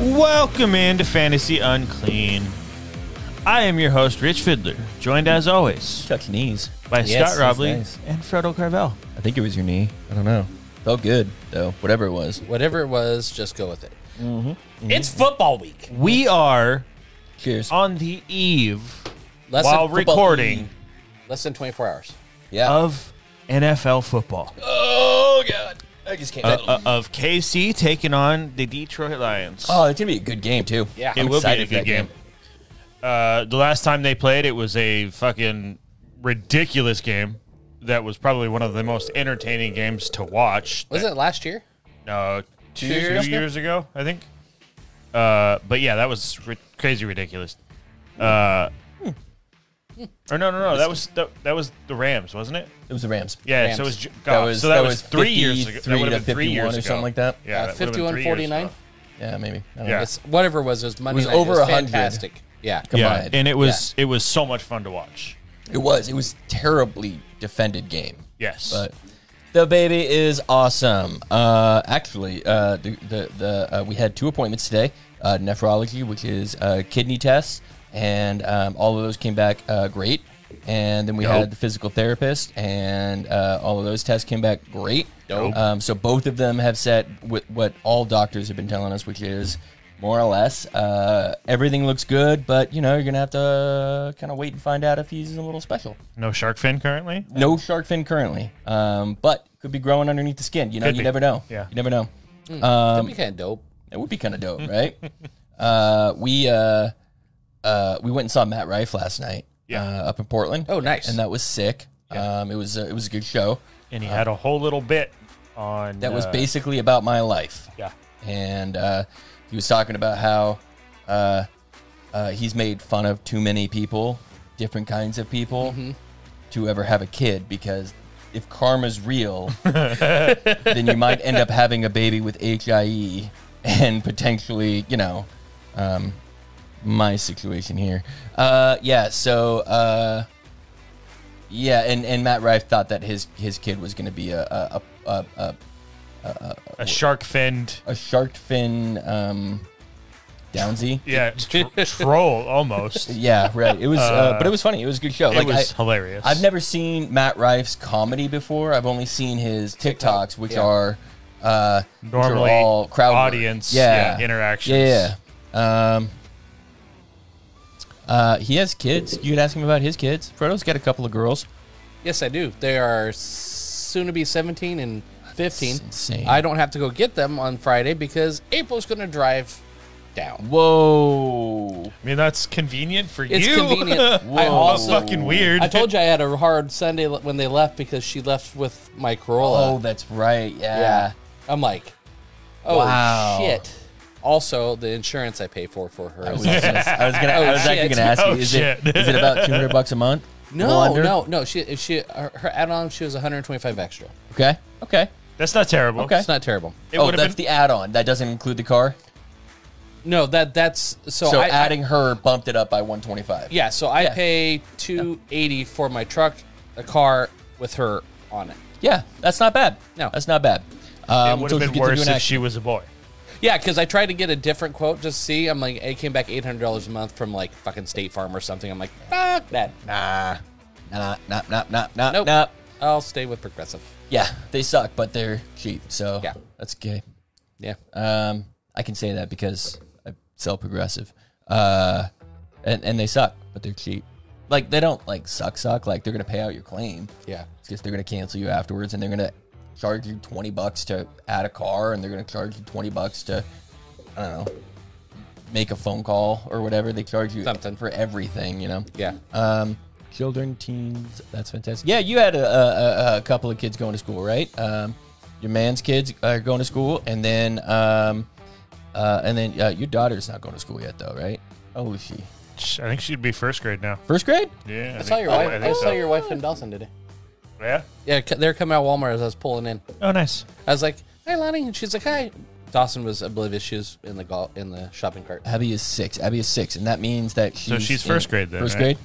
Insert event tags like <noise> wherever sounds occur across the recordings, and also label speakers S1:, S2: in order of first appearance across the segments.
S1: Welcome into Fantasy Unclean. I am your host, Rich Fiddler, joined as always
S2: Chuck's knees.
S1: by
S3: Yes,
S1: Scott Robley
S2: that's nice.
S1: and Fredo Carvel.
S2: I think it was your knee. I don't know. Felt good though. Whatever it was.
S3: Whatever it was, just go with it. It's football week.
S1: We are
S2: Cheers.
S1: on the eve
S3: Less than
S1: while
S3: football-
S1: recording
S3: less than 24 hours.
S2: Yeah.
S1: of NFL football.
S2: oh god. I just can't.
S1: Uh, uh, of KC taking on the Detroit Lions.
S2: oh, it's gonna be a good game too.
S3: Yeah.
S1: it
S3: I'm
S1: will be
S2: excited
S1: a
S2: for
S1: good
S2: that
S1: game. Uh, the last time they played, it was a fucking ridiculous game. That was probably one of the most entertaining games to watch.
S3: Wasn't it last year?
S1: No, two,
S3: Two years
S1: two
S3: ago?
S1: years ago, I think. Uh, but yeah, that was ri- crazy ridiculous. Uh, or no, no, no, that was that, that was the Rams, wasn't it?
S2: It was the Rams.
S1: Yeah,
S3: Rams.
S1: so it was, ju-
S2: That
S1: God,
S2: was-
S1: so that,
S2: that
S1: was,
S2: was
S1: three years ago. That
S2: 53
S1: would have
S2: to
S1: been three
S2: 51
S1: years
S2: or
S1: ago.
S2: something like that.
S1: Yeah,
S3: Uh,
S1: that would've been three years
S3: 51-49?
S1: ago.
S2: Yeah, maybe. I don't
S1: Yeah.
S2: know.
S3: It's whatever it was. It was Monday.
S2: was
S3: night.
S2: over 100.
S3: Fantastic.
S1: Yeah,
S3: Yeah.
S2: Combined.
S1: and it was it was so much fun to watch.
S2: It was. It was terribly defended game.
S1: Yes,
S2: But the baby is awesome. Uh, actually, uh, the the, the uh, we had two appointments today: uh, nephrology, which is uh, kidney tests, and um, all of those came back uh, great. And then we
S1: Dope.
S2: had the physical therapist, and uh, all of those tests came back great.
S1: Dope.
S2: Um, so both of them have said what, what all doctors have been telling us, which is more or less uh, everything looks good, but you know you're gonna have to kind of wait and find out if he's a little special.
S1: no shark fin currently.
S2: No shark fin currently, um, but could be growing underneath the skin. You know,
S1: Could
S2: you
S1: be.
S2: never know.
S1: Yeah.
S2: you never know.
S3: That'd be kind of dope.
S2: It would be kind
S1: <laughs>
S2: of dope, right? uh, we uh, uh, we went and saw Matt Rife last night.
S1: Yeah.
S2: uh, up in Portland.
S3: Oh, nice.
S2: And that was sick. Um, it was uh, it was a good show.
S1: And he had a whole little bit on
S2: That was
S1: uh,
S2: basically about my life.
S1: Yeah,
S2: and uh, he was talking about how uh, uh, he's made fun of too many people, different kinds of people, to ever have a kid because if karma's real, then you might end up having a baby with HIE and potentially, you know, um, my situation here. Uh, yeah, so. Uh, yeah, and, and Matt Rife thought that his his kid was going to be a, a, a, a, a
S1: a shark finned.
S2: a shark fin um, downsy. <laughs>
S1: Yeah, tr- troll almost. It
S2: Yeah, right. It was, uh, but it was funny. It was a good show. like
S1: was
S2: I,
S1: hilarious.
S2: I've never seen Matt Rife's comedy before. I've only seen his TikToks, which
S3: yeah.
S2: are uh, which are
S1: normally
S2: all crowd work.
S1: audience yeah. interactions.
S2: Yeah, yeah. Um, uh, he has kids. You could ask him about his kids. Frodo's got a couple of girls.
S3: Yes, I do. They are soon to be 17 and 15.
S2: insane.
S3: I don't have to go get them on Friday because April's going to drive down.
S2: Whoa!
S1: I mean that's convenient for
S3: It's
S1: you.
S3: convenient. I
S1: <laughs> How
S3: also-
S1: fucking weird.
S3: I told you I had a hard Sunday l- when they left because she left with my Corolla.
S2: Oh, that's right. Yeah.
S3: Yeah. I'm like, oh
S2: Wow.
S3: shit. Also, the insurance I pay for for her.
S2: I was,
S3: Is
S2: gonna, I was, gonna, I
S3: Oh,
S2: was actually
S3: shit.
S2: gonna ask you:
S1: Oh,
S2: is
S1: shit.
S2: it is it about two hundred bucks a month?
S3: <laughs> no,
S2: Little under?
S3: no, no. She, if she, her, her add-on, she was 125 extra.
S2: Okay. Okay.
S1: That's not terrible.
S2: Okay.
S3: It's not terrible.
S1: It
S2: oh,
S1: would've
S2: that's
S1: been-
S2: the add-on. That doesn't include the car.
S3: No, that that's so.
S2: So
S3: I,
S2: adding her bumped it up by 125.
S3: yeah. So I
S2: Yeah.
S3: pay 280 for my truck, a car with her on it.
S2: Yeah, that's not bad.
S3: No.
S2: that's not bad. Um,
S1: it would
S2: so
S1: have been
S2: she gets to do
S1: worse
S2: an
S1: if
S2: action.
S1: she was a boy.
S3: Yeah, because I tried to get a different quote just to see. I'm like, it came back $800 a month from like fucking State Farm or something. I'm like, fuck that.
S2: Nah, nah, nah, nah, nah, nah,
S3: Nope.
S2: nah.
S3: I'll stay with Progressive.
S2: Yeah, they suck, but they're cheap. So
S3: Yeah.
S2: that's okay.
S3: Yeah.
S2: Um, I can say that because I sell Progressive. Uh, and and they suck, but they're cheap. Like they don't like suck suck. Like they're gonna pay out your claim.
S3: Yeah.
S2: It's just they're gonna cancel you afterwards, and they're gonna charge you twenty bucks to add a car, and they're gonna charge you twenty bucks to, I don't know, make a phone call or whatever. They charge you
S3: Something.
S2: for everything, you know.
S3: Yeah.
S2: Um, children, teens, that's fantastic. Yeah, you had a, a, a- a couple of kids going to school, right? Um, your man's kids are going to school, and then um, uh, and then uh, your daughter's not going to school yet, though, right? Oh, is she
S1: Sh- I think she'd be first grade now.
S2: first grade?
S1: Yeah.
S3: I saw your wife. I, saw your wife in Dawson today.
S1: Yeah.
S3: Yeah, c- they're coming out of Walmart as I was pulling in.
S1: Oh, nice.
S3: I was like, "Hi, Lonnie," and she's like, "Hi." Dawson was oblivious. She was in the gol- in the shopping cart.
S2: Abby is six. Abby is six, and that means that she's
S1: she's
S2: in
S1: first grade then,
S2: First
S1: right?
S2: grade.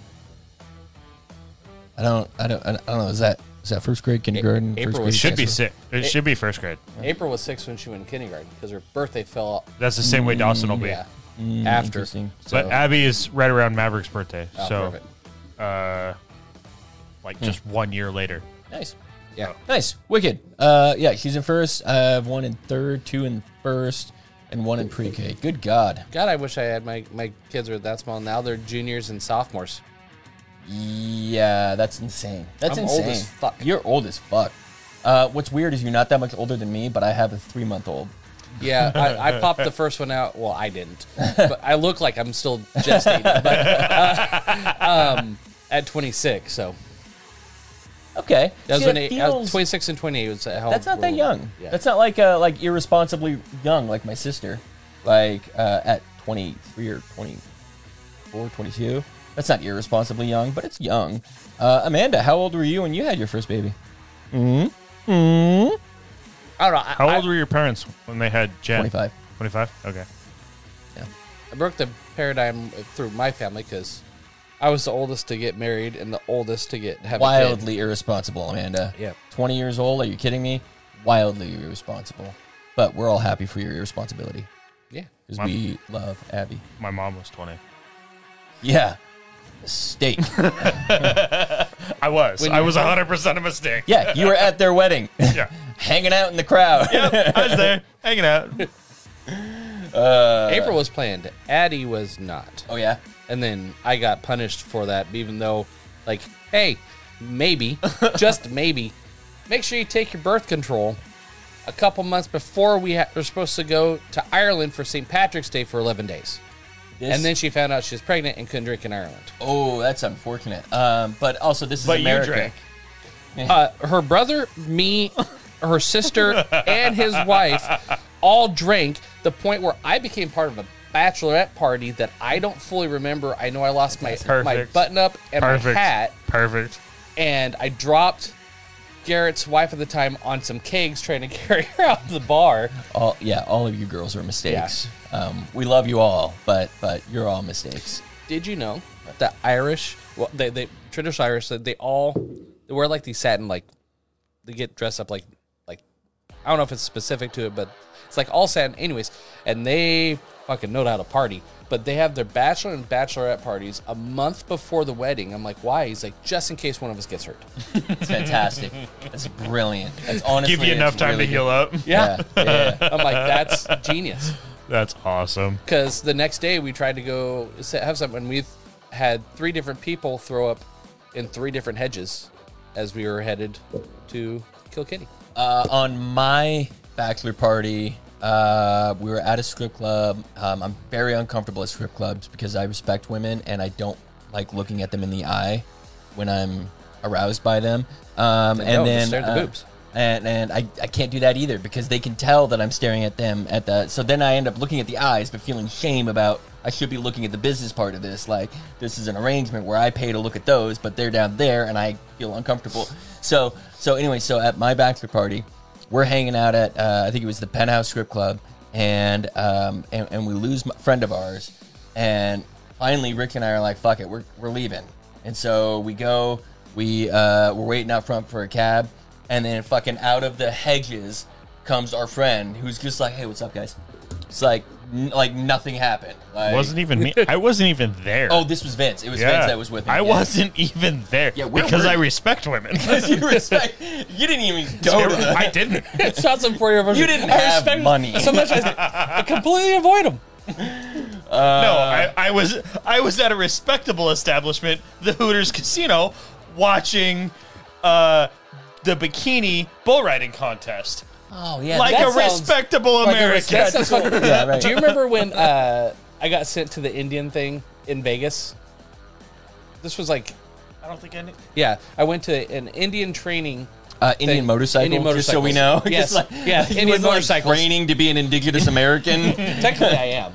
S2: I don't. I don't. I don't know. Is that Is that first grade, kindergarten?
S3: April
S2: first
S3: was-
S1: It
S2: grade,
S1: should be
S2: second
S1: sick. It should be first grade.
S3: April was six when she went in kindergarten because her birthday fell.
S1: That's the same way Dawson will be.
S3: Mm, Oh, Yeah, Mm,
S2: grade?
S3: after.
S2: Interesting.
S1: But
S3: So-
S1: Abby is right around Maverick's birthday,
S3: Oh,
S1: so uh,
S3: perfect. Hmm.
S1: like just one year later.
S2: Nice.
S3: yeah,
S2: Nice. Wicked. Uh, yeah, she's in first. I have one in third, two in first, and one in pre-K. Good God.
S3: God, I wish I had my my kids were that small. Now they're juniors and sophomores.
S2: Yeah, that's insane. That's
S3: I'm old
S2: insane.
S3: as fuck.
S2: You're old as fuck. Uh, what's weird is you're not that much older than me, but I have a three-month-old.
S3: Yeah, I, I popped the first one out. Well, I didn't, but I look like I'm still gestating. But, uh, <laughs> um, at 26, so
S2: Okay.
S3: that was
S2: See,
S3: when
S2: that
S3: I- uh, I was
S2: feels-
S3: 26 and 28 was how
S2: That's not that
S3: old-
S2: young.
S3: Yeah.
S2: That's not like uh, like irresponsibly young like my sister, like uh, at 23 or 24, 22. That's not irresponsibly young, but it's young. Uh, Amanda, how old were you when you had your first baby?
S3: I don't know. I,
S1: How
S3: I-
S1: old were your parents when they had Jen?
S2: 25.
S1: 25? Okay.
S3: I broke the paradigm through my family because I was the oldest to get married and the oldest to get have
S2: Wildly irresponsible, Amanda.
S3: Yeah.
S2: 20 years old? Are you kidding me? Wildly irresponsible. But we're all happy for your irresponsibility
S3: A kid. Yeah,
S2: because
S1: Wow.
S2: we love Abby.
S1: My mom was 20.
S2: Yeah. Mistake.
S1: I was.
S3: When
S1: I
S3: you-
S1: was 100% a mistake.
S2: <laughs> yeah, you were at their wedding, <laughs>
S1: Yeah.
S2: hanging out in the crowd.
S1: I was there hanging out.
S3: April was planned. Addie was not.
S2: <laughs> Oh, yeah.
S3: and then I got punished for that, even though, like, hey,
S2: <laughs>
S3: maybe, just maybe, make sure you take your birth control a couple months before we ha- are supposed to go to Ireland for St. Patrick's Day for 11 days.
S2: This-
S3: And then she found out she was pregnant and couldn't drink in Ireland.
S2: Oh, that's unfortunate. Um, but also, this is
S1: But you
S2: America.
S1: drank.
S3: Uh, her brother, me, her sister, and his wife all drank the point where I became part of a bachelorette party that I don't fully remember. I know I lost my, my
S1: Perfect.
S3: button up and
S1: Perfect.
S3: my hat.
S1: Perfect.
S3: and I dropped Garrett's wife at the time on some kegs trying to <laughs> carry her out of the bar.
S2: All, yeah, all of you girls are mistakes. Um, we love you all, but but you're all mistakes.
S3: Did you know that Irish, well, they, they traditional Irish, that they all they wear like these satin like they get dressed up like like I don't know if it's specific to it, but it's like all satin, anyways. And they fucking know how to party, but they have their bachelor and bachelorette parties a month before the wedding. I'm like, why? He's like, just in case one of us gets hurt.
S1: <laughs>
S2: It's fantastic. that's brilliant. That's honestly
S1: Give you enough
S2: it's
S1: time
S2: really
S1: to heal up.
S2: good. Yeah, yeah, yeah.
S3: I'm like, that's genius.
S1: That's awesome.
S3: because the next day we tried to go se- have something. and We've had three different people throw up in three different hedges as we were headed to <laughs> Kilkenny.
S2: Uh, on my bachelor party, uh, we were at a strip club. Um, I'm very uncomfortable at strip clubs because I respect women and I don't like looking at them in the eye when I'm aroused by them. Um, and
S3: don't, just
S2: then
S3: stare at the boobs.
S2: And, and I, I can't do that either because they can tell that I'm staring at them at the so then I end up looking at the eyes but feeling shame about I should be looking at the business part of this like this is an arrangement where I pay to look at those but they're down there and I feel uncomfortable so so anyway so at my bachelor party we're hanging out at uh, I think it was the Penthouse Strip Club and um and, and we lose a friend of ours and finally Rick and I are like fuck it we're we're leaving and so we go we uh we're waiting out front for a cab and then fucking out of the hedges comes our friend who's just like, "Hey, what's up, guys?" It's like, n- like nothing happened. Like,
S1: wasn't even me. I wasn't even there.
S2: Oh, this was Vince. It was Vince that was with me.
S1: I
S2: yeah. <laughs>
S1: wasn't even there
S2: Yeah, we're-
S1: because
S2: we're-
S1: I respect women. <laughs>
S2: you respect. You didn't even go to the.
S1: I didn't. <laughs>
S3: It's not some four year
S2: You didn't have money.
S3: So much I,
S2: <laughs>
S3: I completely avoid them.
S1: no, I, I was I was at a respectable establishment, the Hooters Casino, watching uh, the bikini bull riding contest.
S2: Oh yeah.
S1: Like
S2: that-
S1: a
S3: that sounds-
S1: respectable American.
S3: That sounds fucking-
S2: yeah, right.
S3: Do you remember when uh, I got sent to the Indian thing in Vegas? This was like,
S1: I don't think I knew.
S3: yeah, I went to an Indian training
S2: <laughs> uh, Indian
S3: thing.
S2: motorcycle.
S3: Indian
S2: Just so we know. <laughs>
S3: motorcycles. Yes.
S2: Just
S3: Yeah,
S2: you
S3: Indian
S2: wasn't, like,
S3: motorcycles.
S2: training to be an
S3: <laughs>
S2: indigenous American.
S3: Technically, I am.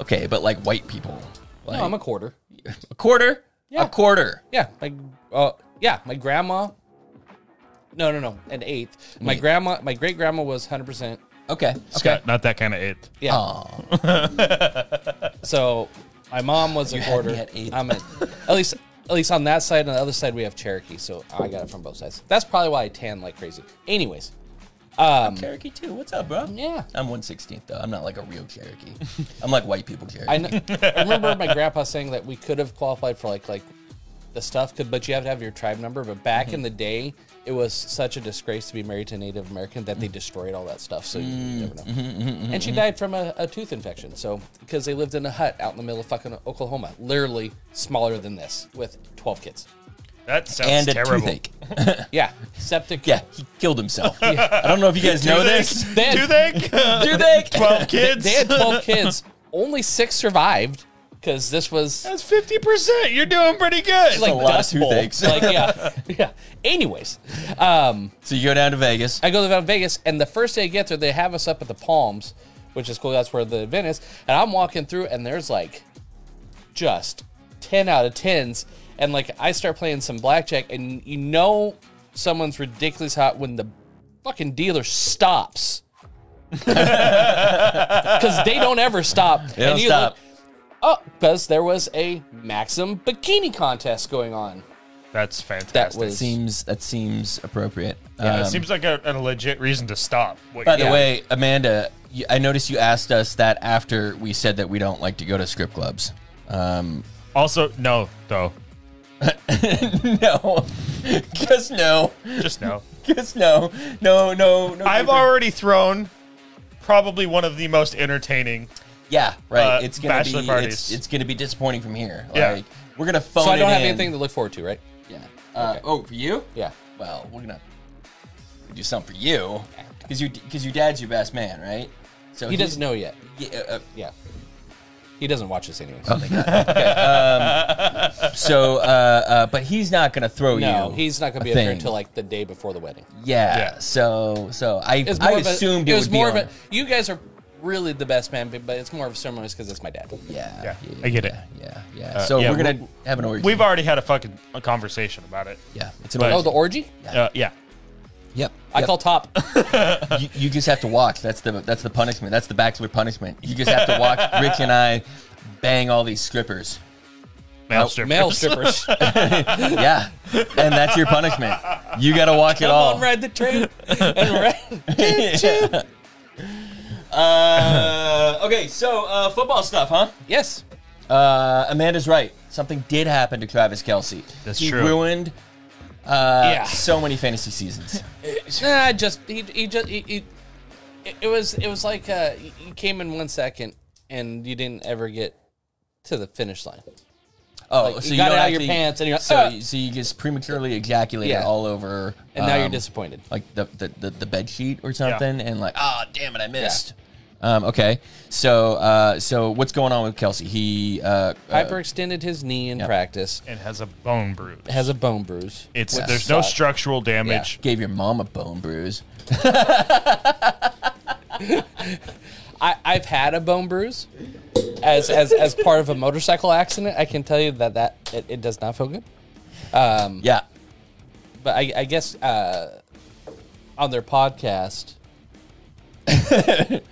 S2: okay, but like white people. Like,
S3: No, I'm a quarter.
S2: a quarter.
S3: Yeah.
S2: A quarter.
S3: Yeah, my uh, yeah, my grandma. No, no, no, an eighth. My
S2: Neat.
S3: grandma, my great grandma was hundred percent.
S2: Okay. Okay.
S1: Scott, not that kind of eighth.
S3: Yeah.
S2: Aw.
S3: <laughs> So my mom was a
S2: had
S3: quarter.
S2: me at eighth.
S3: I'm at at least at least on that side. On the other side, we have Cherokee, so I got it from both sides. That's probably why I tan like crazy. Anyways,
S2: Cherokee too. What's up, bro?
S3: yeah.
S2: I'm 116th though. I'm not like a real Cherokee. I'm like white people Cherokee.
S3: I, kn- I remember my grandpa saying that we could have qualified for like like the stuff, could, but you have to have your tribe number. But back
S2: Mm-hmm.
S3: in the day, it was such a disgrace to be married to a Native American that they
S2: Mm.
S3: destroyed all that stuff. So you
S2: Mm-hmm,
S3: never know. and she died from a, a tooth infection. So because they lived in a hut out in the middle of fucking Oklahoma, literally smaller than this, with twelve kids.
S1: That sounds
S2: and a
S1: terrible.
S2: toothache.
S3: Yeah, septic.
S2: Yeah, he
S1: <laughs>
S2: killed himself. I don't know if you guys know this.
S1: Toothache?
S3: They
S1: <laughs>
S3: had-
S1: Toothache?
S2: Toothache.
S1: 12 kids?
S3: they
S1: <laughs>
S3: had twelve kids. Only six survived because this was
S1: That's 50%. You're doing pretty good.
S3: like
S2: a lot of
S3: dust bowl.
S2: toothaches. <laughs>
S3: Like yeah, yeah. Anyways, um,
S2: So you go down to Vegas.
S3: I go to Vegas, and the first day I get there, they have us up at the Palms, which is cool. That's where the event is. And I'm walking through, and there's like just 10 out of 10s. And like, I start playing some blackjack, and you know, someone's ridiculous hot when the fucking dealer stops. <laughs> Because they don't ever stop.
S2: They don't
S3: and you
S2: stop.
S3: Look, oh, because there was a Maxim bikini contest going on.
S1: That's fantastic.
S3: That
S2: That
S3: was
S2: seems that seems appropriate.
S1: yeah,
S2: Um,
S1: it seems like a, a legit reason to stop. What
S2: By
S1: you-
S2: the
S3: Yeah.
S2: way, Amanda, you, I noticed you asked us that after we said that we don't like to go to script clubs. <laughs> Um,
S1: also, no, though.
S2: no, because no,
S1: Just no.
S2: because no, no, no, no.
S1: I've already thrown probably one of the most entertaining.
S2: yeah, right.
S1: uh,
S2: it's gonna be
S1: bachelor parties.
S2: it's, it's gonna be disappointing from here.
S1: Yeah.
S2: Like, we're gonna phone.
S3: So I don't
S2: it
S3: have
S2: in.
S3: anything to look forward to, right?
S2: Yeah. Uh, Oh, for you?
S3: Yeah.
S2: Well, we're gonna do something for you because you because your dad's your best man, right? So
S3: He doesn't know yet.
S2: Yeah, uh,
S3: Yeah. He doesn't watch this anyways.
S2: oh my god. Okay. Um, so, uh, uh, but he's not gonna throw you.
S3: no, he's not going to be up
S2: thing.
S3: here until like the day before the wedding.
S2: Yeah.
S1: Yeah.
S2: So so I
S3: It's
S2: I
S3: of a-
S2: assumed it,
S3: was
S2: would
S3: more
S2: be
S3: of
S2: on-
S3: a. You guys are really the best man, but but it's more of a ceremony because it's my dad.
S2: Yeah,
S1: Yeah, I get it. Uh,
S2: Yeah. Yeah. so
S1: yeah,
S2: we're gonna
S1: we-
S2: have an orgy.
S1: We've already had a fucking a conversation about it.
S2: yeah. It's an
S1: But-
S2: orgy.
S3: Oh, the orgy?
S1: Uh, yeah.
S2: Yep.
S3: I
S2: yep. <laughs>
S3: call top.
S2: you, you just have to walk. That's the that's the punishment. That's the bachelor punishment. You just have to
S1: <laughs>
S2: walk. Rich and I bang all these strippers.
S1: Male
S2: Oh,
S1: strippers.
S3: Male strippers. Come
S2: Yeah. And that's your punishment. You got to walk it all.
S3: on, ride the train.
S2: <laughs>
S3: And ride-
S2: uh, okay, so uh, football stuff, huh?
S3: Yes.
S2: Uh, Amanda's right. Something did happen to Travis Kelsey.
S1: That's
S2: he
S1: true.
S2: ruined uh,
S3: Yeah.
S2: so many fantasy
S3: <laughs>
S2: seasons.
S3: Nah, just he, he just he, he- it- it was it was like uh, you came in one second and you didn't ever get to the finish line.
S2: Oh,
S3: Like,
S2: so
S3: you got
S2: don't
S3: it out of your
S2: actually-
S3: pants and you're like,
S2: so,
S3: "Ah."
S2: you- so you just prematurely ejaculated
S3: Yeah.
S2: all over,
S3: And now you're
S2: um,
S3: disappointed.
S2: like the the, the, the bed sheet or something, and like, ah, damn it, I missed. Um, okay, so uh, so what's going on with Kelsey? He uh, uh,
S3: Hyperextended his knee in practice.
S1: And has a bone bruise.
S3: Has a bone bruise.
S1: It's
S3: which
S1: there's no
S3: sucked.
S1: structural damage.
S2: gave your mom a bone bruise.
S3: I, I've had a bone bruise as, as as part of a motorcycle accident. I can tell you that that it, it does not feel good. Mm.
S2: Yeah,
S3: But I, I guess uh, on their podcast, <laughs>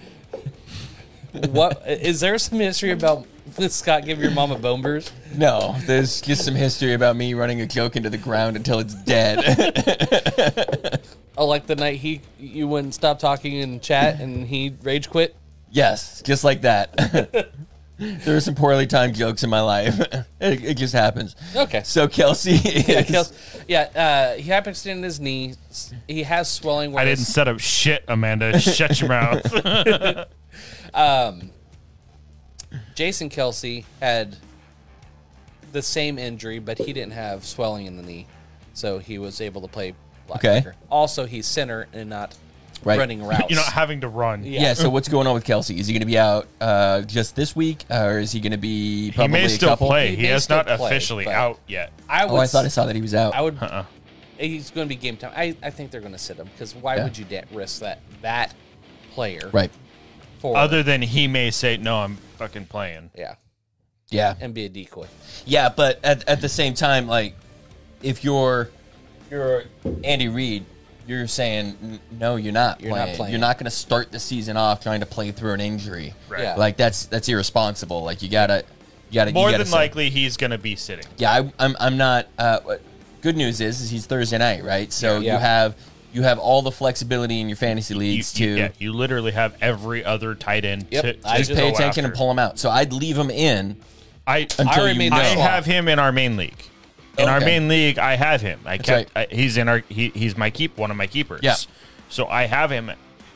S3: what is there some history about Scott give your mom a bone bruise?
S2: no, there's just some history about me running a joke into the ground until it's dead. <laughs>
S3: Oh, like the night he you wouldn't stop talking in chat and he rage quit.
S2: yes, just like that. <laughs> there were some poorly timed jokes in my life. <laughs> it, it just happens.
S3: Okay.
S2: So Kelsey is
S3: Yeah, Kels- yeah, uh, he hyperextended his knee. S- He has swelling. where
S1: I didn't
S3: his-
S1: set up shit,
S2: <laughs>
S1: Amanda. Shut your mouth.
S3: Jason Kelsey had the same injury, but he didn't have swelling in the knee, so he was able to play linebacker. Also, he's center and not
S2: Right.
S1: <laughs>
S3: running routes.
S1: You're not having to run.
S3: Yeah.
S2: Yeah. So what's going on with Kelsey? Is he going to be out uh, just this week, or is he going to be
S1: He
S2: probably
S1: may
S2: a
S1: still
S2: couple?
S1: play.
S3: He
S1: He,
S3: may
S1: is
S3: still
S1: not
S3: play,
S1: officially
S3: but-
S1: out yet.
S3: I would.
S2: Oh, I thought I saw that he was out.
S3: I would.
S1: Uh-uh.
S3: He's going to be game time. I, I think they're going to sit him because why
S2: Yeah.
S3: would you da- risk that that player
S2: Right.
S3: for
S1: Other than he may say, "No, I'm fucking playing."
S3: yeah
S2: Yeah.
S3: and be a decoy?
S2: Yeah, but at, at the same time, like, if you're you're Andy Reid, you're saying "N- no, you're not.
S3: You're not
S2: playing.
S3: playing.
S2: You're not going to start the season off trying to play through an injury.
S1: Right.
S3: Yeah.
S2: Like that's that's irresponsible. Like you gotta You gotta, you
S1: More
S2: gotta
S1: than
S2: sit.
S1: likely, he's going to be sitting.
S2: Yeah, I, I'm. I'm not. Uh, what- good news is, is he's Thursday night, right? So
S3: Yeah.
S2: you have you have all the flexibility in your fantasy
S1: You,
S2: leagues
S1: you-
S2: to
S1: yeah, you literally have every other tight end.
S3: Yep,
S1: to, to
S3: I
S2: just pay
S1: go after.
S2: attention and pull him out. So I'd leave him in.
S1: I
S2: until
S1: I,
S2: you
S1: remain
S2: know.
S1: I have him in our main league. In our
S2: Okay.
S1: main league, I have him. I kept.
S2: right.
S1: I, he's in our. He, he's my keep. One of my keepers.
S2: Yeah.
S1: So I have him.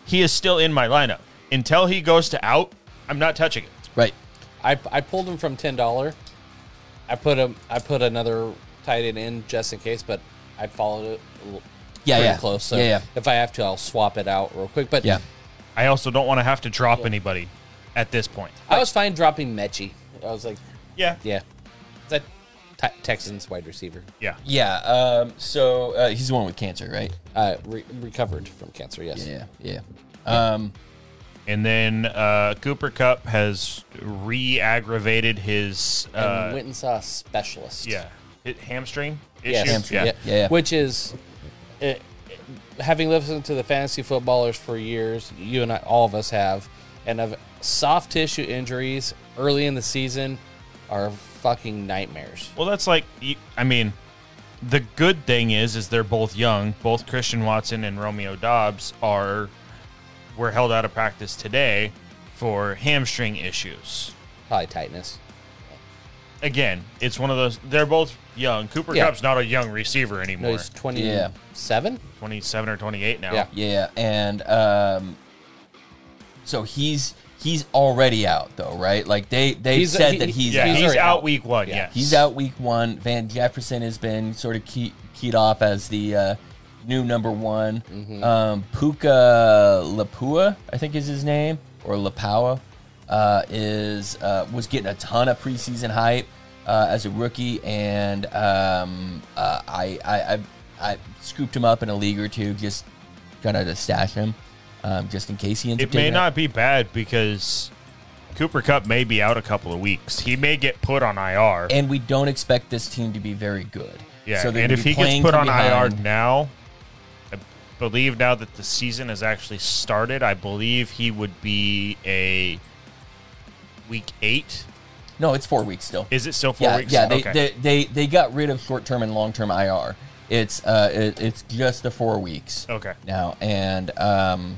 S1: He is still in my lineup until he goes to out. I'm not touching it.
S2: Right.
S3: I, I pulled him from ten dollar. I put him. I put another tight end in just in case, but I followed it. a little-
S2: Yeah,
S3: pretty
S2: yeah.
S3: close. So
S2: Yeah, yeah.
S3: if I have to, I'll swap it out real quick. But
S2: Yeah.
S1: I also don't want to have to drop anybody at this point.
S3: I was fine dropping Mechie. I was like,
S1: Yeah.
S3: yeah, that te- Texans wide receiver
S1: Yeah.
S2: Yeah. Um, so uh, he's the one with cancer, right?
S3: uh, re- recovered from cancer. Yes.
S2: Yeah. Yeah. Um,
S1: And then uh, Cooper Cup has re-aggravated his.
S3: and
S1: Uh,
S3: went and saw a specialist.
S1: yeah. Hit hamstring issue.
S3: Yes.
S2: Hamstring,
S1: Yeah.
S2: yeah. yeah.
S3: Which is, it, having listened to the fantasy footballers for years, you and I, all of us have, and of soft tissue injuries early in the season are fucking nightmares.
S1: Well, that's like, you- I mean, the good thing is, is they're both young. Both Christian Watson and Romeo Dobbs are were held out of practice today for hamstring issues.
S3: Probably tightness.
S1: Again, it's one of those. They're both young. Cooper
S3: Yeah.
S1: Cup's not a young receiver
S3: No,
S1: anymore.
S3: he's 27?
S1: Twenty-seven or twenty-eight now.
S3: Yeah.
S2: yeah. And um, so he's he's already out though, right? Like they they have
S3: He's-
S2: said
S3: he-
S2: that he's
S1: Yeah,
S2: out.
S1: he's,
S3: already
S1: out,
S3: out.
S1: week one.
S3: Yeah.
S1: Yes,
S2: He's out week one. Van Jefferson has been sort of key, keyed off as the uh, new number one. Um, Puka Lapua, I think is his name, or Lapaua, uh, is uh, was getting a ton of preseason hype uh, as a rookie, and um, uh, I, I I I scooped him up in a league or two, just kind of to stash him, um, just in case he ends up
S1: It may
S2: taking
S1: not be bad because Cooper Cup may be out a couple of weeks. He may get put on IR.
S2: And we don't expect this team to be very good.
S1: Yeah,
S2: they're
S1: and
S2: gonna
S1: if
S2: be
S1: he gets
S2: playing
S1: put
S2: from
S1: on
S2: behind.
S1: IR now, I believe now that the season has actually started, I believe he would be a week eight.
S2: no, it's four weeks still.
S1: Is it still four
S2: yeah,
S1: weeks?
S2: yeah. They,
S1: Okay.
S2: they, they they got rid of short term and long term IR. It's uh, it, it's just the four weeks
S1: okay.
S2: now, and um,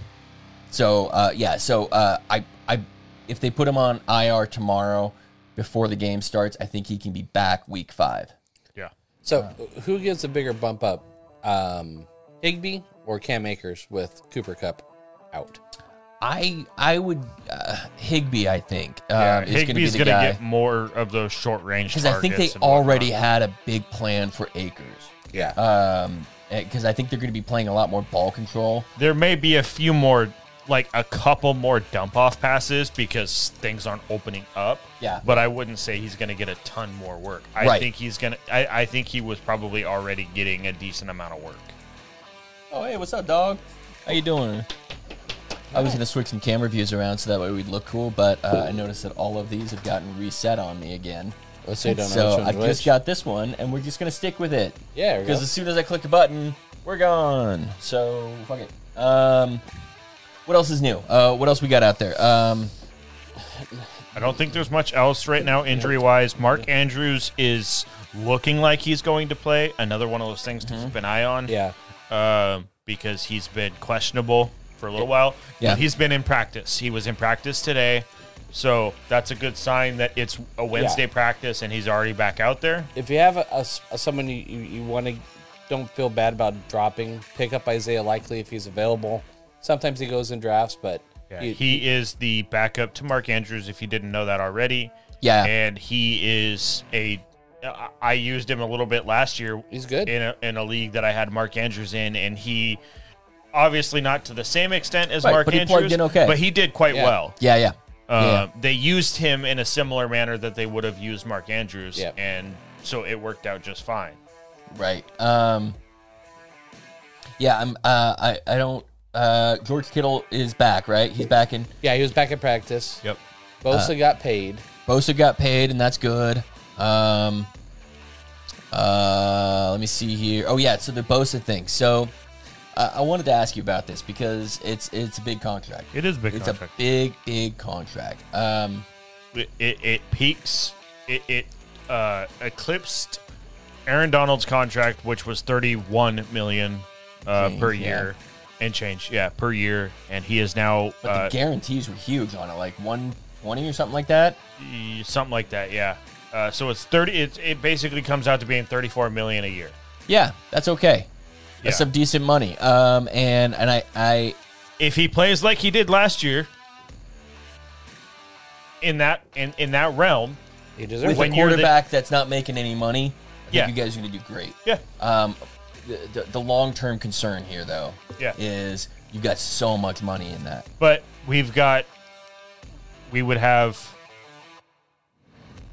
S2: so uh, yeah, so uh, I I if they put him on IR tomorrow before the game starts, I think he can be back week five. um,
S1: Yeah.
S3: So who gets a bigger bump up? Um, Higby or Cam Akers with Cooper Cup out?
S2: I I would uh, Higby, I think,
S1: Yeah,
S2: uh, is going to be
S1: Higby's
S2: the
S1: gonna
S2: guy
S1: get more of those short range
S2: because I think they already had a big plan for Acres
S3: Yeah.
S2: Uh, because I think they're going to be playing a lot more ball control.
S1: There may be a few more, like a couple more dump off passes because things aren't opening up.
S2: Yeah.
S1: But I wouldn't say he's going to get a ton more work. I
S2: Right.
S1: think he's gonna. I, I think he was probably already getting a decent amount of work.
S2: Oh hey, what's up, dog? How you doing? I was gonna switch some camera views around so that way we'd look cool, but uh, I noticed that all of these have gotten reset on me again.
S3: Let's say you don't know
S2: So
S3: which
S2: I
S3: one's
S2: just
S3: which.
S2: got this one, and we're just gonna stick with it.
S3: Yeah, we
S2: Because
S3: go.
S2: as soon as I click a button, we're gone. So fuck it. Um, what else is new? Uh, what else we got out there? Um,
S1: I don't think there's much else right now injury wise. Mark Andrews is looking like he's going to play. Another one of those things
S2: Mm-hmm.
S1: to keep an eye on.
S3: yeah.
S1: Um, because he's been questionable for a little while.
S2: Yeah.
S1: But he's been in practice. He was in practice today. So that's a good sign that it's a Wednesday practice and he's already back out there.
S3: If you have a, a s- a someone you, you, you want to don't feel bad about dropping, pick up Isaiah Likely if he's available. Sometimes he goes in drafts, but
S1: Yeah,
S3: you-
S1: he is the backup to Mark Andrews, if you didn't know that already.
S2: Yeah.
S1: and he is a. I- I used him a little bit last year.
S3: He's good.
S1: in a, in a league that I had Mark Andrews in, and he obviously not to the same extent as
S2: Right,
S1: Mark
S2: but he
S1: Andrews,
S2: plugged in okay.
S1: but he did quite
S3: Yeah.
S1: well.
S2: yeah, yeah,
S1: Uh, They used him in a similar manner that they would have used Mark Andrews,
S3: Yeah.
S1: and so it worked out just fine.
S2: yeah, right. Um, yeah, I'm. Uh, I I don't. Uh, George Kittle is back, right? He's back in.
S3: yeah, he was back at practice.
S1: Yep.
S3: Bosa got paid.
S2: Bosa got paid, and that's good. Um, uh, let me see here. Oh yeah, so the Bosa thing. So uh, I wanted to ask you about this because it's it's a big contract.
S1: It is a big
S2: It's
S1: contract.
S2: a big big contract. Um,
S1: It, it, it peaks it, it uh, eclipsed Aaron Donald's contract, which was thirty-one million uh,
S2: Change,
S1: per
S2: yeah.
S1: year and change. Yeah, per year, and he is now
S2: But
S1: uh,
S2: the guarantees were huge on it, like 120 or something like that.
S1: y- uh, something like that. Yeah. Uh, so it's thirty. It, it basically comes out to being thirty-four million a year.
S2: Yeah, that's okay. That's
S1: Yeah.
S2: some decent money. Um, and and I I
S1: if he plays like he did last year in that in, in that realm
S3: He
S2: with
S3: deserves
S1: When
S2: a
S1: you're the-
S2: quarterback that's not making any money, I think
S1: Yeah.
S2: you guys are gonna do great.
S1: yeah
S2: Um, the the, the long term concern here though,
S1: Yeah.
S2: is you got so much money in that.
S1: but we've got we would have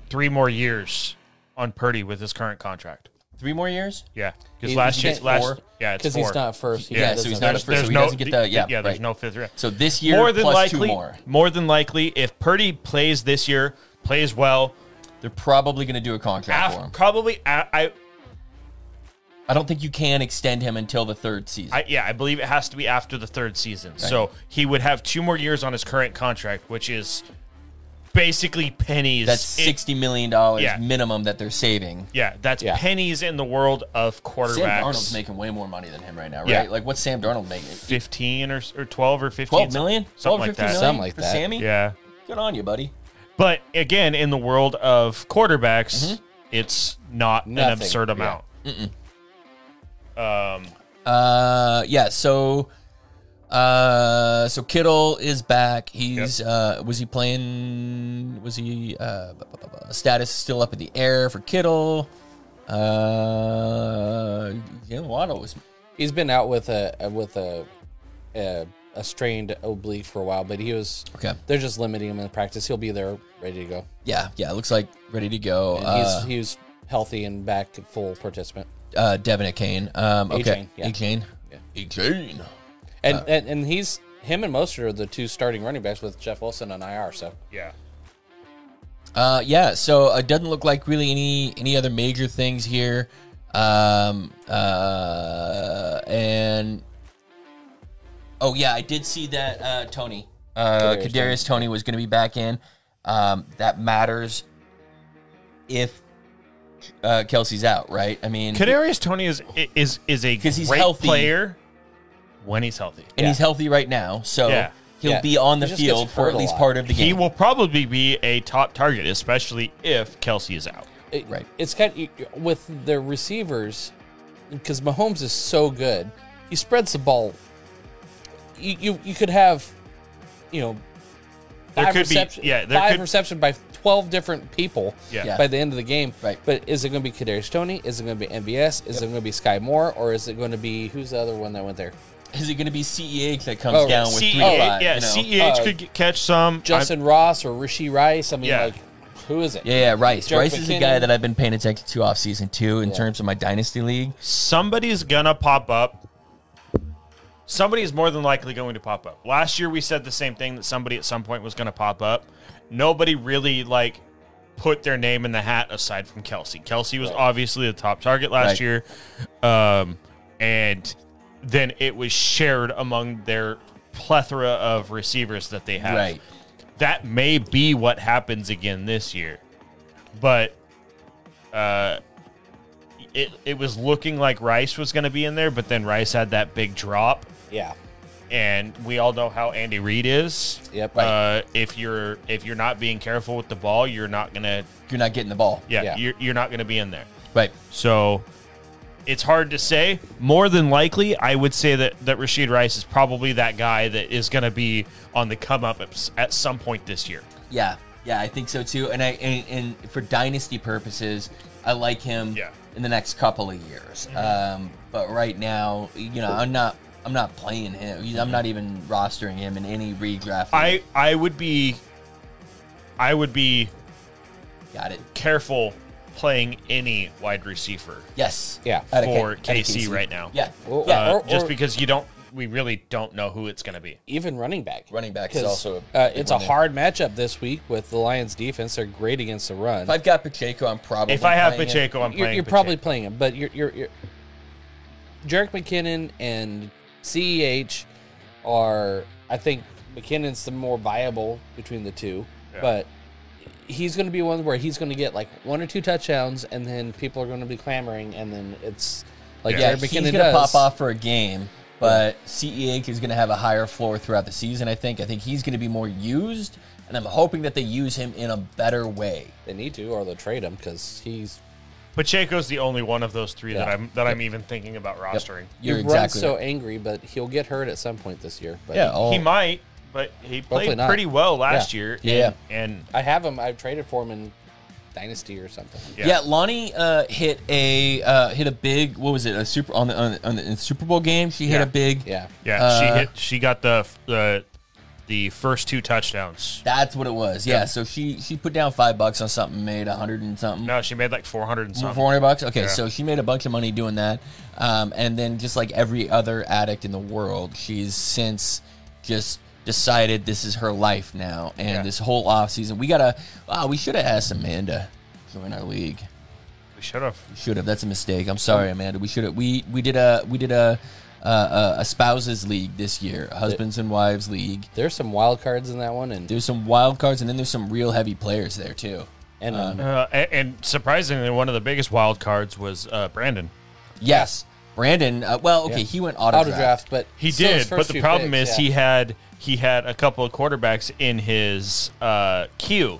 S1: three more years on Purdy with his current contract
S2: Three more years.
S1: yeah because
S3: He-
S1: last
S3: he's
S1: year
S3: getting
S1: last
S3: four,
S1: yeah it's
S3: because he's
S1: four.
S3: not first.
S2: Yeah, so
S3: doesn't-
S2: he's not a first, so he doesn't get the yeah.
S1: yeah there's
S2: right.
S1: no fifth round
S2: So this year
S1: more than
S2: plus
S1: likely
S2: two more.
S1: than likely if Purdy plays this year plays well
S2: They're probably gonna do a contract
S1: af-
S2: for him.
S1: probably a- I
S2: I don't think you can extend him until the third season.
S1: I, yeah, I believe it has to be after the third season. So he would have two more years on his current contract, which is basically pennies.
S2: that's
S1: in-
S2: sixty million dollars
S1: Yeah.
S2: minimum that they're saving.
S1: yeah, that's
S3: Yeah.
S1: pennies in the world of
S2: Sam Darnold's
S1: quarterbacks.
S2: making way more money than him right now, right?
S1: Yeah.
S2: Like what's Sam Darnold making?
S1: Fifteen or, s- or twelve or fifteen,
S2: Twelve million?
S1: something
S2: 12 or
S1: like
S2: 15
S1: that.
S2: million
S3: Something like
S2: for
S3: that.
S2: Sammy?
S1: Yeah,
S2: Good on you, buddy.
S1: but again, in the world of quarterbacks,
S2: Mm-hmm.
S1: it's not an
S3: Nothing.
S1: absurd
S3: Yeah.
S1: amount. Um,
S2: Uh yeah, so uh so Kittle is back. He's uh was he playing was he uh bu- bu- bu- bu- status still up in the air for Kittle? Uh Jalen Waddle was
S3: He's been out with a a- with a, a a strained oblique for a while, but he was
S2: Okay.
S3: They're just limiting him in practice. He'll be there ready to go.
S2: Yeah, yeah, looks like ready to go.
S3: And
S2: Uh,
S3: he's he's healthy and back to full participant.
S2: uh Devin Akane. Um okay.
S3: Achane, yeah.
S2: Akane.
S3: Yeah.
S2: Akane.
S3: And, and and he's him and Mostert are the two starting running backs with Jeff Wilson on IR. So
S1: yeah,
S2: Uh, yeah, so it doesn't look like really any any other major things here, um, uh, and oh yeah, I did see that uh, Tony, uh,
S3: Kadarius
S2: Kadarius Tony was going to be back in. Um, that matters if uh, Kelsey's out, right? I mean,
S1: Kadarius Tony is i- is is a
S2: 'Cause he's
S1: great
S2: healthy.
S1: player when he's healthy.
S2: and he's healthy right now, so
S1: Yeah.
S2: he'll
S3: Yeah.
S2: be on the
S3: He just gets
S2: field for
S3: hurt
S2: at
S3: a
S2: least
S3: lot.
S2: part of the game.
S1: He will probably be a top target, especially if Kelsey is out.
S3: it-
S2: Right.
S3: it's kind of, with the receivers because Mahomes is so good. He spreads the ball. You you, you could have, you know,
S1: There
S3: five
S1: could be-
S3: reception,
S1: yeah, there
S3: five
S1: could-
S3: reception by twelve different people.
S1: Yeah.
S2: Yeah.
S3: By the end of the game,
S2: Right.
S3: But is it going to be Kadarius Tony? Is it going to be MBS? Is it going to be Sky Moore? Or is it going to be who's the other one that went there?
S2: Is it going to be CEH that comes
S3: Oh,
S2: down with
S1: CEH,
S2: three to five?
S1: E yeah,
S2: you know?
S1: CEH
S3: Uh,
S1: could get- catch some.
S3: Justin Ross or Rishi Rice? I mean,
S1: Yeah.
S3: like, who is it?
S2: Yeah, yeah, Rice.
S3: Jarek
S2: Rice is a
S3: McKinnon.
S2: guy that I've been paying attention to off season two in
S3: Yeah.
S2: terms of my dynasty league.
S1: I'm- somebody's gonna pop up. Somebody is more than likely going to pop up. Last year, we said the same thing that somebody at some point was going to pop up. Nobody really like put their name in the hat aside from Kelsey. Kelsey was obviously the top target last
S2: Right.
S1: year, um, and then it was shared among their plethora of receivers that they have.
S2: Right.
S1: that may be what happens again this year. But uh, it it was looking like Rice was going to be in there, but then Rice had that big drop,
S3: Yeah.
S1: and we all know how Andy Reid is.
S3: Yep.
S1: Uh, if you're if you're not being careful with the ball, you're not gonna
S2: You're not getting the ball.
S1: yeah,
S3: Yeah.
S1: You're, you're not gonna be in there.
S2: Right.
S1: So it's hard to say. More than likely, I would say that that Rashid Rice is probably that guy that is gonna be on the come up at s- at some point this year.
S2: Yeah. Yeah, I think so too. And I and, and for dynasty purposes, I like him
S1: Yeah. Mm-hmm.
S2: in the next couple of years. Um, but right now, you know, I'm not I'm not playing him. He's- I'm not even rostering him in any redraft. league.
S1: Mm-hmm. I I would be I would be
S2: got it.
S1: careful playing any wide receiver
S2: Yes.
S3: Yeah.
S2: Out of K-
S1: for
S2: out of
S1: KC right now.
S2: Yeah.
S3: Or-
S2: yeah.
S1: Uh,
S3: or-
S1: just
S3: or-
S1: because you don't we really don't know who it's going to be.
S3: even running back.
S2: Running back is
S3: 'Cause,
S2: also a
S3: uh,
S2: big
S3: it's
S2: one
S3: a
S2: there.
S3: hard matchup this week with the Lions' defense. They're great against the run.
S2: if I've got Pacheco, I'm probably
S1: If I have
S2: playing him.
S1: Pacheco, I'm
S3: you're
S1: playing.
S3: you're probably playing him, but you're you're, you're Jarek McKinnon and E Ceh are. I think McKinnon's the more viable between the two,
S1: Yeah.
S3: but he's going to be one where he's going to get like one or two touchdowns, and then people are going to be clamoring, and then it's like
S2: Yeah,
S3: Jared
S2: he's
S3: McKinnon
S2: going to
S3: does.
S2: pop off for a game, but CEA is going to have a higher floor throughout the season. I think. I think he's going to be more used, and I'm hoping that they use him in a better way.
S3: They need to, or they'll trade him because he's
S1: Pacheco's the only one of those three that
S3: Yeah.
S1: I'm that I'm even thinking about rostering.
S2: You're
S3: he runs
S2: exactly
S3: so
S2: right.
S3: angry, but he'll get hurt at some point this year. But
S2: yeah. oh. all-
S1: He might, but he
S3: Hopefully
S1: played
S3: not.
S1: pretty well last
S3: Yeah.
S1: year.
S2: Yeah.
S1: and, and
S3: I have him. I've traded for him in Dynasty or something.
S1: Yeah.
S2: Yeah. Lonnie uh, hit a uh, hit a big what was it a super on the on the, on the in the Super Bowl game. She hit
S1: Yeah.
S2: a big.
S3: Yeah,
S1: yeah,
S2: Uh,
S1: she hit. She got the the the first two touchdowns.
S2: That's what it was. Yeah. So she she put down five bucks on something, made a hundred and something.
S1: No, she made like four hundred and something.
S2: Four hundred bucks. Okay,
S1: Yeah.
S2: so she made a bunch of money doing that, um, and then just like every other addict in the world, she's since just decided this is her life now, and
S1: Yeah.
S2: this whole off season, we gotta. Wow, we should have asked Amanda to join our league.
S1: We should have.
S2: We should have. That's a mistake. I'm sorry, Amanda. We should have. We we did a we did a a, a spouses league this year, a husbands and wives league.
S3: there's some wild cards in that one, and
S2: There's some wild cards, and then there's some real heavy players there too.
S3: and um,
S1: Uh, and, and surprisingly, one of the biggest wild cards was uh, Brandon.
S2: Yes, Brandon. Uh, well, okay,
S3: Yeah.
S2: he went
S3: auto
S2: auto draft.
S3: draft. But
S1: He
S3: still his
S1: did, but
S3: first
S1: the
S3: few
S1: problem
S3: picks,
S1: is
S3: yeah.
S1: he had he had a couple of quarterbacks in his uh, queue.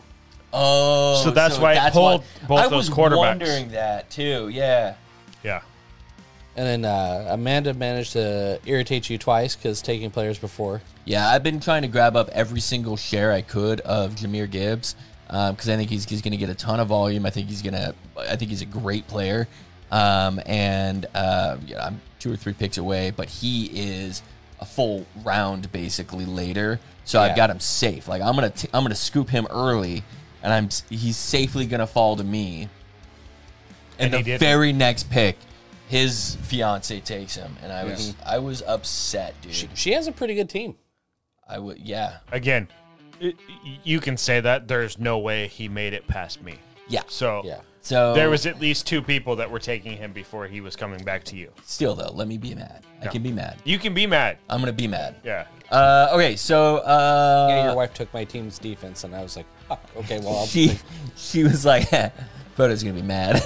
S2: Oh,
S1: So that's why it pulled both
S2: I
S1: those
S2: was
S1: quarterbacks.
S2: wondering that too. Yeah,
S1: Yeah,
S3: And then uh, Amanda managed to irritate you twice because taking players before.
S2: yeah. I've been trying to grab up every single share I could of Jameer Gibbs because I think he's, he's going to get a ton of volume. I think he's gonna. I think he's a great player. Um, and uh, yeah, I'm two or three picks away, but he is a full round basically later. So
S3: Yeah.
S2: I've got him safe. Like I'm gonna t- I'm gonna scoop him early, and I'm s- he's safely gonna fall to me.
S1: And
S2: and,
S1: he
S2: the
S1: didn't.
S2: very next pick, his fiance takes him, and I was
S3: Yeah.
S2: I was upset, dude.
S3: She, she has a pretty good team.
S2: I would, yeah,
S1: again, y- y- you can say that. There's no way he made it past me.
S2: yeah.
S1: So
S3: Yeah. Oh.
S2: So
S1: there was at least two people that were taking him before he was coming back to you.
S2: still though. Let me be mad. I can be mad.
S1: You can be mad.
S2: I'm gonna be mad.
S1: Yeah.
S2: Uh, okay, so uh,
S3: Yeah, your wife took my team's defense, and I was like, "Fuck, okay,
S2: <laughs>
S3: well, I'll
S2: she she was like, <laughs> "Photo's gonna be mad."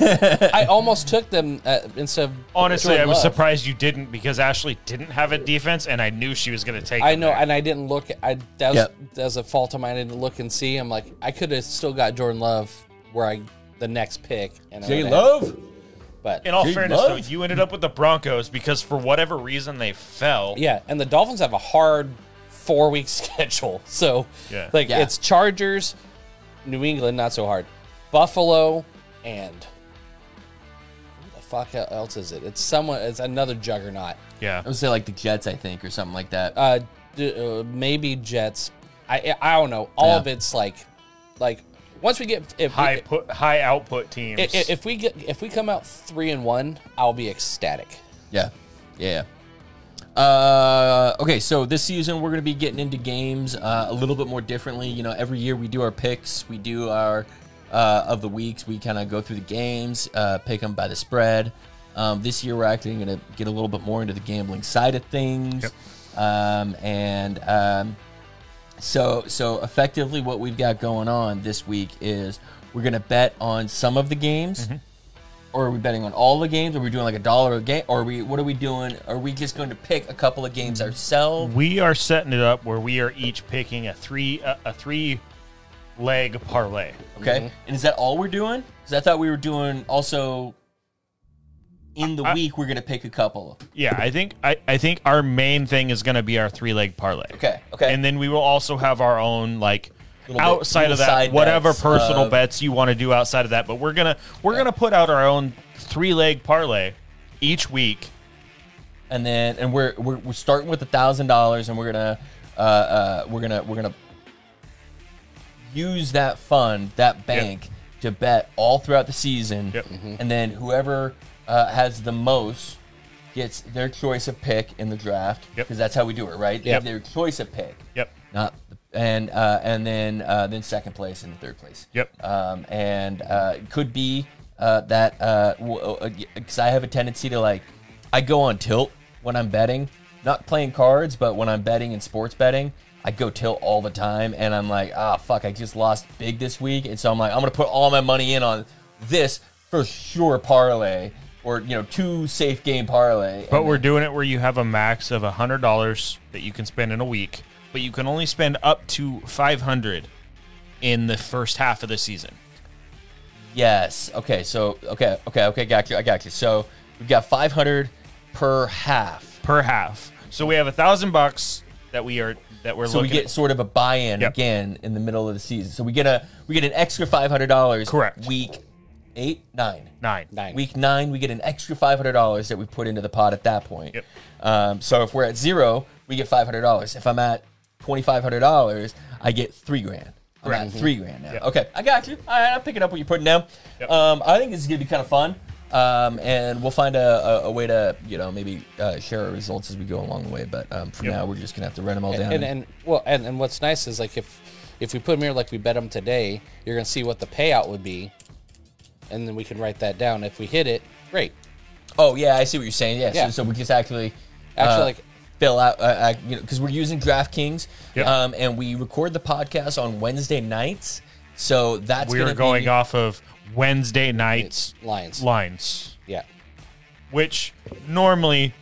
S3: I almost took them uh, instead of
S1: Honestly,
S3: Jordan
S1: I was
S3: Love.
S1: surprised you didn't because Ashley didn't have a defense, and I knew she was going to take.
S3: I
S1: him
S3: know,
S1: there.
S3: and I didn't look. I that was,
S2: Yep.
S3: that was a fault of mine. I didn't look and see. I'm like, I could have still got Jordan Love where I the next pick. And I
S2: Jay
S3: would've-
S2: Love.
S3: but
S1: In all
S2: Jay
S1: fairness,
S2: Love?
S1: though, you ended up with the Broncos because for whatever reason they fell.
S3: yeah, and the Dolphins have a hard four week <laughs> schedule. So
S1: Yeah.
S3: like
S2: Yeah.
S3: it's Chargers, New England, not so hard, Buffalo, and who the fuck else is it? It's someone. It's another juggernaut.
S1: Yeah.
S2: <laughs> I would say like the Jets, I think, or something like that.
S3: uh, d- uh maybe Jets. I I I don't know. All
S2: Yeah.
S3: of it's like, like once we get if
S1: High
S3: we,
S1: put, high output teams.
S3: i- i- if we get if we come out three and one, I'll be ecstatic.
S2: Yeah. Yeah. yeah. Uh, okay, so this season we're going to be getting into games uh, a little bit more differently. You know, every year we do our picks, we do our uh, of the weeks, we kind of go through the games, uh, pick them by the spread. Um, this year we're actually going to get a little bit more into the gambling side of things. Um, and um, so, so effectively, what we've got going on this week is we're going to bet on some of the games or are we betting on all the games? Are we doing like a dollar a game? Or are we what are we doing? Are we just going to pick a couple of games
S1: Mm-hmm.
S2: ourselves?
S1: we are setting it up where we are each picking a three a, a three leg parlay.
S2: Okay. And is that all we're doing? Because I thought we were doing also in the
S1: I-
S2: week we're gonna pick a couple.
S1: Yeah, I think I, I think our main thing is going to be our three leg parlay.
S2: Okay. Okay.
S1: And then we will also have our own like
S2: Little bit-
S1: outside
S2: little
S1: of that
S2: side
S1: whatever
S2: bets uh,
S1: personal
S2: of-
S1: bets you want to do outside of that, but we're going to we're going to put out our own three leg parlay each week.
S2: and then and we're we're, we're starting with a thousand dollars and we're gonna uh, uh, we're gonna we're gonna use that fund that bank to bet all throughout the season
S1: Yep. Mhm.
S2: and then whoever uh, has the most gets their choice of pick in the draft
S1: Yep.
S2: because that's how we do it right They
S1: Yep.
S2: have their choice of pick
S1: Yep.
S2: not and uh, and then uh, then second place and third place.
S1: Yep.
S2: Um, and uh, it could be uh, that because uh, w- uh, y- 'cause I have a tendency to like I go on tilt when I'm betting, not playing cards, but when I'm betting and sports betting, I go till all the time, and I'm like, ah, fuck, I just lost big this week, and so I'm like, I'm gonna put all my money in on this for sure parlay, or you know, two safe game parlay.
S1: But we're doing it where you have a max of hundred dollars that you can spend in a week, but you can only spend up to five hundred in the first half of the season.
S2: Yes. Okay. So okay. Okay. Okay. Got you. I got you. So we've got 500 per half.
S1: per half. So we have a thousand bucks that we are that we're
S2: So we
S1: looking.
S2: get sort of a buy-in
S1: Yep.
S2: again in the middle of the season. So we get a we get an extra 500 dollars.
S1: Correct.
S2: Week eight nine.
S1: nine.
S3: Nine.
S2: Week nine, we get an extra five hundred dollars that we put into the pot at that point.
S1: Yep.
S2: Um, so if we're at zero, we get five hundred dollars. If I'm at twenty five hundred dollars, I get three grand. I'm at three grand now.
S1: Yep.
S2: Okay, I got you. All right, I'm picking up what you're putting down.
S1: Yep.
S2: Um, I think this is gonna be kind of fun. Um, and we'll find a, a, a way to you know maybe uh, share our results as we go along the way. But um, for
S1: Yep.
S2: now, we're just gonna have to run them all down.
S3: and, and well and, and what's nice is like if if we put them here like we bet them today you're gonna see what the payout would be and then we can write that down if we hit it great
S2: oh yeah, I see what you're saying. Yeah.
S3: Yeah.
S2: So, so we just actually
S3: actually
S2: uh,
S3: like
S2: fill out, uh, uh, you know, because we're using DraftKings,
S1: Yep.
S2: um, and we record the podcast on Wednesday nights. So that's
S1: We are
S2: gonna
S1: going
S2: be,
S1: off of Wednesday nights
S3: lines
S1: lines,
S3: yeah
S1: which normally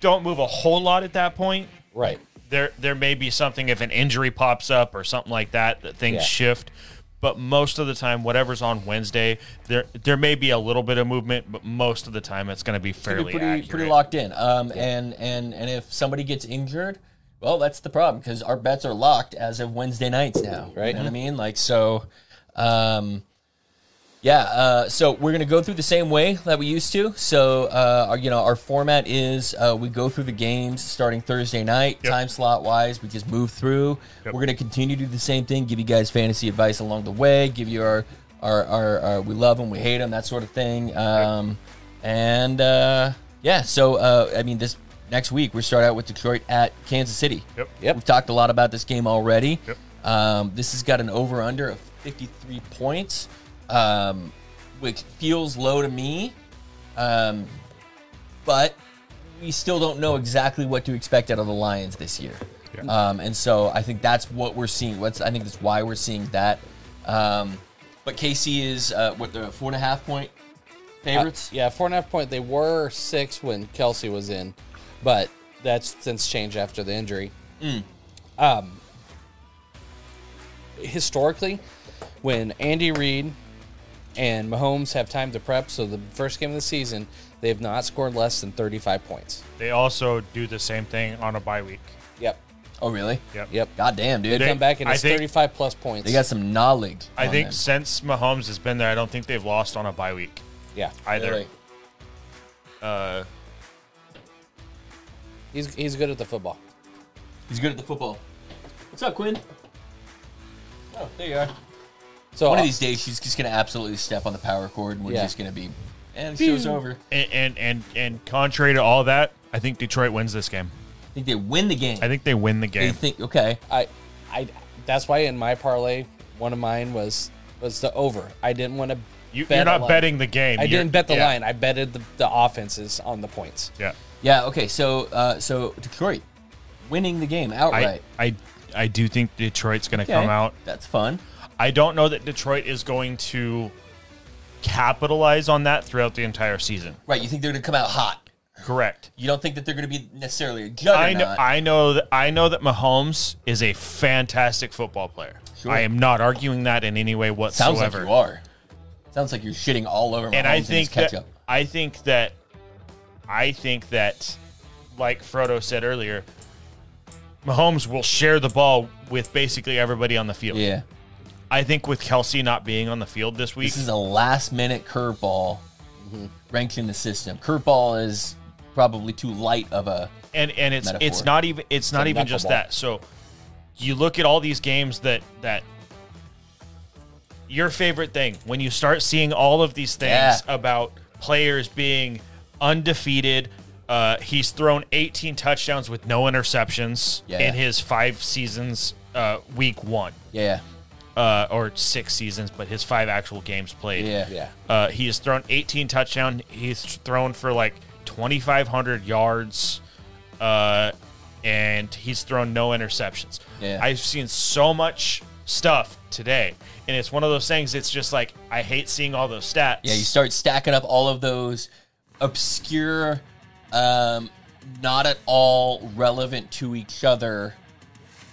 S1: don't move a whole lot at that point.
S3: right
S1: There there may be something if an injury pops up or something like that that things
S3: Yeah.
S1: shift. But most of the time, whatever's on Wednesday, there there may be a little bit of movement, but most of the time it's going to be
S2: be
S1: fairly
S2: pretty,
S1: accurate.
S2: pretty locked in. Um, and and and if somebody gets injured, well, that's the problem because our bets are locked as of Wednesday nights now.
S3: Right. Mm-hmm.
S2: You know what I mean? Like so, um, yeah. Uh, so we're gonna go through the same way that we used to. So uh, our, you know, our format is uh, we go through the games starting Thursday night,
S1: Yep.
S2: time slot wise. We just move through.
S1: Yep.
S2: We're gonna continue to do the same thing. Give you guys fantasy advice along the way. Give you our our, our, our we love them, we hate them, that sort of thing. Um, and uh, yeah, so uh, I mean, this next week we start out with Detroit at Kansas City.
S1: Yep.
S3: Yep.
S2: We've talked a lot about this game already.
S1: Yep.
S2: Um, this has got an over under of 53 points, um, which feels low to me. Um, but we still don't know exactly what to expect out of the Lions this year. Um, and so I think that's what we're seeing. What's I think that's why we're seeing that. Um, but KC is uh, what the four and a half point
S1: Uh,
S2: favorites.
S3: Uh, yeah four and a half point they were six when kelsey was in but that's since changed after the injury
S2: Mm.
S3: um historically when andy reid and mahomes have time to prep so the first game of the season they have not scored less than 35 points
S1: They also do the same thing on a bye week.
S3: yep
S2: Oh, really?
S1: Yep.
S3: yep
S2: God damn, dude.
S1: They-
S3: come back and
S1: I
S3: it's
S1: think-
S3: 35 plus points
S2: They got some knowledge.
S1: I
S2: on
S1: think
S2: them.
S1: since Mahomes has been there, I don't think they've lost on a bye week
S3: yeah
S1: either.
S2: Really.
S1: Uh,
S3: he's, he's good at the football
S2: He's good at the football. What's up, Quinn? Oh, there you are.
S3: so uh,
S2: One of these days, she's just gonna absolutely step on the power cord, and we're
S3: Yeah.
S2: just gonna be, and the show's over.
S1: and, and and and contrary to all that, I think Detroit wins this game.
S2: I think they win the game.
S1: I think they win the
S2: they
S1: game.
S2: think okay.
S3: I, I, that's why in my parlay, one of mine was was the over. I didn't want to.
S1: You,
S3: bet
S1: you're
S3: the
S1: not
S3: line.
S1: betting the game.
S3: I
S1: You're-
S3: didn't bet the
S1: yeah,
S3: line. I betted the, the offenses on the points.
S1: Yeah,
S2: Yeah. Okay. So, uh, so Detroit winning the game
S1: I
S2: outright.
S1: I I do think Detroit's going to
S2: Okay,
S1: come out.
S2: That's fun.
S1: I don't know that Detroit is going to capitalize on that throughout the entire season.
S2: Right. You think they're gonna come out hot?
S1: Correct.
S2: You don't think that they're gonna be necessarily a
S1: I
S2: juggernaut?
S1: know. I know that. I know that Mahomes is a fantastic football player.
S2: Sure.
S1: I am not arguing that in any way
S2: Sounds
S1: whatsoever.
S2: like you are. Sounds like you're shitting all over. Mahomes
S1: and I think
S2: his
S1: that
S2: ketchup.
S1: I think that I think that like Frodo said earlier, Mahomes will share the ball with basically everybody on the field.
S2: Yeah.
S1: I think with Kelsey not being on the field this week,
S2: This is a last minute curveball ranked in the system. Curveball is probably too light of a.
S1: and and it's
S2: Metaphor.
S1: it's not even it's not
S3: a
S1: even just
S3: knuckleball.
S1: that. So you look at all these games that that your favorite thing when you start seeing all of these things
S2: Yeah.
S1: about players being undefeated. Uh, he's thrown 18 touchdowns with no interceptions
S2: Yeah.
S1: in his five seasons. Uh, week one
S2: Yeah.
S1: uh, or six seasons, but his five actual games played.
S2: Yeah.
S3: Yeah,
S1: Uh, he has thrown 18 touchdown. He's thrown for like 2,500 yards, uh, and he's thrown no interceptions.
S2: Yeah.
S1: I've seen so much stuff today, and it's one of those things. It's just like I hate seeing all those stats.
S2: Yeah, you start stacking up all of those obscure, um, not at all relevant to each other,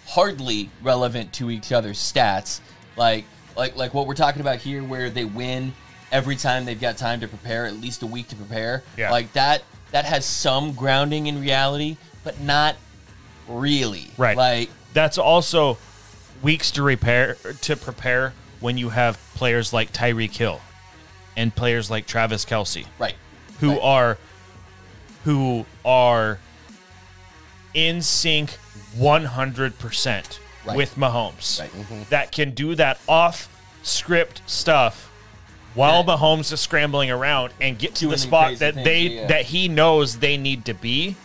S2: hardly relevant to each other's stats. Like, like, like what we're talking about here, where they win every time they've got time to prepare, at least a week to prepare.
S1: Yeah.
S2: Like that, that has some grounding in reality, but not really.
S1: Right.
S2: Like,
S1: That's also weeks to repair to prepare when you have players like Tyreek Hill and players like Travis Kelsey.
S2: right.
S1: who
S2: Right.
S1: are who are in sync 100%
S2: Right.
S1: with Mahomes.
S2: Right. Mhm.
S1: That can do that off script stuff while
S2: Yeah.
S1: Mahomes is scrambling around and get to
S2: Doing
S1: the
S2: the
S1: spot
S2: crazy
S1: that
S2: things,
S1: they
S2: yeah.
S1: that he knows they need to be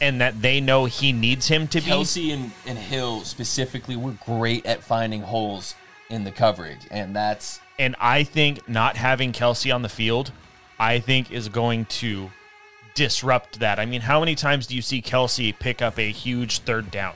S1: and that they know he needs him to be.
S2: Kelsey and, and Hill specifically were great at finding holes in the coverage, and that's
S1: And I think not having Kelsey on the field, I think is going to disrupt that. I mean, how many times do you see Kelsey pick up a huge third down?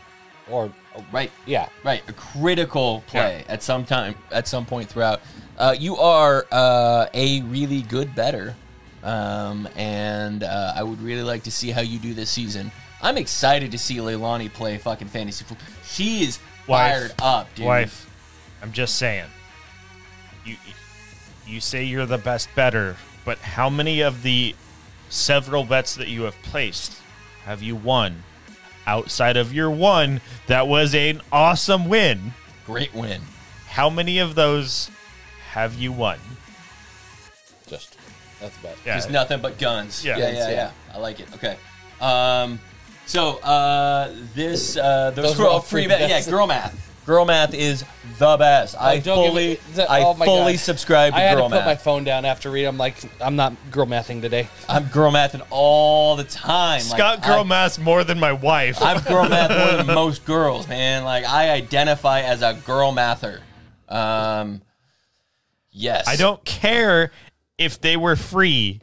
S3: Or oh,
S2: right,
S3: yeah,
S2: right, a critical play at some time, at some point throughout. Uh, you are uh, a really good better, um, and uh, I would really like to see how you do this season. I'm excited to see Leilani play fucking fantasy football. She is
S1: Wife.
S2: fired up, dude.
S1: Wife, I'm just saying. You you say you're the best better, but how many of the several bets that you have placed have you won? Outside of your one, that was an awesome win.
S2: great win.
S1: How many of those have you won?
S3: just that's about. it.
S1: Yeah.
S2: Just nothing but guns.
S1: Yeah.
S2: yeah, yeah,
S3: Guns, yeah.
S2: yeah. I like it. Okay. Um, so uh, this uh, those,
S3: Those
S2: were all free bet. Yeah,
S3: bets.
S2: girl math. Girl math is the best. I
S3: don't give
S2: fully,
S3: it- the-
S2: I
S3: oh my
S2: fully
S3: God.
S2: subscribe to
S3: I had to
S2: girl
S3: put my
S2: math.
S3: phone down after read. I'm like, I'm not girl mathing today.
S2: I'm girl mathing all the time.
S1: Scott
S2: like,
S1: Girl
S2: I,
S1: Mass more than my wife.
S2: I'm girl math more than most girls, man. Like I identify as a girl mather. Um, yes,
S1: I don't care if they were
S3: <laughs>
S1: free.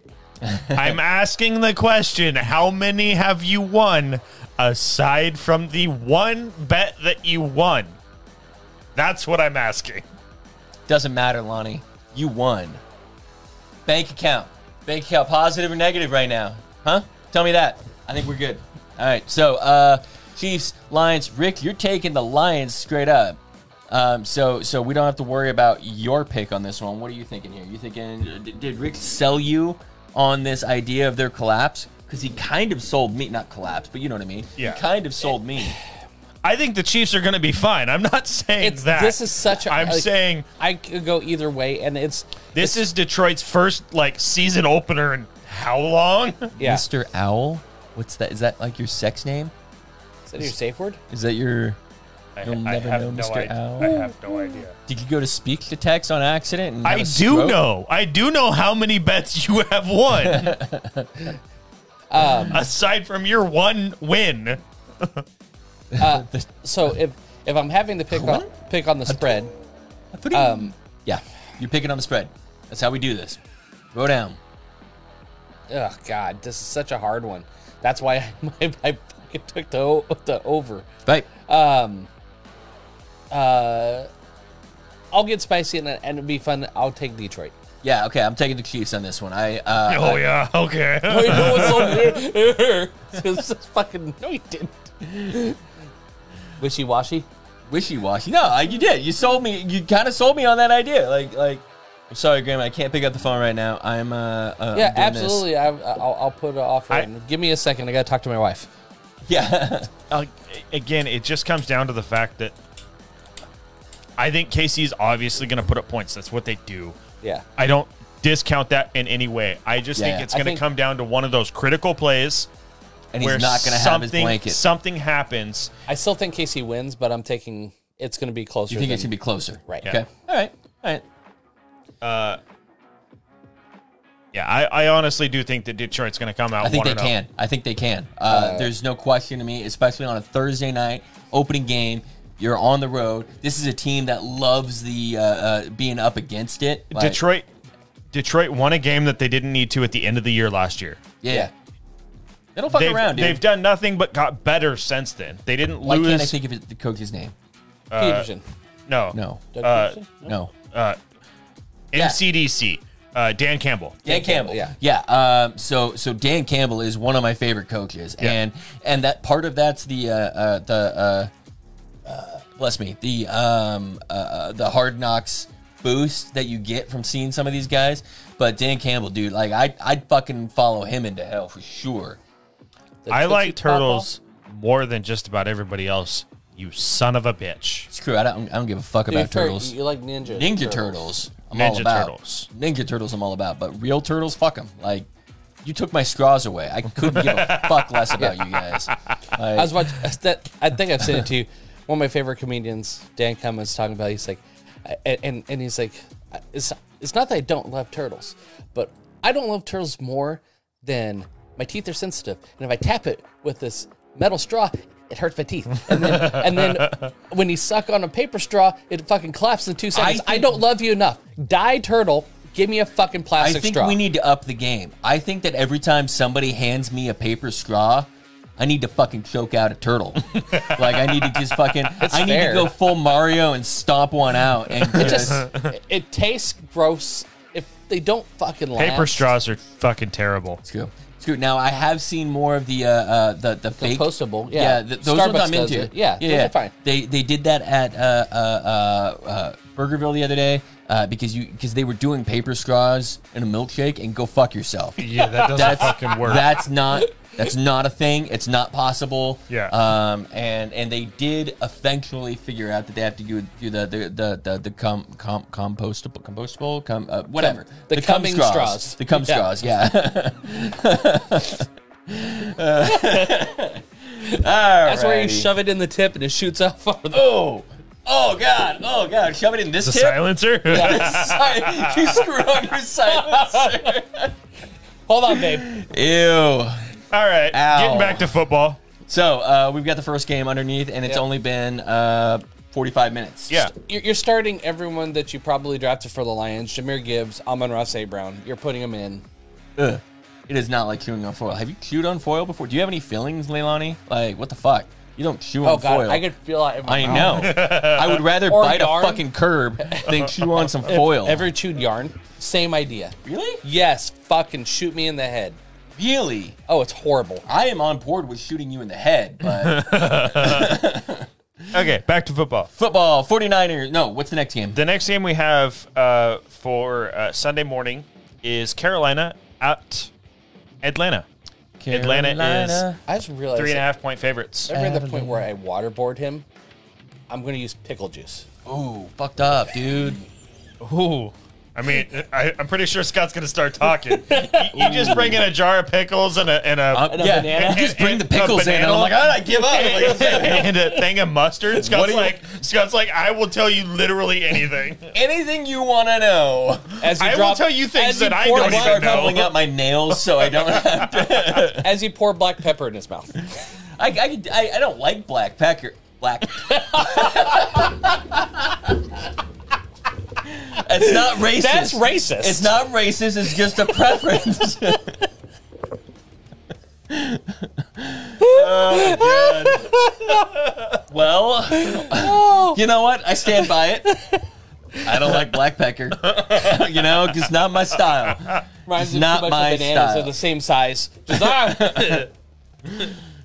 S1: I'm asking the question how many have you won aside from the one bet that you won? That's what I'm asking.
S2: Doesn't matter, Lonnie. You won. Bank account. Bank account positive or negative right now? Huh? Tell me that. I think we're good. All right. So, uh, Chiefs, Lions. Rick, you're taking the Lions straight up. Um, so, so we don't have to worry about your pick on this one. What are you thinking here? You thinking did, did Rick sell you on this idea of their collapse? Because he kind of sold me, not collapse, but you know what I mean.
S1: Yeah.
S2: He kind of sold me.
S1: I think the Chiefs are going to be fine. I'm not saying
S3: It's
S1: that.
S3: this is such. a
S1: I'm
S3: like,
S1: saying
S3: I could go either way, and it's
S1: this is Detroit's first like season opener in how long?
S3: yeah. Is
S2: Mr. Owl. What's that? Is that like your sex name?
S3: that your safe word?
S2: Is that your
S1: I,
S2: You'll
S1: I
S2: never
S1: have
S2: know,
S1: no
S2: Mr.
S1: idea.
S2: Owl.
S1: I have no idea.
S2: Did you go to speech to text on accident? And have
S1: I do
S2: a stroke?
S1: know. I do know how many bets you have <laughs> won. Um, Aside from your one win.
S3: So if if I'm having to pick on pick on the spread,
S2: Um, yeah, you're picking on the spread. That's how we do this. Go down.
S3: oh god, this is such a hard one. That's why <laughs> I, I, fucking took the o- the over.
S2: Right.
S3: Um, uh, I'll get spicy and, and it'll be fun. I'll take Detroit. <laughs>
S2: Yeah. Okay. I'm taking the Chiefs on this one. I. Uh,
S1: Oh yeah, okay. <laughs>
S3: Wait, no, it's on here. <laughs> It's just fucking no, he didn't. Wishy washy.
S2: Wishy washy. No, I, you did. You sold me. You kind of sold me on that idea. Like, like. I'm sorry, Graham. I can't pick up the phone right now. I'm. Uh, uh, I'm
S3: Yeah,
S2: doing this.
S3: absolutely. I, I'll, I'll put an offer
S1: I-
S3: in. Give me a second. I gotta talk to my wife.
S2: <laughs> Yeah.
S1: Uh, again, it just comes down to the fact that I think KC is obviously going to put up points. That's what they do.
S3: Yeah.
S1: I don't discount that in any way. I just
S2: Yeah.
S1: think it's
S3: I
S1: going to
S3: think-
S1: come down to one of those critical plays
S2: and he's
S1: where
S2: not going to have his
S1: something-
S2: blanket.
S1: Something happens.
S3: I still think Casey wins, but I'm taking it's going to be closer.
S2: you think
S3: than-
S2: it's gonna be closer?
S3: Right.
S2: Okay. All right. All right.
S1: Yeah, I, I honestly do think that Detroit's going to come out.
S2: I think they
S1: 1-0.
S2: can. I think they can. Uh, there's no question to me, especially on a Thursday night opening game. You're on the road. This is a team that loves the uh, uh, being up against it. Like,
S1: Detroit. Detroit won a game that they didn't need to at the end of the year last year.
S2: yeah. They don't fuck
S1: they've,
S2: around, dude.
S1: they've done nothing but got better since then. They didn't
S2: Why
S1: lose.
S2: can't I think of it, the coach's name?
S3: Peterson.
S1: no,
S2: No.
S1: Uh,
S2: No. no.
S1: MCDC, uh, Dan Campbell.
S2: Dan Campbell.
S3: Campbell,
S2: yeah, yeah. Um, so, so Dan Campbell is one of my favorite coaches, and and that part of that's the uh, uh, the uh, uh, bless me the um, uh, uh, the hard knocks boost that you get from seeing some of these guys. But Dan Campbell, dude, like I I'd fucking follow him into hell for sure.
S3: The
S1: I
S3: Tootsie
S1: like
S3: Pop Pop.
S1: turtles more than just about everybody else. You son of a bitch.
S2: Screw, I don't I don't give a fuck
S3: To be
S2: about
S3: fair,
S2: turtles.
S3: You like ninja
S2: Ninja Turtles. I'm all
S1: Ninja
S2: about.
S1: Turtles.
S2: Ninja Turtles. I'm all about. But real turtles, fuck them. Like you took my straws away. I couldn't give <laughs> a fuck less about you guys.
S3: I
S2: Like,
S3: was watching. That, I think I've sent it to you. One of my favorite comedians, Dan Cummins, talking about. He's like, and and, and he's like, it's it's not that I don't love turtles, but I don't love turtles more than my teeth are sensitive, and if I tap it with this metal straw. It hurts my teeth, and then, and then when you suck on a paper straw, it fucking collapses in two seconds. I,
S2: think-
S3: don't love you enough. Die, turtle. Give me a fucking
S2: I
S3: plastic
S2: think
S3: straw.
S2: we need to up the game. I think that every time somebody hands me a paper straw, I need to fucking choke out a
S3: <laughs>
S2: turtle. like I need to just fucking. I need to
S3: fair.
S2: go full Mario and stomp one out
S3: <laughs>
S2: and just.
S1: <laughs>
S3: just it, it tastes gross if they don't fucking last.
S1: Paper straws are fucking terrible.
S2: Screw. Screw. Now I have seen more of the uh, uh the the fake
S3: compostable, yeah.
S2: yeah th- those ones
S3: Starbucks
S2: I'm
S3: does
S2: into.
S3: it. Yeah,
S2: yeah,
S3: those
S2: yeah.
S3: are fine.
S2: They they did that at uh uh uh, uh Burgerville the other day uh, because you because they were doing paper straws in a milkshake and go fuck yourself.
S1: Yeah, that doesn't
S2: That's-
S1: fucking work.
S2: That's not that's not a thing. It's not possible.
S1: Yeah.
S2: Um. And and they did eventually figure out that they have to do, do the the the the, the com, com, compostable compostable com, uh, whatever
S3: the
S2: cum
S3: cumming straws.
S2: the cum
S3: Yeah.
S2: straws.
S3: <laughs>
S2: Yeah. <laughs>
S3: That's where you shove it in the tip and it shoots <laughs> off. Over the-
S2: Oh, oh god, oh god, shove it in this
S1: The
S2: tip.
S1: silencer?
S2: <laughs> Sorry, you screwed on your
S3: <laughs>
S2: silencer.
S3: Hold on, babe.
S2: Ew.
S1: <laughs> All right.
S2: Ow.
S1: Getting back to football.
S2: So uh, we've got the first game underneath, and it's
S3: Yeah.
S2: only been uh, 45 minutes.
S1: Yeah.
S3: You're, you're starting everyone that you probably drafted for the Lions: Jameer Gibbs, Amon Ross, A. Brown. You're putting them in.
S2: Ugh. It is not like chewing on foil. Have you chewed on foil before? Do you have any feelings, Leilani? Like, what the fuck? You don't chew
S3: Oh
S2: on
S3: god,
S2: foil.
S3: I could feel it. In my
S2: I
S1: Oh.
S3: mouth.
S2: know. I would rather
S3: Or
S2: bite
S3: yarn.
S2: a fucking curb than chew
S1: <laughs>
S2: on some foil.
S3: Ever chewed yarn? Same idea.
S2: really?
S3: Yes, fucking shoot me in the head.
S2: Really?
S3: Oh, it's horrible.
S2: I am on board with shooting you in the
S1: <laughs>
S2: head, but
S1: Okay, back to football.
S2: football, 49ers. No, what's the next game?
S1: The next game we have uh, for uh, Sunday morning is Carolina at Atlanta. Atlanta is
S3: I just realized
S1: three and a half point favorites.
S3: Every other point where I waterboard him, I'm gonna use pickle juice.
S2: Ooh, fucked up,
S3: <laughs>
S2: dude.
S1: Ooh. I mean, I, I'm pretty sure Scott's going to start talking. you, you just bring in a jar of pickles and a. And a
S2: Um,
S3: a
S2: yeah,
S3: banana?
S2: you just bring
S1: And
S2: the pickles
S1: a
S2: in, and
S1: banana?
S2: I'm like, "Ah, I give up.
S3: <laughs>
S2: Like,
S1: and a thing of mustard. Scott's
S2: do you-
S1: like, Scott's like, I will tell you literally anything.
S2: <laughs> anything you want to know.
S3: As you
S1: I will
S3: drop,
S1: tell you things
S3: as you
S1: that I
S3: pour
S1: don't
S3: black-
S1: even
S2: Start
S1: know.
S2: pulling out my nails so I don't
S3: <laughs>
S2: have to.
S3: As you pour black pepper in his mouth.
S2: I, I, could- I, I don't like black pecker. Black. it's not racist.
S3: That's racist.
S2: It's not racist. It's just a preference. <laughs> Oh, Well, you know what? I stand by it. I don't like black pecker. <laughs> you know, it's not my style.
S3: Reminds
S2: It's
S3: me
S2: not
S3: too much
S2: my
S3: of bananas
S2: style.
S3: are the same size.
S2: <laughs>
S3: Just, ah,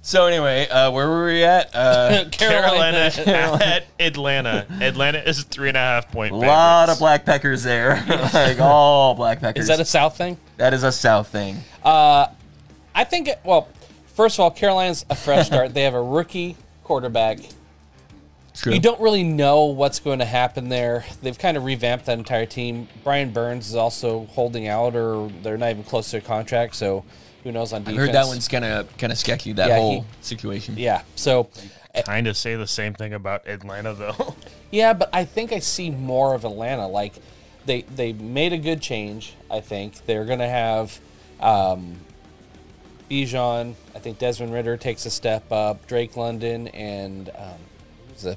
S2: So anyway, uh, where were we at? Uh,
S1: Carolina
S3: <laughs> Carolina.
S1: at Atlanta. Atlanta is three and a half point.
S2: a lot of
S1: favorites.
S2: black peckers there,
S3: <laughs>
S2: like all black peckers.
S3: Is that a South thing?
S2: that is a South thing.
S3: I think. It, well, first of all, Carolina's a fresh start. they have a rookie quarterback.
S2: True.
S3: You don't really know what's going to happen there. They've kind of revamped that entire team. Brian Burns is also holding out, or they're not even close to a contract. So, who knows on defense?
S2: heard that one's gonna kind of skeck you that
S3: Yeah,
S2: whole
S3: he-
S2: situation.
S3: Yeah. So,
S1: Kind of say the same thing about Atlanta though.
S3: Yeah, but I think I see more of Atlanta. Like they they made a good change. I think they're gonna have um, Bijan. I think Desmond Ritter takes a step up. Drake London and um, who's the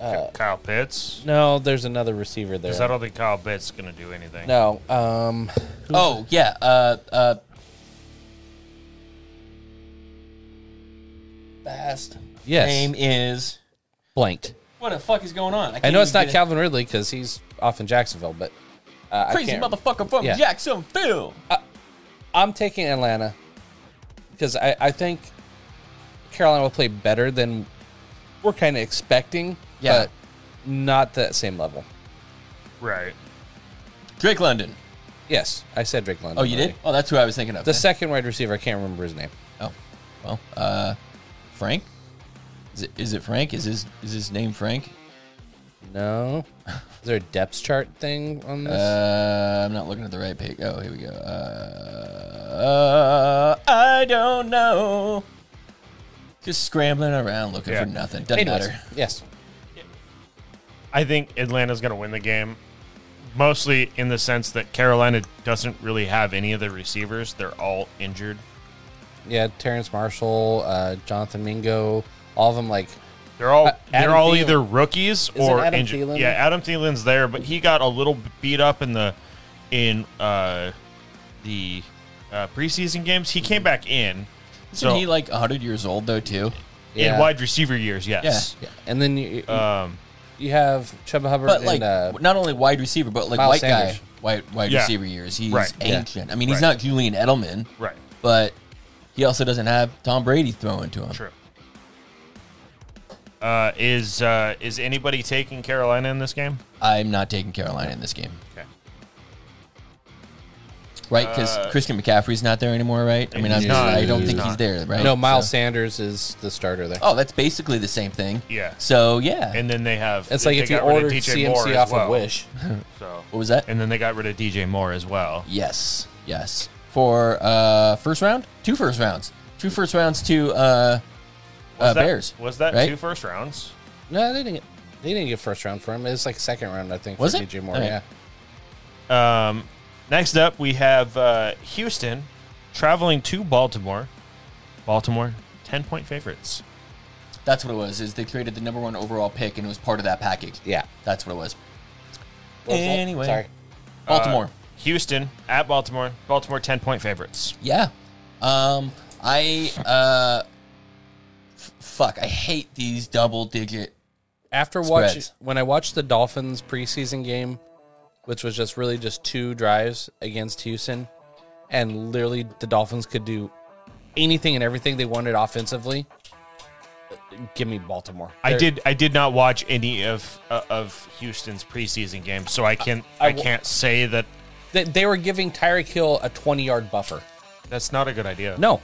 S2: Uh,
S1: <laughs> Kyle Pitts.
S3: no? There's another receiver there.
S1: 'Cause I don't think Kyle Pitts is gonna do anything.
S3: no, um,
S2: Oh yeah. Uh, uh, fast
S3: Yes.
S2: name is.
S3: Blanked.
S2: What the fuck is going on?
S3: I
S2: can't
S3: know it's
S2: even
S3: not
S2: get
S3: Calvin Ridley because he's off in Jacksonville, but uh,
S2: it.
S3: I
S2: Crazy
S3: can't-
S2: motherfucker from
S3: Yeah.
S2: Jacksonville.
S3: I'm taking Atlanta because I, I think Carolina will play better than we're kind of expecting,
S2: Yeah.
S3: but not that same level.
S1: Right.
S2: Drake London.
S3: Yes, I said Drake London.
S2: Oh, you did?
S3: already.
S2: Oh, that's who I was thinking of.
S3: The second wide receiver, I can't remember his name.
S2: oh, well, uh, Frank. Is it, is it Frank? Is his is his name Frank?
S3: No. Is there a depth chart thing on this?
S2: Uh, I'm not looking at the right page. Oh, here we go. Uh, uh, I don't know. Just scrambling around looking
S1: Yeah.
S2: for nothing. Doesn't
S3: Anyways,
S2: matter.
S3: Yes.
S1: I think Atlanta's going to win the game, mostly in the sense that Carolina doesn't really have any of the receivers. They're all injured.
S3: Yeah, Terrence Marshall, uh, Jonathan Mingo, all of them like
S1: They're all
S3: Uh, Adam
S1: they're all
S3: Thielen.
S1: either rookies or
S3: Adam
S1: injured.
S3: Thielen-
S1: Yeah, Adam Thielen's there, but he got a little beat up in the in uh, the uh, preseason games. He
S3: Mm-hmm.
S1: came back in.
S2: Isn't
S1: So
S2: he like 100 years old though too?
S3: yeah.
S1: in wide receiver years, yes.
S3: Yeah. And then you,
S1: Um,
S3: you have Chuba Hubbard
S2: But
S3: and
S2: like
S3: uh,
S2: not only wide receiver, but like
S3: Miles
S2: white
S3: Sanders.
S2: guy, wide wide
S1: Yeah.
S2: receiver years. He's
S1: Right. Yeah.
S2: ancient. I mean, he's
S1: Right.
S2: not Julian Edelman,
S1: right.
S2: but he also doesn't have Tom Brady throwing to him.
S1: True. Uh, is uh, is anybody taking Carolina in this game?
S2: I'm not taking Carolina in this game,
S1: Okay.
S2: right? Because Christian McCaffrey's not there anymore, right? I mean, I'm
S1: Uh, He's
S2: just,
S1: not.
S2: I don't
S1: He's
S2: think he's
S1: not.
S2: there, right?
S3: no Miles
S2: So-
S3: Sanders is the starter there.
S2: Oh, that's basically the same thing.
S1: Yeah.
S2: So yeah.
S1: And then they have
S3: it's
S1: they-
S3: like
S1: they
S3: if you
S1: got rid
S3: ordered
S1: DJ
S3: CMC
S1: Moore as
S3: off
S1: well,
S3: of Wish. <laughs>
S1: So
S2: what was that?
S1: and then they got rid of DJ Moore as well.
S2: yes. Yes. For uh first round? Two first rounds. Two first rounds to uh, uh
S1: Was that-
S2: Bears.
S1: Was that
S2: right?
S1: two first rounds?
S3: No, they didn't. Get, they didn't get first round for him. It was like second round, I think.
S2: Was
S3: for
S2: it?
S3: DJ Moore?
S2: Okay.
S3: Yeah.
S1: Um, next up, we have uh, Houston traveling to Baltimore. Baltimore, 10 point favorites.
S2: That's what it was. Is they created the number one overall pick, and it was part of that package.
S3: Yeah.
S2: That's what it was.
S3: What was that?
S2: Anyway.
S3: sorry.
S2: Baltimore.
S1: Uh, Houston at Baltimore. Baltimore, 10 point favorites.
S2: yeah. Um. I uh. f- fuck. I hate these double
S1: <laughs>
S2: digit.
S3: After watching
S2: Spreads.
S3: when I watched the Dolphins preseason game, which was just really just two drives against Houston, and literally the Dolphins could do anything and everything they wanted offensively. Give me Baltimore.
S1: I
S3: They're-
S1: did. I did not watch any of uh, of Houston's preseason games, so I can I,
S3: I w-
S1: can't say that
S3: They, they were giving Tyreek Hill a twenty yard buffer.
S1: that's not a good idea.
S3: No.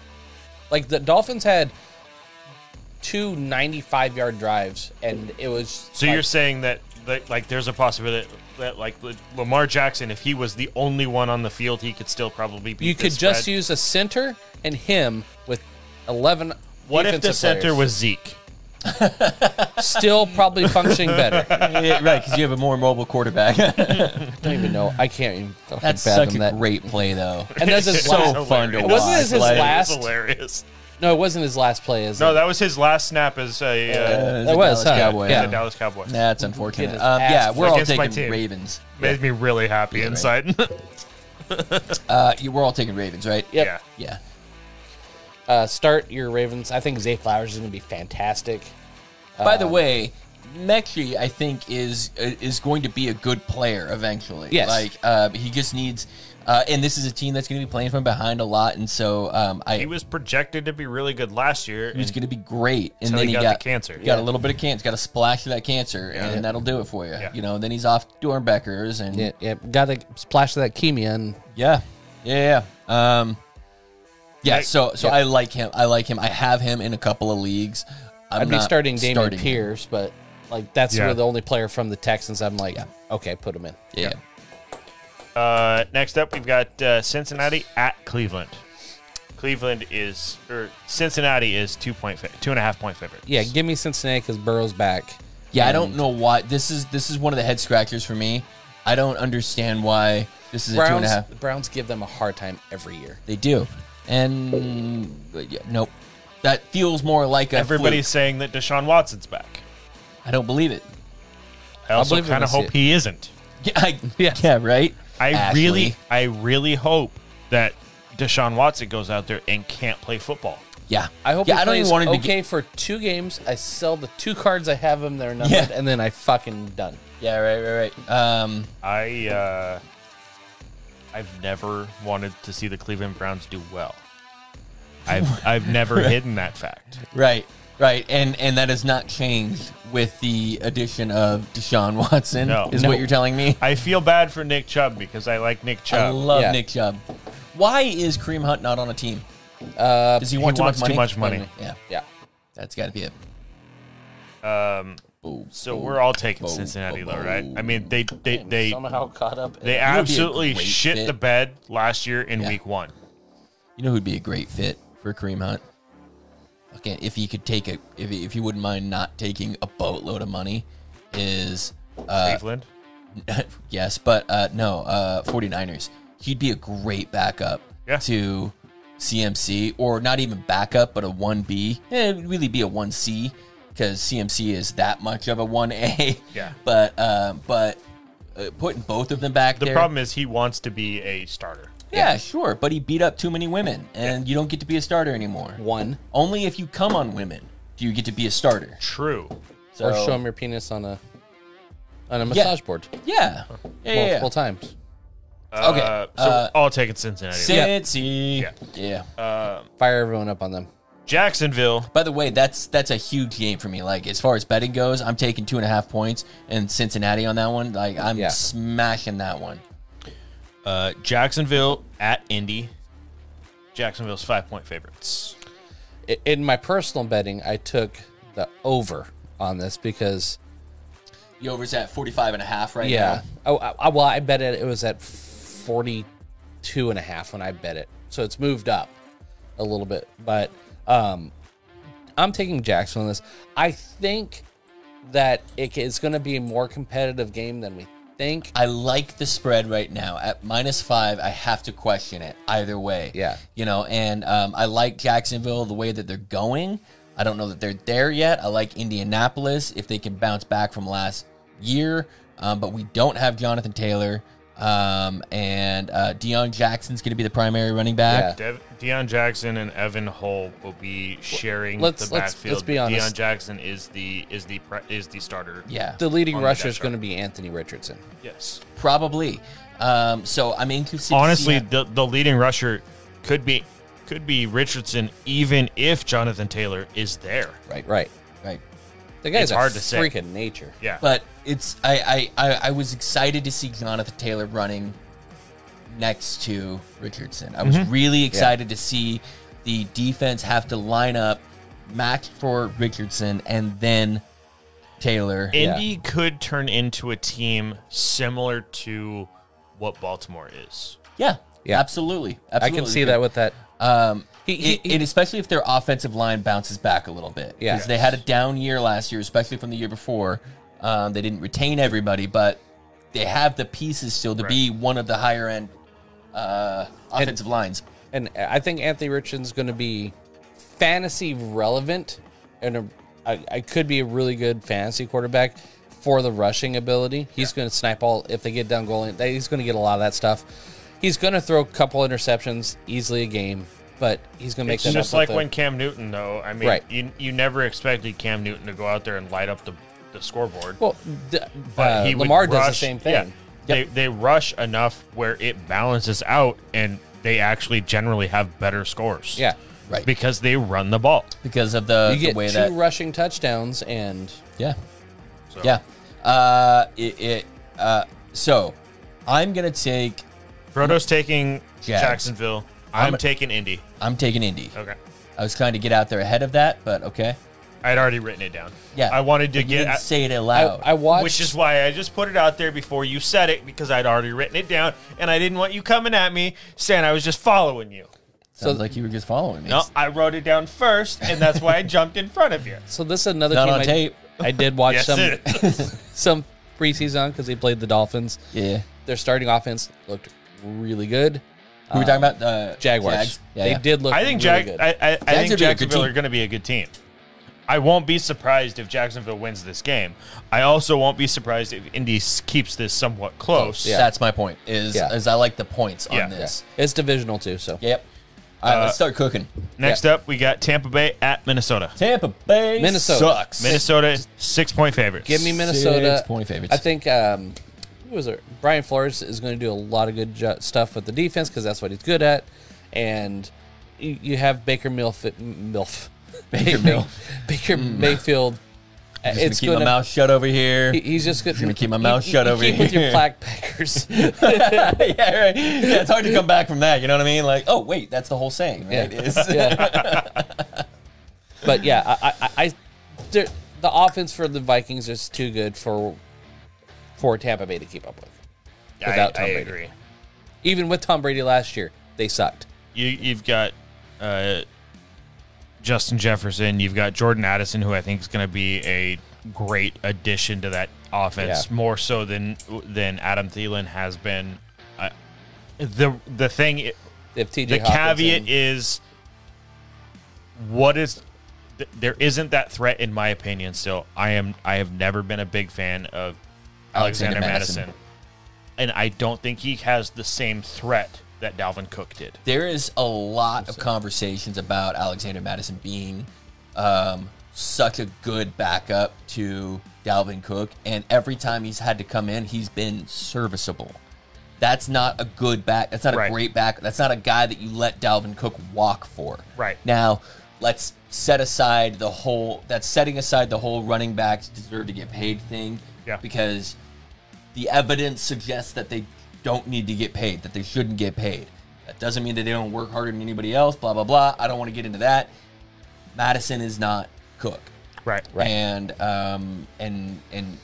S3: Like the Dolphins had two 95 yard drives and it was
S1: So
S3: like-
S1: you're saying that, that like there's a possibility that like Le- Lamar Jackson, if he was the only one on the field, he could still probably be.
S3: you could just use a center and him with 11
S1: What if the
S3: defensive
S1: center
S3: players.
S1: was Zeke? <laughs>
S3: still probably functioning better
S2: Yeah, right, because you have a more mobile quarterback.
S3: I don't even know I can't even fucking
S2: That's
S3: fathom
S2: such a
S3: that
S2: great play, though.
S3: and
S1: <laughs>
S3: that's
S2: <laughs>
S3: his
S1: It's
S3: last
S2: so fun to
S1: hilarious.
S2: watch.
S3: Wasn't this his
S2: Like,
S3: last-
S1: It's hilarious.
S3: no it wasn't his last play is
S1: No,
S3: it?
S1: that was his last snap as a uh,
S2: uh,
S1: as
S2: the
S3: That
S2: Dallas
S3: was, huh?
S2: Cowboy.
S1: a
S3: Yeah.
S1: Dallas Cowboy.
S2: That's unfortunate.
S3: his
S2: Um,
S3: ass
S2: yeah, we're all
S1: Against my
S2: taking
S1: team.
S2: Ravens.
S1: Made me really happy
S2: right.
S1: inside. <laughs>
S2: Uh, you, we're all taking Ravens, right?
S3: Yep.
S1: yeah.
S2: Yeah.
S3: uh, start your Ravens I think Zay Flowers is gonna be fantastic
S1: Uh,
S2: By the way, Mechie, I think is is going to be a good player eventually.
S3: Yes.
S2: like uh, he just needs. Uh, and this is a team that's going to be playing from behind a lot, and so um, I
S1: He was projected to be really good last year.
S2: he's
S1: and-
S2: going to be great. And
S1: Till
S2: then
S1: he
S2: he
S1: got
S2: got,
S1: the cancer.
S2: Got a little bit of cancer. Got a splash of that cancer, and that'll do it for you. You know. Then he's off Dornbeckers, and
S3: yeah, yeah got to splash of that Kimia and
S2: Yeah. Yeah. Yeah. Um, yeah.
S1: Like-
S2: so so I like him. I like him. I have him in a couple of leagues. I'm
S3: I'd be
S2: not
S3: starting Damian
S2: starting him.
S3: Pierce, but like that's
S1: Yeah.
S3: really the only player from the Texans. I'm like, okay, put him in.
S2: Yeah.
S1: Uh, next up, we've got uh, Cincinnati at Cleveland. Cleveland is or Cincinnati is two point fa- two and a half point favorite.
S3: Yeah, give me Cincinnati because Burrow's back.
S2: Yeah. I don't know why this is. This is one of the head scratchers for me. I don't understand why this is a two and
S3: Browns,
S2: a half.
S3: the Browns give them a hard time every year.
S2: They do, and but yeah, nope. That feels more like a.
S1: Everybody's
S2: Everybody's.
S1: saying that Deshaun Watson's back.
S2: I don't believe it. <laughs>
S1: I also
S3: believe it
S1: kind
S3: when
S1: of
S3: I see
S1: hope
S3: it.
S1: he isn't.
S2: Yeah. I,
S3: Yeah.
S2: yeah. Right.
S1: I
S2: Ashley.
S1: really, I really hope that Deshaun Watson goes out there and can't play football.
S2: Yeah.
S3: I hope
S2: yeah,
S3: he
S2: I don't even
S3: plays
S2: want him to
S3: okay
S2: get.
S3: for two games. I sell the two cards I have him. They're numbered,
S2: Yeah.
S3: and then I fucking done.
S2: Yeah, right, right, right. Um,
S1: I uh, I've never wanted to see the Cleveland Browns do well. I've I've never
S3: <laughs>
S1: hidden that fact.
S2: right, right, and and that has not changed with the addition of Deshaun Watson.
S1: No.
S2: Is
S1: No.
S2: what you're telling me? <laughs>
S1: I feel bad for Nick Chubb because I like Nick
S2: I
S1: Chubb.
S2: love
S3: Yeah.
S2: Nick Chubb. Why is Kareem Hunt not on a team?
S3: Uh,
S2: Does he
S1: He
S2: want too
S1: wants
S2: much money?
S1: too much money.
S2: Yeah,
S3: yeah.
S2: that's got to be it.
S1: Um,
S2: Boom.
S1: so we're all taking
S2: boom,
S1: Cincinnati,
S2: boom,
S1: though, right? I mean, they they
S3: I'm
S1: they
S3: somehow caught up. in-
S1: they
S2: would be a
S1: absolutely
S2: great
S1: shit
S2: fit.
S1: the bed last year in
S2: Yeah.
S1: Week One.
S2: You know who'd be a great fit for Kareem Hunt? Okay, if he could take it, if he, if he wouldn't mind not taking a boatload of money, is uh,
S1: Cleveland.
S2: <laughs> yes, but uh, no, uh, 49ers. He'd be a great backup
S1: Yeah.
S2: to CMC, or not even backup, but a 1B. Eh, it'd really be a 1C because CMC is that much of a 1A.
S1: <laughs> Yeah.
S2: But um, but uh, putting both of them back
S1: The
S2: there.
S1: problem is he wants to be a starter.
S2: yeah, sure, but he beat up too many women, and you don't get to be a starter anymore.
S3: one
S2: Only if you come on women do you get to be a starter.
S1: True.
S2: So,
S3: or show him your penis on a on a
S2: Yeah.
S3: massage board
S2: Yeah. Yeah, yeah, yeah.
S3: multiple times.
S2: Okay,
S1: Uh, so
S2: uh,
S1: all taking Cincinnati.
S2: Cincy.
S1: Yeah.
S2: yeah.
S3: Fire everyone up on them.
S1: Jacksonville.
S2: By the way, that's that's a huge game for me. Like as far as betting goes, I'm taking two and a half points and Cincinnati on that one. Like I'm
S3: Yeah.
S2: smashing that one.
S1: Uh, Jacksonville at Indy. Jacksonville's five point favorites.
S3: I- In my personal betting, I took the over on this because
S2: The over's at 45 and a half right
S3: yeah, I, I, I- well, I bet it, it was at 42 and a half when I bet it, so it's moved up a little bit. But um, I'm taking Jackson on this. I think that it is going to be a more competitive game than we think.
S2: I like the spread right now at minus five. I have to question it either way.
S3: Yeah.
S2: you know, and um, I like Jacksonville the way that they're going. I don't know that they're there yet. I like Indianapolis if they can bounce back from last year, um, but we don't have Jonathan Taylor. Um, and uh, Deion Jackson's going to be the primary running back.
S1: Dev- Deion Jackson and Evan Hull will be sharing
S3: Let's-
S1: the
S3: let's-
S1: backfield.
S3: let's be
S1: but
S3: honest.
S1: Deion Jackson is the is the pre- is the starter.
S2: Yeah,
S3: The leading
S1: On the
S3: rusher
S1: depth
S3: is
S1: chart.
S3: going to be Anthony Richardson.
S1: Yes.
S2: probably. Um, so I'm inclusive.
S1: Honestly, the, the leading rusher could be could be Richardson, even if Jonathan Taylor is there.
S2: right, right,
S3: Right.
S2: right.
S3: The guy's
S1: It's
S3: a
S1: hard to say.
S3: freak of nature.
S1: Yeah.
S2: But it's I, I I I was excited to see Jonathan Taylor running next to Richardson. I was
S3: Mm-hmm.
S2: really excited to see the defense have to line up, match for Richardson, and then Taylor.
S1: Indy could turn into a team similar to what Baltimore is.
S2: yeah,
S3: Yeah.
S2: absolutely,
S3: I
S2: absolutely.
S3: can see that with that.
S2: Um,
S3: He- he-
S2: it- and especially if their offensive line bounces back a little bit.
S3: Yeah.
S2: Because they had a down year last year, especially from the year before. Um, they didn't retain everybody, but they have the pieces still to be one of the higher end uh, offensive lines.
S3: And I think Anthony Richardson's going to be fantasy relevant and a, I, I could be a really good fantasy quarterback for the rushing ability. He's going to snipe all, if they get down goal, line, they- he's going to get a lot of that stuff. He's going to throw a couple interceptions easily a game, but he's going to make
S1: It's
S3: that
S1: just
S3: up
S1: like
S3: with
S1: when Cam Newton, though. I mean,
S3: Right.
S1: you, you never expected Cam Newton to go out there and light up the, the scoreboard.
S3: the, well, d-
S1: but
S3: uh,
S1: he would
S3: Lamar does the
S1: rush-
S3: same
S1: yeah.
S3: thing.
S1: They, they rush enough where it balances out, and they actually generally have better scores.
S3: Yeah.
S2: Right.
S1: because they run the ball.
S2: Because of the,
S3: You
S2: the
S3: get
S2: way
S3: two
S2: that.
S3: rushing touchdowns and
S2: yeah.
S1: So.
S2: Yeah. Uh, it, it, uh, so I'm going to take.
S1: Frodo's taking
S2: Jags.
S1: Jacksonville. I'm,
S2: I'm-
S1: taking Indy.
S2: I'm taking Indy.
S1: Okay,
S2: I was trying to get out there ahead of that, but okay.
S1: I'd already written it down.
S2: Yeah.
S1: I wanted to
S2: But You
S1: get,
S2: didn't say it
S3: I,
S2: aloud.
S3: I watched.
S1: which is why I just put it out there before you said it because I'd already written it down, and I didn't want you coming at me saying I was just following you.
S2: Sounds
S3: so-
S2: like you were just following me.
S1: No, I wrote it down first, and that's
S2: <laughs>
S1: why I jumped in front of you.
S3: So this is another
S2: Not
S3: team
S2: on
S3: I,
S2: tape.
S3: I did watch
S1: Yes,
S3: some
S1: it-
S3: some preseason on because they played the Dolphins.
S2: Yeah.
S3: Their starting offense looked really good.
S2: Who are we talking about? Uh,
S3: Jaguars.
S2: Jags? Yeah,
S3: they
S2: yeah.
S3: did look.
S1: I think
S3: really
S1: Jack.
S3: good.
S1: I, I, I
S2: Jags
S1: think
S2: are gonna be a good
S1: Jacksonville
S2: team.
S1: are going to be a good team. I won't be surprised if Jacksonville wins this game. I also won't be surprised if Indy s- keeps this somewhat close.
S3: Yeah.
S2: That's my point. Is
S3: Yeah.
S2: is I like the points
S1: Yeah. Uh,
S2: on this.
S3: it's divisional too, so
S2: Yep. All right, let's start cooking.
S1: Next up, we got Tampa Bay at Minnesota.
S2: Tampa Bay
S3: Minnesota.
S2: sucks.
S1: Minnesota six point favorites.
S3: Give me Minnesota.
S2: point favorites.
S3: I think um, who was it? Brian Flores is going to do a lot of good ju- stuff with the defense because that's what he's good at, and you, you have Baker Milf, Milf, <laughs>
S2: Baker Milf. Mm.
S3: Baker Mayfield. Uh,
S2: Just
S3: It's
S2: gonna keep
S3: going
S2: my
S3: to.
S2: mouth shut over <laughs> here.
S3: He's just going
S2: gonna keep my mouth shut over
S3: keep with your
S2: here. <laughs>
S3: plaque packers.
S2: yeah, right. Yeah, it's hard to come back from that. You know what I mean? Like, oh wait, that's the whole saying, right?
S3: Yeah.
S2: It's-
S3: yeah. but yeah, I, I, I there, the offense for the Vikings is too good for for Tampa Bay to keep up with.
S1: I,
S3: without Tom
S1: I
S3: Brady.
S1: agree.
S3: Even with Tom Brady last year, they sucked.
S1: You you've got uh, Justin Jefferson. You've got Jordan Addison, who I think is going to be a great addition to that offense,
S3: Yeah.
S1: more so than than Adam Thielen has been. Uh, the the thing
S3: They have TJ
S1: the
S3: Hopkins
S1: caveat
S3: and-
S1: is what is th- there isn't that threat in my opinion still i am i have never been a big fan of
S2: Alexander
S1: <laughs> alexander,
S2: <laughs> Madison.
S1: madison. and i don't think he has the same threat that dalvin cook did
S2: There is a lot of conversations about Alexander Madison being um, such a good backup to Dalvin Cook, and every time he's had to come in, he's been serviceable. That's not a good back. That's not
S1: Right.
S2: a great back. That's not a guy that you let Dalvin Cook walk for.
S1: Right.
S2: now, let's set aside the whole. That's setting aside the whole running backs deserve to get paid thing.
S1: Yeah.
S2: because the evidence suggests that they don't need to get paid, that they shouldn't get paid. That doesn't mean that they don't work harder than anybody else, blah, blah, blah. I don't want to get into that. Madison is not Cook.
S1: right
S2: And um and and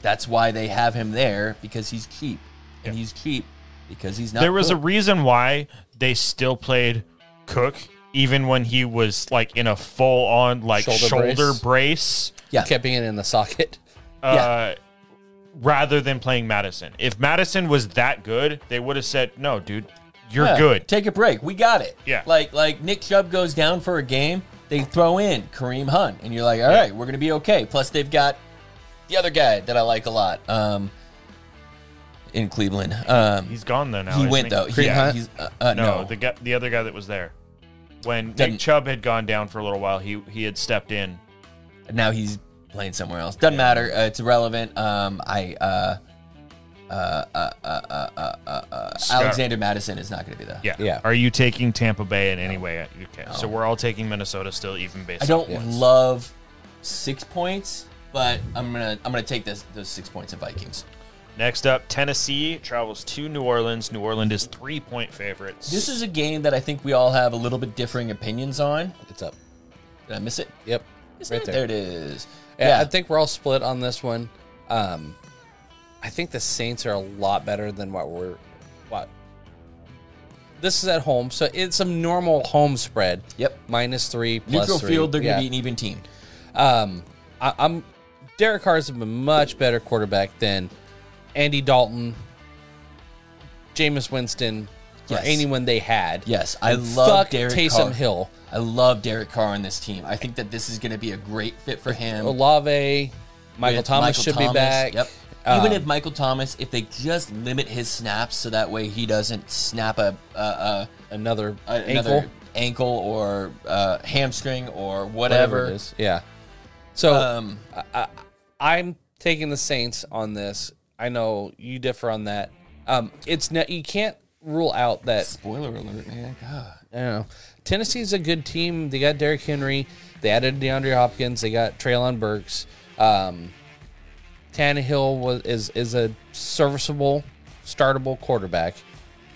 S2: that's why they have him there because he's cheap. And he's cheap because he's not
S1: there was a
S2: Cook.
S1: reason why they still played cook even when he was like in a full on like
S3: Shoulder
S1: shoulder,
S3: brace.
S1: brace,
S2: yeah.
S3: keeping it in the socket.
S1: uh, rather than playing Madison. If Madison was that good, they would have said, "No, dude, you're
S2: Yeah,
S1: good."
S2: Take a break. We got it.
S1: Yeah.
S2: Like like Nick Chubb goes down for a game, they throw in Kareem Hunt, and you're like, all right, we're gonna be okay. Plus they've got the other guy that I like a lot, um, in Cleveland. Um,
S1: He's gone though now.
S2: he
S1: isn't
S2: went though.
S1: Yeah.
S2: yeah,
S3: Hunt?
S2: he's uh, uh,
S1: No,
S2: no.
S1: the guy, the other guy that was there when
S2: Didn't-
S1: Nick Chubb had gone down for a little while, he he had stepped in.
S2: now he's playing somewhere else. Doesn't matter. Uh, it's irrelevant. Um, I uh, uh, uh, uh, uh, uh, uh, Alexander Madison is not gonna be there.
S1: Yeah.
S3: Yeah.
S1: Are you taking Tampa Bay in any way? Okay. So we're all taking Minnesota still, even based.
S2: I don't
S1: on points.
S2: love six points, but I'm gonna I'm gonna take this those six points of Vikings.
S1: Next up, Tennessee travels to New Orleans. New Orleans is three point favorites.
S2: This is a game that I think we all have a little bit differing opinions on.
S3: It's up.
S2: Did I miss it?
S3: Yep.
S2: Is
S3: right
S2: it?
S3: there.
S2: there. it is.
S3: Yeah,
S2: Yeah,
S3: I think we're all split on this one. Um, I think the Saints are a lot better than what we're what. This is at home, so it's a normal home spread.
S2: Yep.
S3: minus three plus
S2: neutral
S3: three.
S2: field. They're
S3: Yeah.
S2: gonna be an even team.
S3: Um, I, I'm Derek Carr's a much better quarterback than Andy Dalton, Jameis Winston,
S2: Yes.
S3: or anyone they had.
S2: Yes, I
S3: And
S2: love
S3: fuck
S2: Derek
S3: Taysom
S2: Carr.
S3: Hill,
S2: I love Derek Carr on this team. I think that this is gonna be a great fit for him.
S3: Olave, Michael
S2: With
S3: Thomas should
S2: Thomas,
S3: be back.
S2: Yep.
S3: Um,
S2: Even if Michael Thomas, if they just limit his snaps so that way he doesn't snap a, a, a
S3: another
S2: a- Uh, another
S3: ankle.
S2: ankle, or uh, hamstring or
S3: whatever,
S2: whatever.
S3: it is. Yeah. So
S2: Um,
S3: I'm taking the Saints on this. I know you differ on that. Um, it's ne- you can't rule out that
S2: spoiler alert, man. God.
S3: I don't know. Tennessee's a good team. They got Derrick Henry. They added DeAndre Hopkins. They got Traylon Burks. Um, Tannehill was is is a serviceable, startable quarterback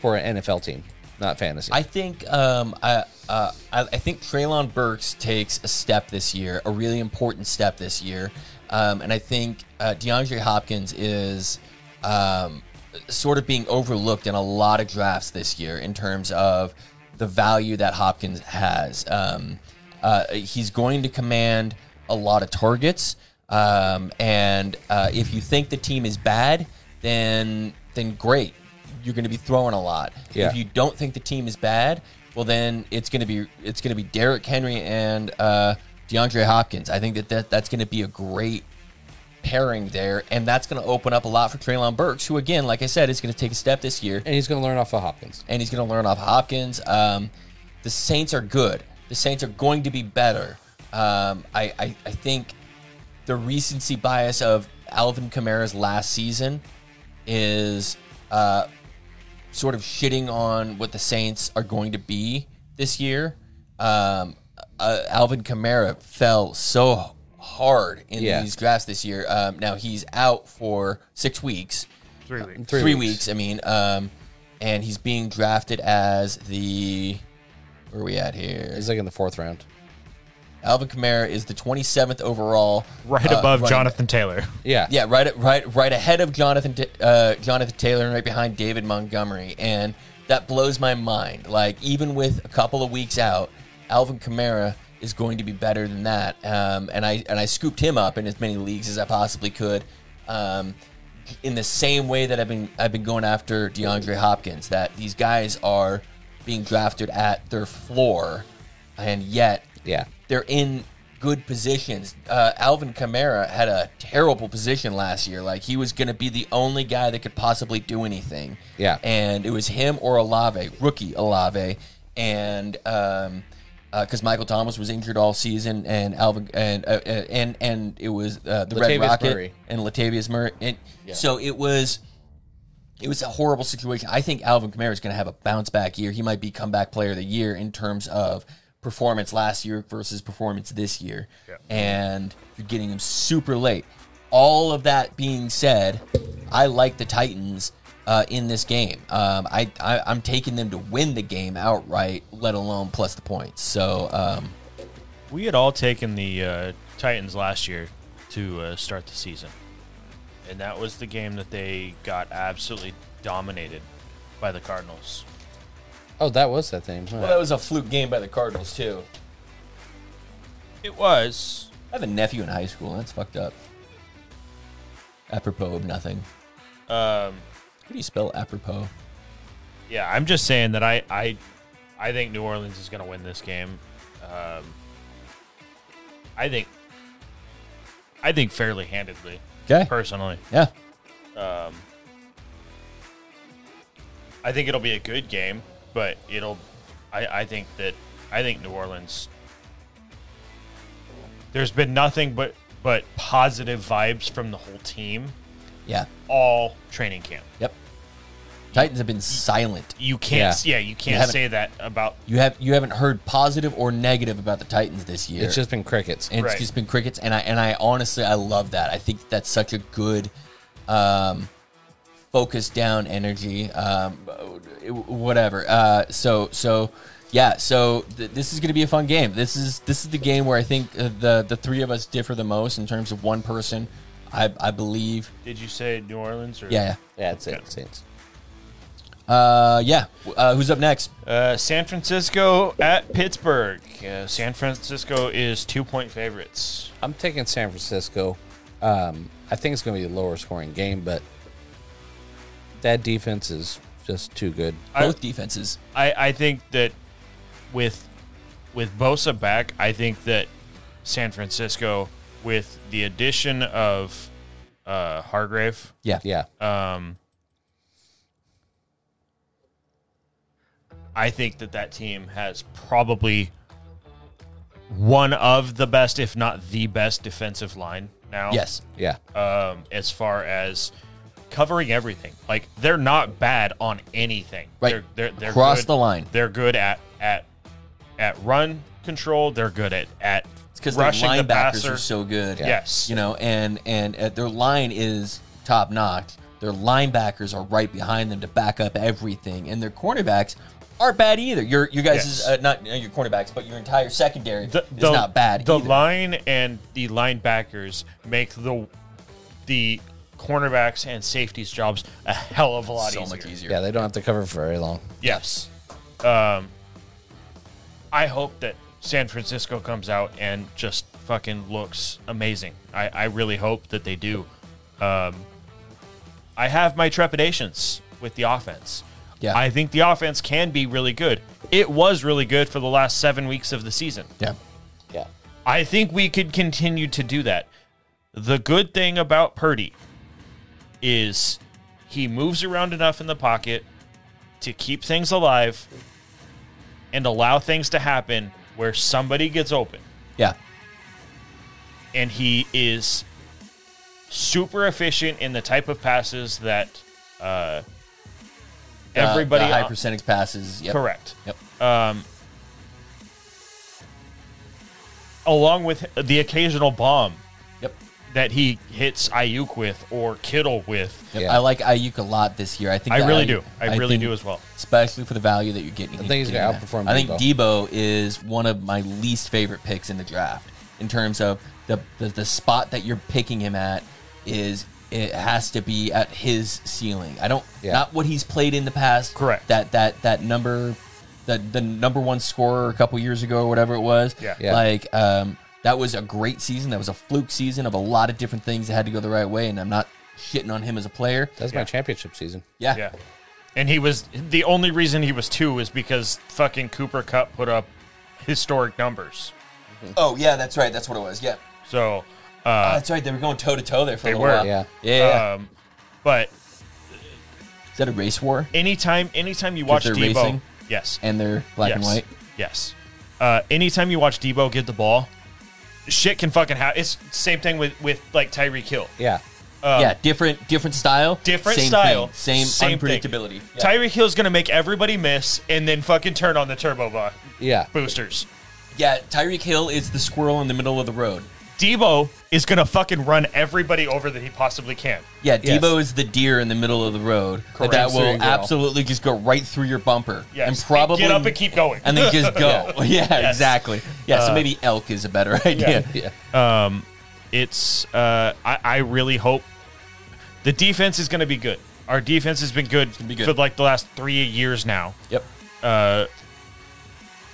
S3: for an NFL team, not fantasy.
S2: I think um, I, uh, I I think Traylon Burks takes a step this year, a really important step this year, um, and I think uh, DeAndre Hopkins is um, sort of being overlooked in a lot of drafts this year in terms of the value that Hopkins has. Um, uh, he's going to command a lot of targets, um, and uh, if you think the team is bad, then then great. You're going to be throwing a lot.
S3: Yeah.
S2: If you don't think the team is bad, well then it's gonna be it's gonna be Derrick Henry and uh, DeAndre Hopkins. I think that, that that's gonna be a great pairing there, and that's going to open up a lot for Traylon Burks, who again, like I said, is going to take a step this year,
S3: and he's going to learn off of Hopkins.
S2: and he's going to learn off Hopkins. Um, the Saints are good. The Saints are going to be better. Um, I, I I think the recency bias of Alvin Kamara's last season is uh, sort of shitting on what the Saints are going to be this year. Um, uh, Alvin Kamara fell so hard in
S3: Yeah.
S2: these drafts this year. Um, now he's out for six weeks
S1: Three weeks.
S3: Three
S2: three, weeks. I mean, um, and he's being drafted as the where are we at here?
S3: He's like in the fourth round.
S2: Alvin Kamara is the 27th overall,
S1: Right
S2: uh,
S1: above
S2: running-
S1: Jonathan Taylor.
S3: Yeah.
S2: Yeah, right, right, right ahead of Jonathan Ta- uh, Jonathan Taylor, and right behind David Montgomery, and that blows my mind. Like even with a couple of weeks out, Alvin Kamara is going to be better than that. Um, and I and I scooped him up in as many leagues as I possibly could. Um, in the same way that I've been I've been going after DeAndre Hopkins, that these guys are being drafted at their floor, and yet
S3: Yeah.
S2: they're in good positions. Uh, Alvin Kamara had a terrible position last year. Like he was going to be the only guy that could possibly do anything.
S3: Yeah.
S2: and it was him or Olave, rookie Olave, and um, because Michael Thomas was injured all season, and Alvin and uh, uh, and and it was uh, the Red
S3: Latavius
S2: Rocket
S3: Murray.
S2: and Latavius Murray. And So it was. It was a horrible situation. I think Alvin Kamara is going to have a bounce back year. He might be comeback player of the year in terms of performance last year versus performance this year. And you're getting him super late. All of that being said, I like the Titans uh, in this game. Um, I, I I'm taking them to win the game outright, let alone plus the points. So um,
S1: We had all taken the uh, Titans last year to uh, start the season, and that was the game that they got absolutely dominated by the Cardinals.
S3: Oh, that was that thing.
S2: well, that was a fluke game by the Cardinals too.
S1: It was.
S2: I have a nephew in high school. That's fucked up. Apropos of nothing.
S1: Um,
S2: How do you spell apropos?
S1: yeah, I'm just saying that I I, I think New Orleans is going to win this game. Um, I think. I think fairly handedly,
S2: Okay.
S1: personally.
S2: Yeah.
S1: Um, I think it'll be a good game, but it'll. I, I think that I think New Orleans. There's been nothing but but positive vibes from the whole team
S2: Yeah.
S1: all training camp.
S2: Yep. Titans have been silent.
S1: You can't. Yeah, you can't
S2: haven't-
S1: say that about.
S2: You have you haven't heard positive or negative about the Titans this year.
S3: It's just been crickets.
S2: And it's
S1: Right.
S2: just been crickets. And I and I honestly I love that. I think that's such a good um, focus down energy. Um, it- whatever. Uh, so so yeah. So th- this is going to be a fun game. This is this is the game where I think uh, the the three of us differ the most in terms of one person. I I believe.
S1: Did you say New Orleans or
S2: Yeah.
S3: yeah, that's it. Saints.
S2: Uh, yeah. Uh, who's up next?
S1: Uh, San Francisco at Pittsburgh. Uh, San Francisco is two point favorites.
S3: I'm taking San Francisco. Um, I think it's going to be a lower scoring game, but that defense is just too good.
S1: I-
S2: Both defenses.
S1: I, I think that with with Bosa back, I think that San Francisco, with the addition of uh, Hargrave,
S2: Yeah.
S3: Yeah.
S1: um, I think that that team has probably one of the best, if not the best, defensive line now.
S2: Yes.
S3: Yeah.
S1: Um, as far as covering everything, like they're not bad on anything.
S2: Right.
S1: They're, they're, they're
S2: Cross
S1: good-
S2: the line.
S1: they're good at at at run control. They're good at at
S2: because their
S1: rushing the
S2: linebackers
S1: passer.
S2: are so good.
S1: Yes.
S2: you know, and and uh, their line is top notch. Their linebackers are right behind them to back up everything, and their cornerbacks aren't bad either. Your you guys is
S1: Yes.
S2: uh, not uh, your cornerbacks, but your entire secondary
S1: the,
S2: is
S1: the-
S2: not bad.
S1: The
S2: either.
S1: line and the linebackers make the the cornerbacks and safeties jobs a hell of a lot
S2: so
S1: easier.
S2: much easier.
S3: Yeah, they don't have to cover for very long.
S1: Yes. Um, I hope that San Francisco comes out and just fucking looks amazing. I, I really hope that they do. Um, I have my trepidations with the offense.
S2: Yeah.
S1: I think the offense can be really good. It was really good for the last seven weeks of the season.
S2: yeah,
S3: Yeah.
S1: I think we could continue to do that. The good thing about Purdy is he moves around enough in the pocket to keep things alive and allow things to happen where somebody gets open.
S2: Yeah.
S1: And he is super efficient in the type of passes that uh,
S2: The- Uh, the
S1: everybody
S2: high percentage passes. Yep.
S1: correct. Um,
S2: Yep.
S1: along with the occasional bomb
S2: Yep.
S1: that he hits Ayuk with or Kittle with.
S2: Yep.
S3: Yeah.
S2: I like Ayuk a lot this year. I think
S1: I
S2: that
S1: really
S2: Ayuk-
S1: do. I, really
S2: think-
S1: do as
S2: <laughs>
S1: well.
S2: Especially for the value that you're getting. I
S3: think he's gonna outperform
S2: I think Debo is one of my least favorite picks in the draft in terms of the the, the spot that you're picking him at is it has to be at his ceiling. I don't
S3: Yeah.
S2: not what he's played in the past.
S1: Correct.
S2: That that that number that the number one scorer a couple years ago or whatever it was.
S1: Yeah.
S3: Yeah.
S2: Like um that was a great season. That was a fluke season of a lot of different things that had to go the right way and I'm not shitting on him as a player.
S3: That's
S1: Yeah.
S3: my championship season.
S2: Yeah.
S1: Yeah. And he was the only reason he was two is because fucking Cooper Cup put up historic numbers.
S2: Oh yeah, that's right. That's what it was. Yeah.
S1: So, uh,
S2: That's right. They were going toe to toe there for
S1: They
S2: a little
S1: were,
S2: while.
S3: yeah.
S2: yeah. yeah.
S1: um, but
S2: Is that a race war?
S1: anytime, anytime you watch
S2: they're
S1: Debo,
S2: racing?
S1: yes,
S2: And they're black
S1: yes,
S2: and white.
S1: yes. Uh, anytime you watch Debo get the ball, shit can fucking happen. It's same thing with with like Tyreek Hill.
S3: Yeah.
S2: yeah, different different style.
S1: different
S2: same
S1: style,
S2: thing, same,
S1: thing.
S2: unpredictability. Yeah.
S1: Tyreek Hill's gonna make everybody miss and then fucking turn on the turbo bo-
S3: Yeah.
S1: boosters.
S2: yeah, Tyreek Hill is the squirrel in the middle of the road.
S1: Debo is gonna fucking run everybody over that he possibly can.
S2: Yeah,
S3: Yes.
S2: Debo is the deer in the middle of the road
S3: Correct.
S2: that
S3: There you
S2: will
S3: go.
S2: absolutely just go right through your bumper
S1: Yes.
S2: and probably
S1: get up and keep going.
S2: and then just go. <laughs> yeah,
S1: Yes.
S2: exactly. Yeah, so maybe elk is a better <laughs> idea.
S3: Yeah.
S1: it's uh, I, I really hope the defense is gonna be good. Our defense has been good,
S2: be good.
S1: for like the last three years now.
S2: Yep.
S1: Uh,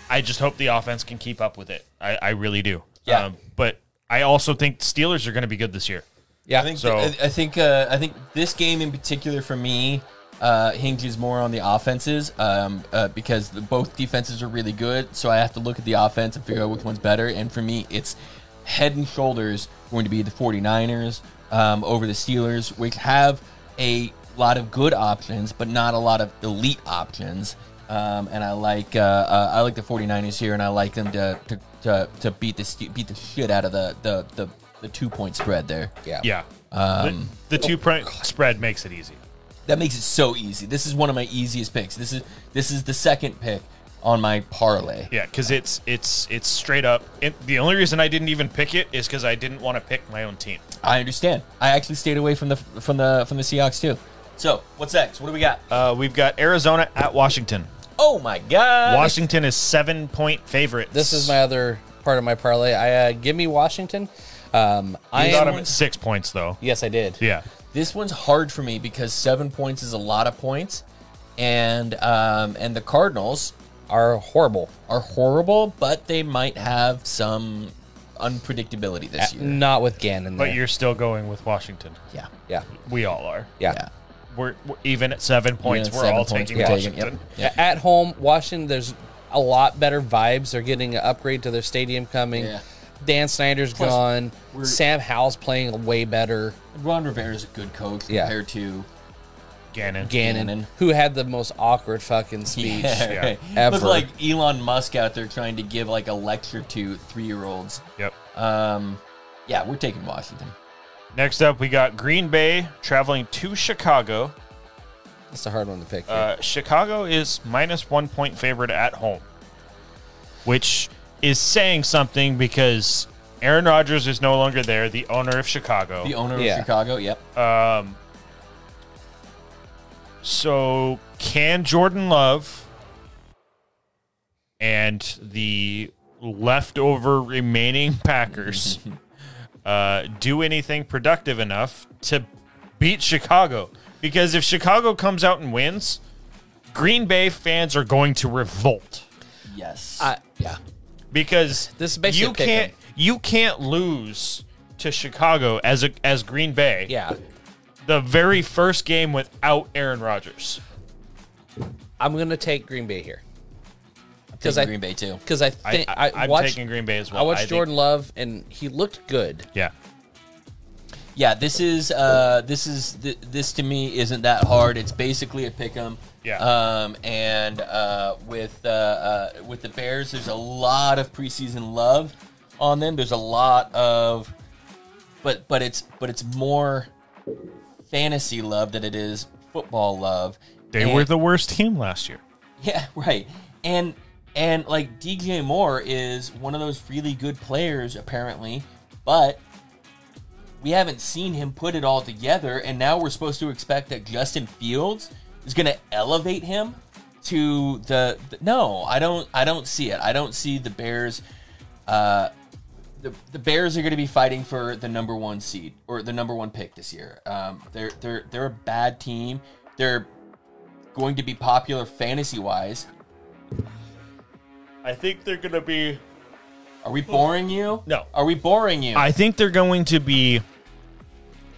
S1: I just hope the offense can keep up with it. I, I really do. Um,
S2: Yeah.
S1: but I also think Steelers are gonna be good this year.
S3: Yeah.
S2: I think
S1: So-
S2: I, I think uh, I think this game in particular for me uh, hinges more on the offenses um, uh, because the, both defenses are really good. So I have to look at the offense and figure out which one's better. And for me, it's head and shoulders going to be the 49ers um, over the Steelers, which have a lot of good options, but not a lot of elite options. Um, and I like uh, uh, I like the 49ers here, and I like them to to, to, to beat the Ste- beat the shit out of the the, the, the two point spread there.
S3: Yeah.
S1: Yeah.
S2: Um,
S1: the, the
S2: oh,
S1: two print spread makes it easy.
S2: That makes it so easy. This is one of my easiest picks. This is this is the second pick on my parlay.
S1: Yeah, because it's it's it's straight up. And the only reason I didn't even pick it is because I didn't want to pick my own team.
S2: I understand. I actually stayed away from the from the from the Seahawks too. So what's next? What do we got?
S1: Uh, we've got Arizona at Washington.
S2: Oh my God!
S1: Washington is seven point favorite.
S3: This is my other part of my parlay. I uh, give me Washington. Um, I
S1: I got him
S3: am,
S1: at six points though.
S3: yes, I did.
S1: Yeah,
S2: This one's hard for me because seven points is a lot of points, and um, and the Cardinals
S3: Are horrible.
S2: are horrible, but they might have some unpredictability this year.
S3: Not with Gannon.
S1: but
S3: there.
S1: you're still going with Washington.
S2: Yeah,
S3: yeah,
S1: We all are.
S3: yeah.
S2: yeah.
S1: We're, we're even at seven points.
S2: at
S1: we're
S2: seven
S1: all
S2: points,
S1: taking
S2: we're taking-
S1: Washington.
S2: yep.
S3: A- At home, Washington. There's a lot better vibes. They're getting an upgrade to their stadium coming.
S2: Yeah.
S3: Dan Snyder's
S2: Plus,
S3: gone.
S2: we're-
S3: Sam Howell's playing way better.
S2: Ron Rivera is a good coach
S3: Yeah.
S2: compared to
S1: Gannon.
S3: Gannon,
S2: Gannon.
S3: who had the most awkward fucking speech.
S2: Yeah, right.
S3: Yeah.
S2: Look
S3: Ever.
S2: like Elon Musk out there trying to give like a lecture to three year olds.
S1: Yep.
S2: Um, yeah, we're taking Washington.
S1: Next up, we got Green Bay traveling to Chicago.
S3: That's a hard one to pick.
S1: Uh, Chicago is minus one point favorite at home, which is saying something because Aaron Rodgers is no longer there, the owner of Chicago.
S2: The owner
S3: Yeah.
S2: of Chicago. Yep.
S1: so, can Jordan Love and the leftover remaining <laughs>
S3: <laughs>
S1: Packers uh, do anything productive enough to beat Chicago? Because if Chicago comes out and wins, Green Bay fans are going to revolt.
S2: yes.
S3: I-
S2: yeah.
S1: because
S3: This is basically
S1: you
S3: a pick 'em.
S1: can't you can't lose to Chicago as a as Green Bay.
S3: yeah,
S1: the very first game without Aaron Rodgers.
S3: I'm gonna take Green Bay here
S2: Because
S3: because I
S2: Green Bay too.
S3: because I
S1: I,
S3: think
S1: I,
S3: I,
S1: am
S3: watched
S1: taking Green Bay as well.
S3: I watched
S1: think-
S3: Jordan Love and he looked good,
S1: Yeah,
S2: yeah, this is uh, this is th- this to me isn't that hard. It's basically a pick 'em.
S1: Yeah.
S2: Um, and uh, with uh, uh, with the Bears, there's a lot of preseason love on them. There's a lot of, but but it's but it's more fantasy love than it is football love.
S1: They
S2: And-
S1: were the worst team last year.
S2: <laughs> yeah, right. And and like DJ Moore is one of those really good players apparently, but we haven't seen him put it all together and now we're supposed to expect that Justin Fields is going to elevate him to the, the No, I don't I don't see it. I don't see the Bears uh the, the Bears are going to be fighting for the number one seed or the number one pick this year. Um, they're they're they're a bad team. They're going to be popular fantasy wise.
S1: I think they're going to be.
S2: Are we boring you?
S1: No.
S2: Are we boring you?
S1: I think they're going to be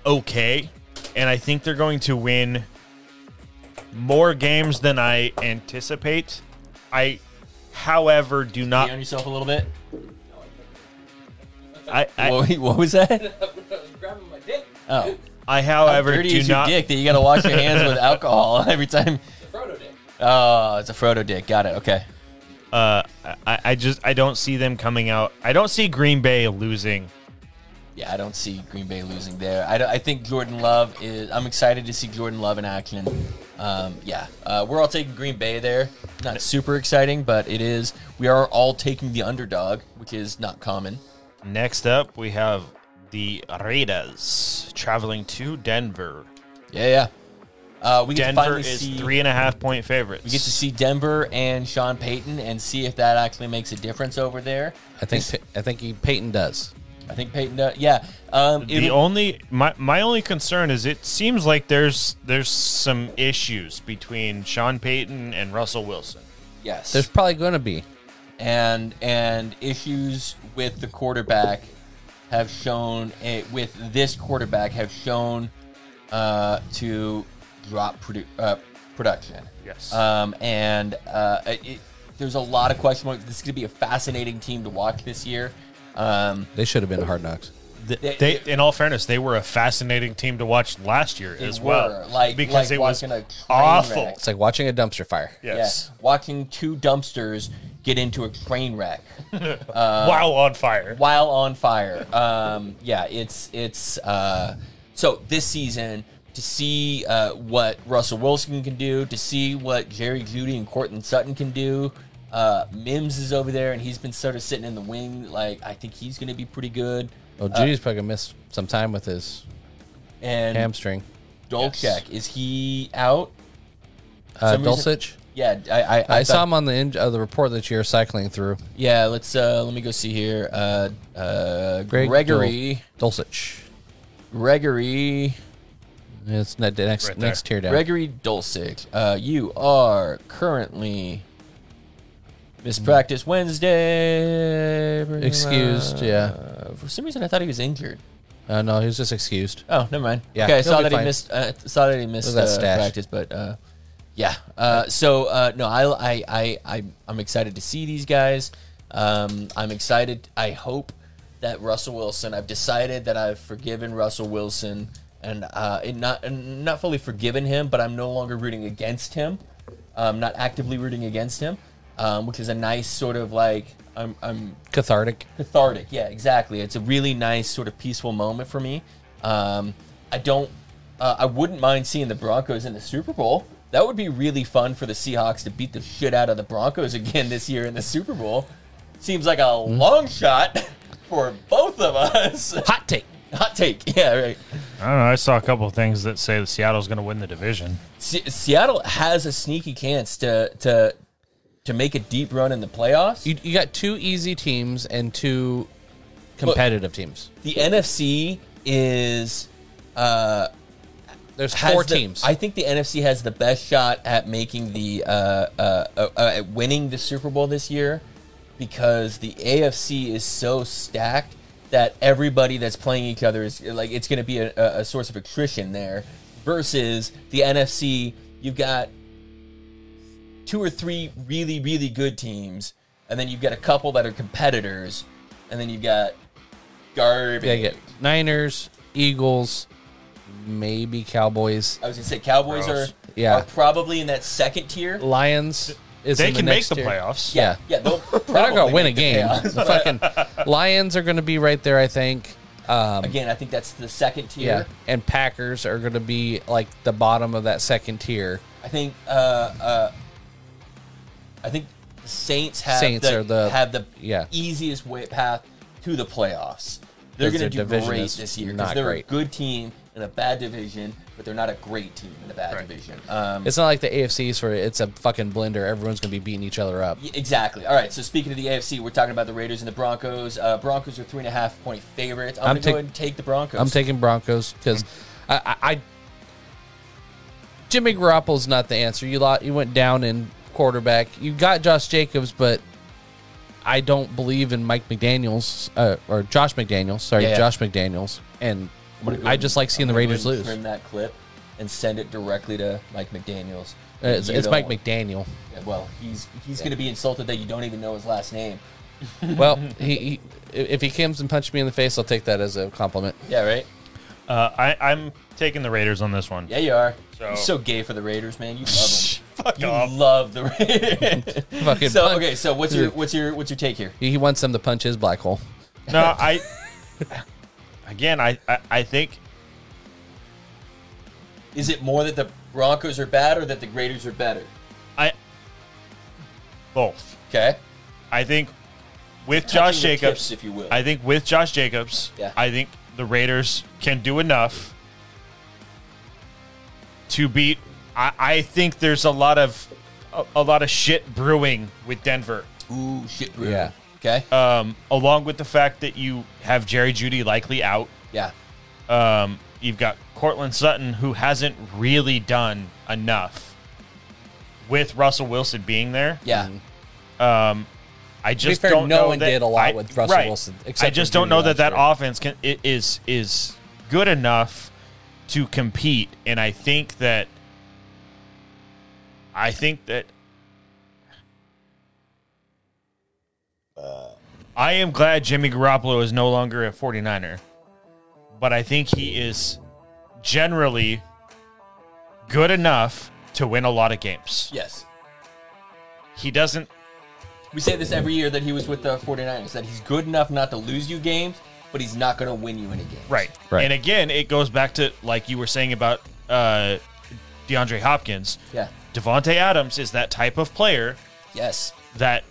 S1: okay, and I think they're going to win more games than I anticipate. I, however, do
S2: you on
S1: not.
S2: yourself a little bit.
S1: I, I,
S2: what, <laughs> what was that?
S3: <laughs> grabbing my dick,
S1: <laughs>
S2: Oh,
S1: I however,
S2: dirty
S1: do
S2: is your
S1: not.
S2: dick that you got to wash your hands
S1: <laughs>
S2: with alcohol <laughs> every time.
S3: the Frodo dick.
S2: Oh, it's a Frodo dick. Got it. Okay.
S1: Uh, I, I just I don't see them coming out. I don't see Green Bay losing.
S2: Yeah, I don't see Green Bay losing there. I, don't- I think Jordan Love is. I'm excited to see Jordan Love in action. Um, yeah, uh, we're all taking Green Bay there. Not super exciting, but it is. We are all taking the underdog, which is not common.
S1: Next up, we have the Raiders traveling to Denver.
S2: Yeah, yeah. Uh, we get to
S1: Denver
S2: finally
S1: is
S2: see-
S1: three and a half point favorites.
S2: We get to see Denver and Sean Payton and see if that actually makes a difference over there.
S3: I think Pa- I think he, Peyton does.
S2: I think Payton does. Yeah. Um,
S1: the
S2: it'll-
S1: only my, my only concern is it seems like there's there's some issues between Sean Payton and Russell Wilson.
S2: yes.
S3: There's probably going to be.
S2: and and issues with the quarterback have shown eh, with this quarterback have shown uh, to drop produ- uh, production.
S1: Yes.
S2: Um, and uh, it, it- there's a lot of question marks. This is going to be a fascinating team to watch this year. Um,
S3: They should have been hard knocks.
S1: They, in all fairness, they were a fascinating team to watch last year as well,
S2: were, like-
S1: because
S2: like
S1: it was
S2: watching a train
S1: awful.
S2: wreck.
S3: It's like watching a dumpster fire.
S1: Yes,
S2: Yeah, watching two dumpsters get into a train wreck <laughs> Uh,
S1: wow, on fire.
S2: while on fire. Um, yeah, it's it's uh, so this season to see uh, what Russell Wilson can do, to see what Jerry Judy and Cortland Sutton can do. Uh, Mims is over there, and he's been sort of sitting in the wing. Like I think he's going to be pretty good.
S3: Oh, Judy's probably going to miss some time with his
S2: And
S3: hamstring.
S2: Dolchek
S1: Yes.
S2: is he out?
S3: Uh,
S2: Some reason-
S3: Dulcich.
S2: Yeah, I I, I
S3: I saw
S2: thought-
S3: him on the in- uh, the report that you're cycling through.
S2: Yeah, let's uh, let me go see here. Uh, uh,
S3: Greg
S2: Gregory.
S3: Dul- Dulcich.
S2: Gregory
S3: It's ne- the next
S1: Right there.
S3: next tear down.
S2: Gregory Dulcich, uh, you are currently mispractice Wednesday.
S3: Excused, yeah.
S2: Uh, for some reason, I thought he was injured.
S3: Uh, no, he was just excused.
S2: Oh, never mind.
S3: Yeah,
S2: okay, I
S3: he'll
S2: saw
S3: be
S2: that he
S3: fine.
S2: missed. Uh, saw that he missed
S3: Look at
S2: uh,
S3: that stash.
S2: practice, but uh, yeah. Uh, so uh, no, I, I, I, I, I'm excited to see these guys. Um, I'm excited. I hope that Russell Wilson. I've decided that I've forgiven Russell Wilson, and uh, it not and not fully forgiven him, but I'm no longer rooting against him. I'm not actively rooting against him, um, which is a nice sort of like I'm, I'm
S3: Cathartic.
S2: cathartic. Yeah, exactly. It's a really nice sort of peaceful moment for me. Um, I don't. Uh, I wouldn't mind seeing the Broncos in the Super Bowl. That would be really fun for the Seahawks to beat the shit out of the Broncos <laughs> again this year in the Super Bowl. Seems like a long shot <laughs> for both of us. <laughs>
S3: Hot take.
S2: Hot take. Yeah, right.
S1: I don't know. I saw a couple of things that say that Seattle's going to win the division.
S2: Se- Seattle has a sneaky chance to to to make a deep run in the playoffs.
S3: You, you got two easy teams and two competitive teams.
S2: the NFC is uh
S3: There's
S2: has
S3: four
S2: the-
S3: teams.
S2: I think the NFC has the best shot at making the uh, uh, uh, uh, at winning the Super Bowl this year because the AFC is so stacked that everybody that's playing each other is like it's going to be a, a a source of attrition there. Versus the NFC, you've got two or three really really good teams, and then you've got a couple that are competitors, and then you've got garbage.
S3: yeah, you got Niners, Eagles, maybe Cowboys.
S2: I was gonna say Cowboys
S1: Gross.
S2: are
S3: Yeah.
S2: are probably in that second tier.
S3: Lions is
S1: They
S3: in
S1: can make
S3: next
S1: the
S3: tier.
S1: playoffs.
S2: Yeah, yeah, they'll
S3: <laughs> They're not
S2: probably
S3: gonna win a
S2: make the
S3: game.
S2: playoffs.
S3: The fucking Lions are gonna be right there, I think. Um,
S2: Again, I think that's the second tier.
S3: yeah, and Packers are gonna be like the bottom of that second tier.
S2: I think uh, uh, I think the Saints have
S3: Saints
S2: the,
S3: are the-
S2: have the
S3: yeah.
S2: easiest way path to the playoffs. They're
S3: 'Cause
S2: going to
S3: their
S2: do
S3: division
S2: great
S3: is
S2: this year because
S3: not
S2: they're
S3: great.
S2: a good team in a bad division, but they're not a great team in a bad division. Um,
S3: It's not like the AFCs where it's a fucking blender. Everyone's gonna be beating each other up.
S2: y- exactly. All right. So speaking of the AFC, we're talking about the Raiders and the Broncos. Uh, Broncos are three and a half point favorites. I'm, going
S3: I'm
S2: to
S3: take-
S2: go ahead and take the Broncos.
S3: I'm taking Broncos because I, I, I Jimmy Garoppolo's not the answer. You lot you went down in quarterback. You got Josh Jacobs, but I don't believe in Mike McDaniel's uh, or Josh McDaniels. Sorry,
S2: Yeah, yeah.
S3: Josh McDaniels, and
S2: gonna go
S3: I just like seeing the
S2: I'm gonna go
S3: Raiders
S2: ahead and
S3: lose.
S2: Trim that clip and send it directly to Mike McDaniel's.
S3: Uh, It's,
S2: You
S3: it's
S2: don't
S3: Mike
S2: want-
S3: McDaniel.
S2: Well, he's he's going to be insulted that you don't even know his last name.
S3: Well, he, he if he comes and punches me in the face, I'll take that as a compliment.
S2: Yeah, right.
S1: Uh, I, I'm taking the Raiders on this one.
S2: Yeah, you are.
S1: So-
S2: You're so gay for the Raiders, man. You love them.
S1: <laughs> Fuck
S2: you <laughs>
S1: off.
S2: love the Raiders.
S3: <laughs> Fucking
S2: so
S3: punch.
S2: okay, so what's your what's your what's your take here?
S3: He, he wants them to punch his black hole.
S1: No, I. Again, I, I, I think
S2: Is it more that the Broncos are bad or that the Raiders are better?
S1: I. Both.
S2: Okay.
S1: I think with
S2: Touching
S1: Josh
S2: the
S1: Jacobs,
S2: tips, if you will.
S1: I think with Josh Jacobs,
S2: Yeah.
S1: I think the Raiders can do enough to beat. I, I think there's a lot of a, a lot of shit brewing with Denver.
S2: Ooh, shit. Brew.
S3: Yeah.
S2: Okay.
S1: Um, along with the fact that you have Jerry Judy likely out.
S2: yeah.
S1: Um, you've got Cortland Sutton who hasn't really done enough with Russell Wilson being there.
S2: Yeah.
S3: Mm.
S1: Um, I just
S3: fair,
S1: don't
S3: no
S1: know
S3: one
S1: that,
S3: did a lot
S1: I-
S3: with Russell
S1: right.
S3: Wilson, except
S1: I
S3: for
S1: just
S3: Judy
S1: don't know
S3: last
S1: that that
S3: year.
S1: offense can i- is is good enough to compete, and I think that I think that I am glad Jimmy Garoppolo is no longer a 49er, but I think he is generally good enough to win a lot of games.
S2: Yes.
S1: He doesn't
S2: We say this every year that he was with the 49ers, that he's good enough not to lose you games, but he's not going to win you any games.
S1: Right.
S3: Right.
S1: And again, it goes back to like you were saying about uh, DeAndre Hopkins.
S2: Yeah.
S1: Devonte Adams is that type of player
S2: Yes.
S1: that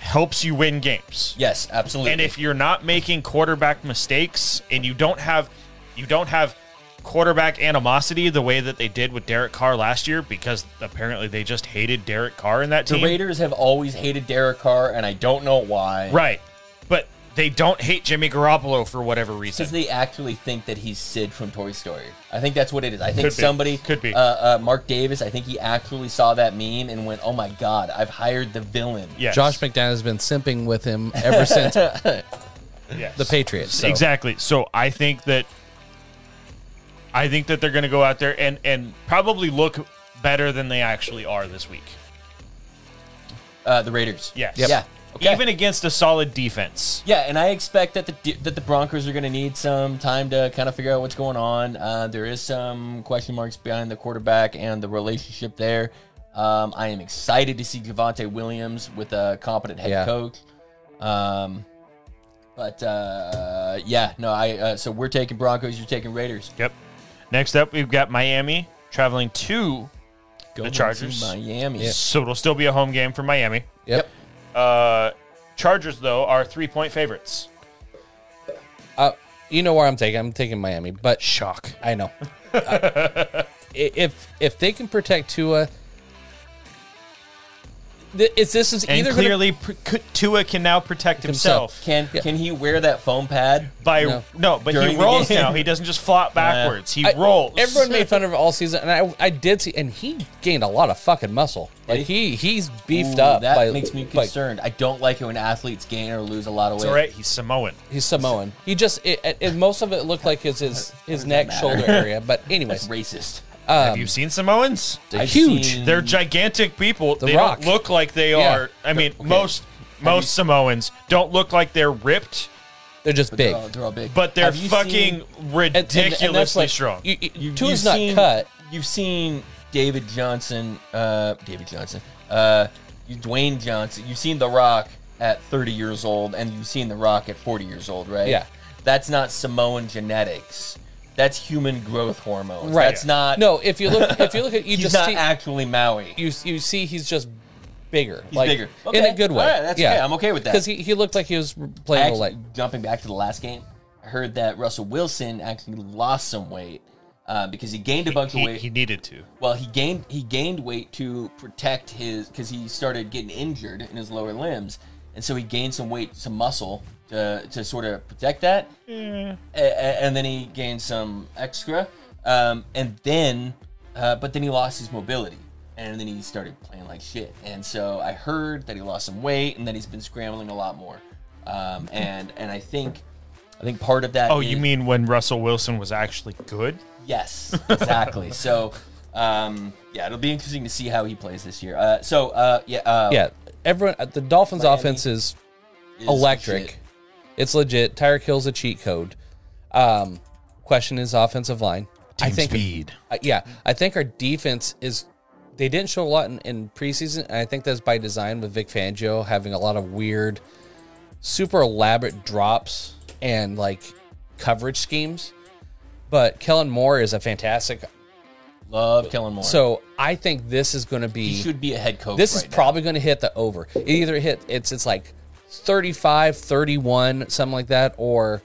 S1: helps you win games.
S2: Yes, absolutely.
S1: And if you're not making quarterback mistakes and you don't have you don't have quarterback animosity the way that they did with Derek Carr last year because apparently they just hated Derek Carr in that
S2: the
S1: team.
S2: Raiders have always hated Derek Carr, and I don't know why.
S1: Right. But they don't hate Jimmy Garoppolo for whatever reason.
S2: Because they actually think that he's Sid from Toy Story. I think that's what it is. I think
S1: Could be.
S2: somebody
S1: Could be.
S2: Uh, uh, Mark Davis. I think he actually saw that meme and went, "Oh my god, I've hired the villain."
S1: Yes.
S3: Josh McDaniel has been simping with him ever since the
S1: <laughs> Yes.
S3: Patriots. so-
S1: Exactly. So I think that I think that they're going to go out there and and probably look better than they actually are this week.
S2: Uh, the Raiders.
S1: Yes.
S2: Yeah. Okay.
S1: Even against a solid defense.
S2: Yeah, and I expect that the D- that the Broncos are going to need some time to kind of figure out what's going on. Uh, there is some question marks behind the quarterback and the relationship there. Um, I am excited to see Javante Williams with a competent head
S3: Yeah.
S2: coach. Um, but uh, yeah, no, I uh, so we're taking Broncos, you're taking Raiders.
S1: Yep. Next up, we've got Miami traveling to.
S2: Going to
S1: Chargers.
S2: Miami.
S1: So it'll still be a home game for Miami.
S3: Yep.
S1: Uh, Chargers though are three point favorites.
S3: Uh, you know where I'm taking. I'm taking Miami, but
S1: Shock. <laughs>
S3: I know. Uh, i- if if they can protect Tua, th- is this is
S1: And
S3: either gonna-
S1: clearly, pr- could- Tua can now protect
S3: Himself.
S1: himself.
S2: Can
S3: Yeah.
S2: can he wear that foam pad?
S1: By no,
S3: No.
S1: but
S2: During
S1: he
S2: the
S1: rolls
S2: game.
S1: now. He doesn't just flop backwards. he
S3: I-
S1: rolls.
S3: Everyone made fun of him all season, and I I did see, and he gained a lot of fucking muscle. Like he he's beefed
S2: Ooh,
S3: up.
S2: That
S3: by-
S2: makes me
S3: by-
S2: concerned. I don't like it when athletes gain or lose a lot of weight.
S1: It's all right. He's Samoan.
S3: he's Samoan. He just it, it, it- most of it looked like his his his neck
S2: matter?
S3: shoulder area. But anyways, um,
S2: That's racist.
S1: Have you seen Samoans?
S3: they're
S2: I've
S3: huge.
S2: seen-
S1: They're gigantic people. they
S3: Rock.
S1: don't look like they
S3: Yeah.
S1: are. I mean, most most Samoans don't look like they're ripped.
S3: They're just big.
S2: They're all, they're all big.
S1: But they're
S2: Have you
S1: fucking
S2: seen-
S3: And- and- and
S1: ridiculously
S3: that's like-
S1: strong.
S3: You, you,
S2: you-
S3: two
S2: you've
S3: is not
S2: seen-
S3: cut.
S2: You've seen David Johnson, uh, David Johnson, uh, you- Dwayne Johnson. You've seen The Rock at 30 years old, and you've seen The Rock at 40 years old, right?
S3: Yeah.
S2: That's not Samoan genetics. That's human growth hormones.
S3: Right.
S2: That's not.
S3: No, if you look, if you look at
S2: <laughs>
S3: you
S2: he's
S3: just
S2: not
S3: see,
S2: actually Maui.
S3: you you see he's just bigger.
S2: He's bigger.
S3: in
S2: Okay.
S3: a good way.
S2: All right, that's
S3: yeah,
S2: okay. I'm okay with that.
S3: because he, he looked like he was playing
S2: Actually,
S3: a leg.
S2: jumping back to the last game, I heard that Russell Wilson actually lost some weight uh, because he gained a bunch of
S1: He,
S2: weight.
S1: he needed to.
S2: Well, he gained he gained weight to protect his because he started getting injured in his lower limbs, and so he gained some weight, some muscle to to sort of protect that. A- a- and then he gained some extra, um, and then uh, but then he lost his mobility, and then he started playing like shit. And so I heard that he lost some weight, and that he's been scrambling a lot more. Um, and and I think I think part of that.
S1: Oh, you
S2: is-
S1: mean when Russell Wilson was actually good?
S2: Yes, exactly. so, um, yeah, it'll be interesting to see how he plays this year. Uh, so, uh, yeah, uh,
S3: Yeah, everyone. The Dolphins'
S2: Miami.
S3: offense is
S2: is
S3: electric.
S2: legit.
S3: It's legit. Tyreek Hill's a cheat code. Um, question is offensive line. I think.
S1: speed.
S3: uh, yeah, I think our defense is. They didn't show a lot in, in preseason, and I think that's by design with Vic Fangio having a lot of weird, super elaborate drops and like coverage schemes. But Kellen Moore is a fantastic.
S2: Love Kellen Moore.
S3: So I think this is going to
S2: he
S3: be.
S2: should be a head coach.
S3: This is
S2: right now.
S3: probably going to hit the over. It either hit it's it's like 35, 31, something like that or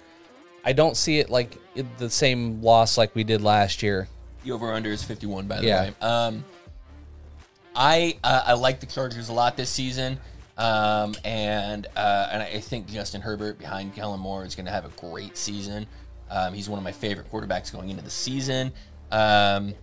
S3: I don't see it like it- the same loss like we did last year.
S2: The over under is 51, by the
S3: Yeah.
S2: way. Um, I uh, I like the Chargers a lot this season. Um, and uh, and I think Justin Herbert behind Kellen Moore is going to have a great season. Um, he's one of my favorite quarterbacks going into the season. Um,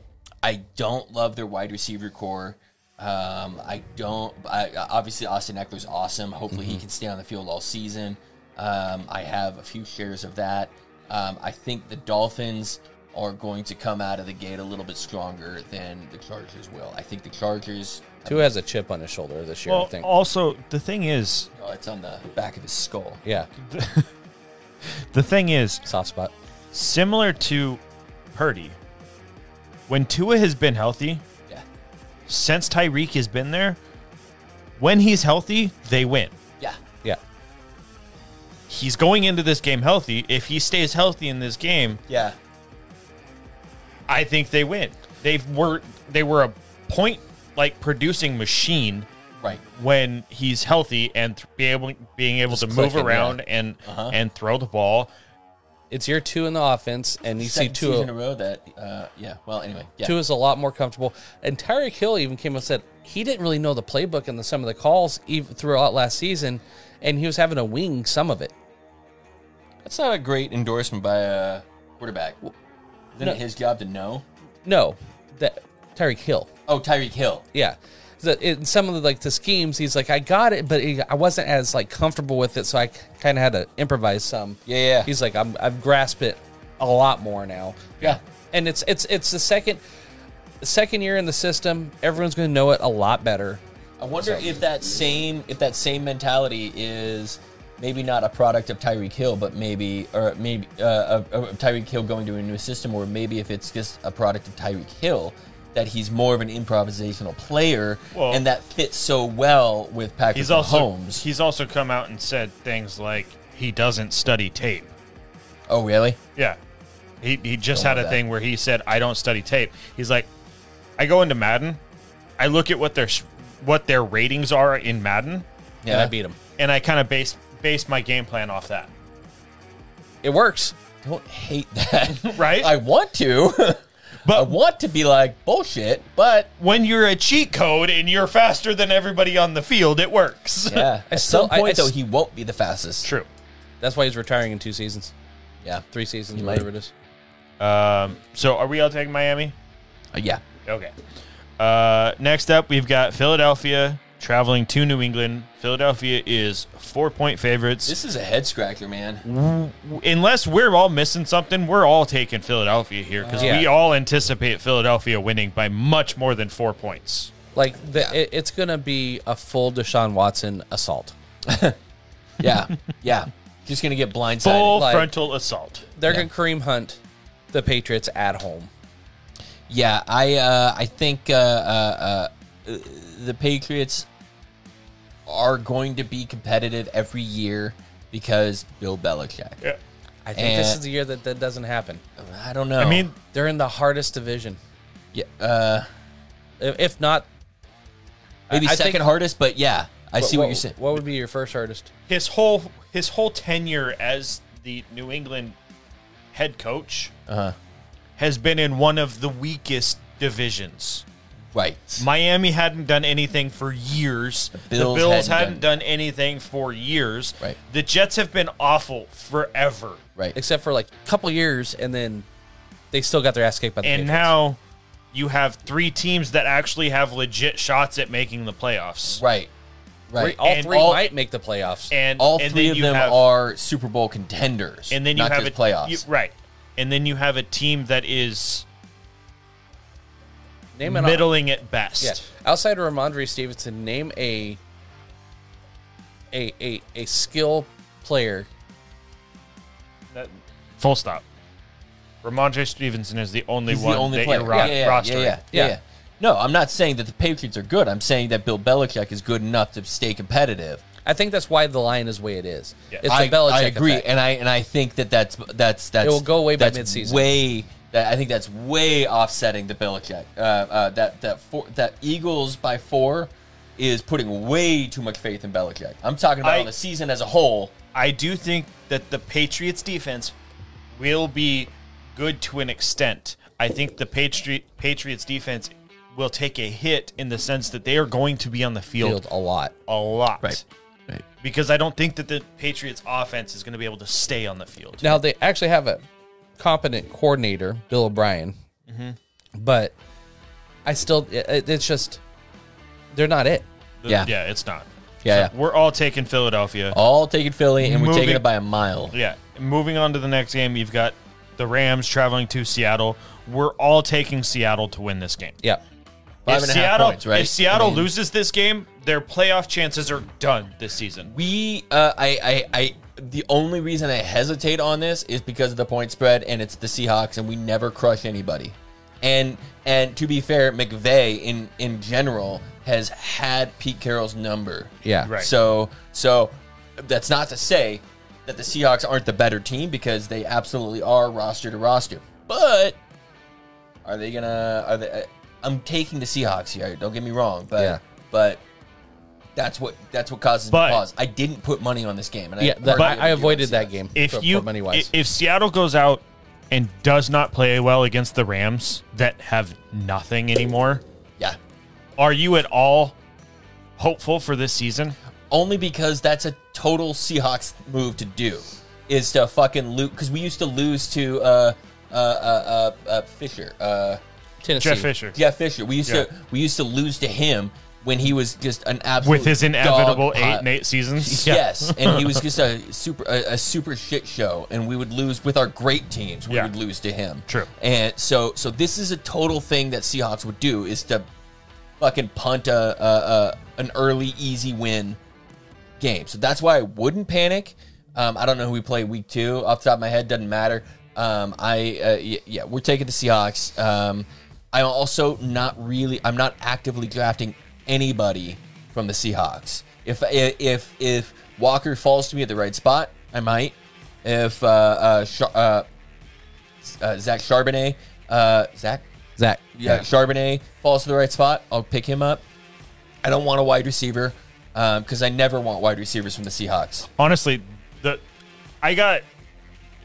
S2: I don't love their wide receiver core. Um, I don't. I, obviously, Austin Eckler's awesome. Hopefully, he can stay on the field all season. Um, I have a few shares of that. Um, I think the Dolphins are going to come out of the gate a little bit stronger than the Chargers will. I think the Chargers.
S3: Who has a chip on his shoulder this year, I
S1: Well,
S3: think.
S1: also the thing is,
S2: Oh, it's on the back of his skull.
S3: yeah,
S1: the thing is,
S3: soft spot.
S1: similar to Purdy, when Tua has been healthy,
S2: Yeah.
S1: since Tyreek has been there, when he's healthy, they win.
S2: Yeah.
S3: Yeah.
S1: He's going into this game healthy. If he stays healthy in this game,
S2: Yeah.
S1: I think they win. They were they were a point like producing machine
S2: Right.
S1: when he's healthy and th- be able being able to move
S3: clicking, yeah.
S1: around and
S2: Uh-huh.
S1: and throw the ball.
S3: It's year 2 in the offense and you
S2: Second
S3: see
S2: season in a
S3: Tua
S2: row that. Uh, yeah. Well, anyway. Yeah.
S3: Tua's a lot more comfortable. And Tyreek Hill even came and said he didn't really know the playbook and the, some of the calls even throughout last season and he was having to wing some of it.
S2: That's not a great endorsement by a quarterback. Isn't
S3: No.
S2: it his job to know?
S3: No, that Tyreek Hill.
S2: Oh, Tyreek Hill.
S3: Yeah. The, in some of the like the schemes, he's like, I got it, but it, I wasn't as like comfortable with it, so I kind of had to improvise some.
S2: Yeah, yeah.
S3: He's like, I'm, I've grasped it a lot more now,
S2: Yeah.
S3: and it's it's it's the second the second year in the system. Everyone's going to know it a lot better.
S2: I wonder if that same if that same mentality is maybe not a product of Tyreek Hill, but maybe or maybe uh, of, of Tyreek Hill going to a new system, or maybe if it's just a product of Tyreek Hill that he's more of an improvisational player,
S1: Well-
S2: and that fits so well with Patrick
S1: He's also
S2: Mahomes.
S1: he's also come out and said things like he doesn't study tape.
S2: oh, really?
S1: Yeah. He, he just
S2: Don't
S1: had
S2: know
S1: a
S2: that.
S1: thing where he said, I don't study tape. He's like, I go into Madden, I look at what their sh- what their ratings are in Madden,
S3: Yeah, and I beat him.
S1: and I kind of base base my game plan off that.
S3: It works.
S2: Don't hate that,
S1: Right?
S2: I want to. <laughs> I
S1: But
S2: want to be like bullshit, but
S1: when you're a cheat code and you're faster than everybody on the field, it works. <laughs>
S2: yeah. <laughs> At
S3: still-
S2: some
S3: I- I
S2: point, though,
S3: s-
S2: he won't be the fastest.
S1: True.
S3: That's why he's retiring in two seasons,
S2: Yeah.
S3: three seasons,
S2: He might.
S3: whatever it is.
S1: Um, so are we all taking Miami?
S2: Uh, yeah.
S1: Okay. Uh, next up, we've got Philadelphia traveling to New England. Philadelphia is four point favorites.
S2: This is a head scratcher, man.
S1: unless we're all missing something, we're all taking Philadelphia here because
S3: Yeah.
S1: we all anticipate Philadelphia winning by much more than four points.
S3: Like the, it, it's going to be a full Deshaun Watson assault.
S2: Yeah, yeah. Just gonna get blindsided.
S1: Full
S3: like-
S1: frontal assault.
S3: They're
S4: Yeah.
S3: gonna Kareem Hunt the Patriots at home.
S2: Yeah, I uh, I think uh, uh, uh, the Patriots are going to be competitive every year because Bill Belichick.
S1: Yeah.
S3: I think this
S2: And-
S3: is the year that that doesn't happen.
S2: I don't know.
S1: I mean,
S3: They're in the hardest division,
S2: yeah, uh,
S3: if if not. I-
S2: maybe
S3: I
S2: second
S3: think-
S2: hardest, but yeah, I see what, you're saying.
S3: What would be your first hardest?
S1: his whole his whole tenure as the New England head coach
S2: Uh-huh.
S1: has been in one of the weakest divisions.
S2: Right.
S1: Miami hadn't done anything for years. The
S2: Bills hadn't
S1: hadn't, done, anything for years.
S2: Right.
S1: The Jets have been awful forever.
S2: Right.
S3: Except for like a couple years, and then they still got their ass kicked by the
S1: And
S3: Patriots.
S1: now you have three teams that actually have legit shots at making the playoffs.
S2: Right.
S3: Three-
S2: Right.
S3: all
S1: and
S3: three
S1: all-
S3: might make the playoffs.
S1: And
S2: All
S1: and
S2: three
S1: then
S2: of
S1: you
S2: them
S1: have-
S2: are Super Bowl contenders.
S1: and then you
S2: not
S1: have
S2: just
S1: a
S2: playoffs.
S1: you- right. And then you have a team that is
S3: name an
S1: middling at best.
S3: yeah. outside of Ramondre Stevenson, name a a a, a skill player.
S1: That- full stop. Ramondre Stevenson is the only
S2: He's
S1: one
S2: the only
S1: that
S2: player.
S1: you're ro-
S2: yeah, yeah, yeah,
S1: rostering.
S2: yeah, yeah,
S3: Yeah.
S2: yeah. No, I'm not saying that the Patriots are good. I'm saying that Bill Belichick is good enough to stay competitive.
S3: I think that's why the line is the way it is.
S1: Yeah.
S3: It's
S2: I,
S3: a Belichick
S2: I agree,
S3: effect.
S2: and I and I think that that's that's that's
S3: will go away by
S2: that's
S3: midseason.
S2: Way that I think that's way offsetting the Belichick. Uh, uh, that that four, that Eagles by four is putting way too much faith in Belichick. I'm talking about
S1: I-
S2: on the season as a whole.
S1: I do think that the Patriots defense will be good to an extent. I think the Patri- Patriots defense will take a hit in the sense that they are going to be on the field,
S3: Field a lot.
S1: a lot.
S2: Right. Right.
S1: Because I don't think that the Patriots offense is going to be able to stay on the field.
S3: Now they actually have a competent coordinator, Bill O'Brien, but I still it- it, it's just they're not it.
S1: The-
S2: Yeah.
S1: Yeah, it's not.
S2: Yeah, yeah.
S1: We're all taking Philadelphia.
S2: all taking Philly, and we're taking
S1: Moving-
S2: it by a mile.
S1: Yeah. Moving on to the next game, you've got the Rams traveling to Seattle. We're all taking Seattle to win this game.
S3: Yeah,
S1: if
S2: Five and a half
S1: Seattle,
S2: points, right?
S1: If Seattle
S2: I mean-
S1: loses this game, their playoff chances are done this season.
S2: We, uh, I, I, I, the only reason I hesitate on this is because of the point spread, and it's the Seahawks, and we never crush anybody. And and to be fair, McVay in in general has had Pete Carroll's number.
S3: yeah,
S1: Right.
S2: So so that's not to say that the Seahawks aren't the better team because they absolutely are roster to roster. But are they gonna? Are they? uh, I'm taking the Seahawks here. Don't get me wrong, but
S3: Yeah.
S2: but that's what that's what causes
S1: But-
S2: me pause. I didn't put money on this game, and
S3: Yeah,
S2: I,
S3: that,
S2: hardly
S3: I,
S2: ever do
S3: I
S2: on
S3: avoided
S2: Seahawks.
S3: that game.
S1: If
S3: for,
S1: you
S3: money
S1: i-
S3: wise,
S1: if Seattle goes out and does not play well against the Rams that have nothing anymore,
S2: yeah,
S1: are you at all hopeful for this season?
S2: only because that's a total Seahawks move to do is to fucking loot because we used to lose to uh uh uh uh, uh Fisher uh.
S3: Tennessee,
S1: Jeff Fisher.
S2: Jeff Fisher. We used
S1: Yeah.
S2: to we used to lose to him when he was just an absolute
S1: With his inevitable
S2: dog
S1: eight
S2: pile.
S1: and eight <laughs>
S2: <laughs>
S1: seasons. Yeah.
S2: Yes, and he
S1: <laughs>
S2: was just a super a, a super shit show, and we would lose with our great teams. We
S1: Yeah.
S2: would lose to him.
S1: True.
S2: And so so this is a total thing that Seahawks would do is to fucking punt a, a, a an early easy win game. So that's why I wouldn't panic. Um, I don't know who we play week two off the top of my head. Doesn't matter. Um, I uh, y- yeah, we're taking the Seahawks. Um, I'm also not really. I'm not actively drafting anybody from the Seahawks. If if if Walker falls to me at the right spot, I might. If uh, uh, Sh- uh, uh, Zach Charbonnet, uh, Zach
S3: Zach,
S2: yeah, Charbonnet falls to the right spot. I'll pick him up. I don't want a wide receiver because I never want wide receivers from the Seahawks.
S1: honestly, the I got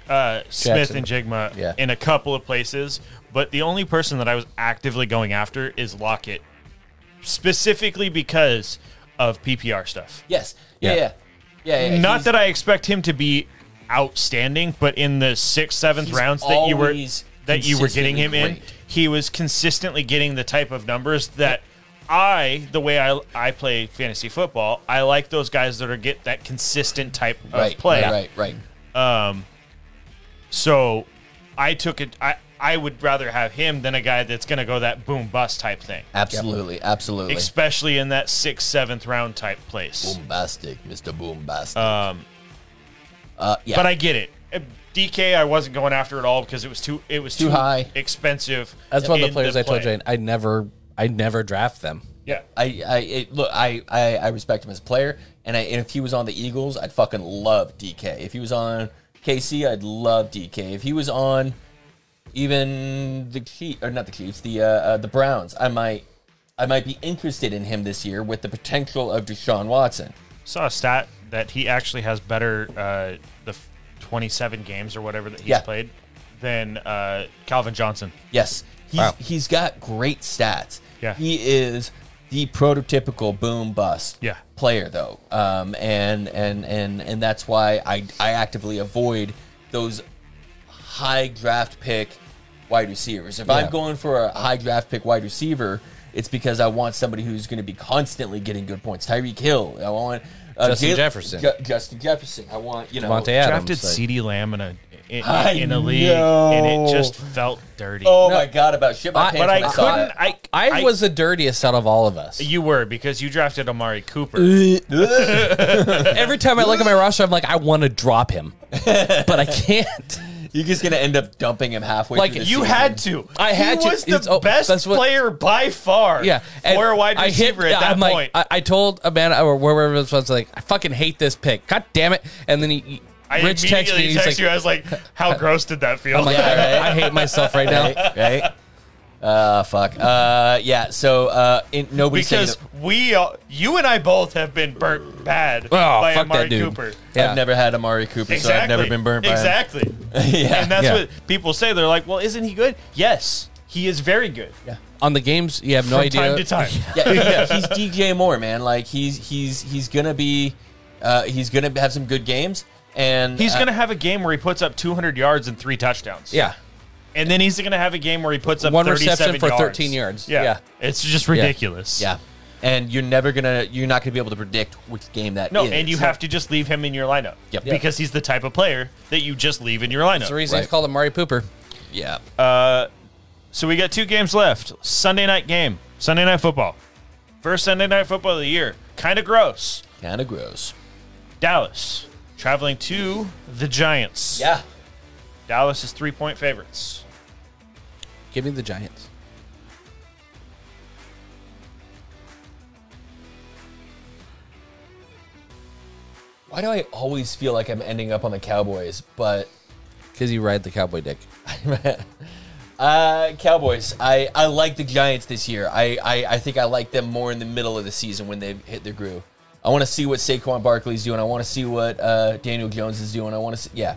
S1: uh, Smith and Jigma
S3: Yeah.
S1: in a couple of places, but the only person that I was actively going after is Lockett, specifically because of PPR stuff.
S2: Yes. Yeah. Yeah. Yeah.
S3: Yeah.
S2: yeah, yeah.
S1: Not
S2: He's-
S1: that I expect him to be outstanding, but in the sixth, seventh
S2: He's
S1: rounds that you were
S2: always
S1: that you were getting
S2: consistently
S1: him in,
S2: great.
S1: he was consistently getting the type of numbers that I, the way I I play fantasy football, I like those guys that are get that consistent type of
S2: right.
S1: play.
S2: Right. Right. Right.
S1: So I took it. I I would rather have him than a guy that's going to go that boom bust type thing,
S2: Absolutely. Absolutely.
S1: especially in that sixth, seventh round type place.
S2: Bombastic, Mr. Bombastic. Uh, yeah,
S1: But I get it. Uh, DK, I wasn't going after at all because it was too it was too,
S2: high.
S1: expensive.
S3: That's one of the
S1: in
S3: players I told
S1: play.
S3: Jane I never, I never draft them.
S1: Yeah,
S2: I, I it, look, I, I, I respect him as a player, and, I, and if he was on the Eagles, I'd fucking love DK. If he was on KC, I'd love DK. If he was on even the Chiefs, or not the Chiefs, the uh, uh, the Browns, I might, I might be interested in him this year with the potential of Deshaun Watson.
S1: saw a stat that he actually has better uh, the f- 27 games or whatever that he's
S2: Yeah.
S1: played than uh, Calvin Johnson.
S2: Yes, he's
S3: Wow.
S2: he's got great stats.
S1: Yeah.
S2: he is the prototypical boom bust
S1: Yeah.
S2: player though, um, and and and and that's why I I actively avoid those high draft pick wide receivers. If I'm
S3: Yeah.
S2: going for a high draft pick wide receiver, it's because I want somebody who's going to be constantly getting good points. Tyreek Hill, I want. Uh,
S3: Justin
S2: Jal-
S3: Jefferson.
S2: Ju- Justin Jefferson. I want you know.
S3: Devontae Adams.
S1: Drafted
S3: like-
S1: CD Lamb in a in,
S2: I
S1: in a league, and
S2: know.
S1: it just felt dirty.
S2: Oh my god! About shit my
S3: I-
S2: pants
S1: but
S2: when
S1: I
S2: saw it.
S1: couldn't. I,
S3: I was the dirtiest out of all of us.
S1: You were because you drafted Amari Cooper.
S3: Every time I look at my roster, I'm like, I want to drop him, but I can't.
S2: You're just gonna end up dumping him halfway.
S3: Like,
S2: through the
S1: You
S2: season.
S1: had to.
S3: I had
S1: he
S3: to.
S1: was the
S3: It's- oh,
S1: best
S3: that's what-
S1: player by far.
S3: Yeah, and
S1: for a wide
S3: I hit-
S1: receiver at that
S3: I'm like- uh,
S1: point.
S3: I, I told Amanda or wherever it was, like, I fucking hate this pick. God damn it! And then he, he-
S1: I
S3: Rich texts
S1: immediately
S3: me. He's
S1: text
S3: like,
S1: you. I was
S3: <laughs>
S1: like, "How gross did that feel?"
S3: I'm like,
S2: Yeah,
S3: I, I hate myself right now.
S2: right? Uh, fuck. Uh, yeah. So, uh, in,
S1: <laughs>
S2: nobody
S1: because
S2: said
S1: we, all, you and I both have been burnt bad
S3: Oh,
S1: by
S3: fuck
S1: Amari
S3: that dude.
S1: Cooper.
S3: Yeah.
S2: I've never had Amari Cooper, so I've never been burned by
S1: exactly.
S2: him. <laughs> yeah.
S1: And that's
S3: Yeah.
S1: what people say. They're like, "Well, isn't he good?" Yes, he is very good. Yeah,
S3: On the games, you have no
S1: from
S3: idea.
S1: time to
S3: <laughs>
S1: time. <laughs>
S2: yeah, yeah, he's DJ Moore, man. Like he's he's he's gonna be, uh, he's gonna have some good games, and
S1: He's
S2: uh,
S1: going to have a game where he puts up 200 yards and three touchdowns.
S3: Yeah,
S1: And then he's going to have a game where he puts up
S3: One
S1: 37
S3: reception for
S1: yards.
S3: 13 yards.
S1: Yeah.
S3: Yeah.
S1: It's just ridiculous.
S2: yeah. And you're never gonna, you're not gonna be able to predict which game that
S1: No,
S2: is.
S1: and you have to just leave him in your lineup.
S2: Yep. Yeah.
S1: Because he's the type of player that you just leave in your
S3: that's
S1: lineup.
S3: the reason he's
S2: Right.
S3: called Amari Pooper.
S2: yeah.
S1: Uh, So we got two games left. Sunday night game. Sunday night football. First Sunday night football of the year. Kind of gross.
S2: kind of gross.
S1: Dallas traveling to the Giants.
S2: Yeah.
S1: Dallas is three point favorites.
S3: Give me the Giants.
S2: Why do I always feel like I'm ending up on the Cowboys? But
S3: Because you ride the cowboy dick.
S2: <laughs> Uh, Cowboys. I, I like the Giants this year. I, I, I think I like them more in the middle of the season when they've hit their groove. I want to see what Saquon Barkley's doing. I want to see what uh, Daniel Jones is doing. I want to see, yeah.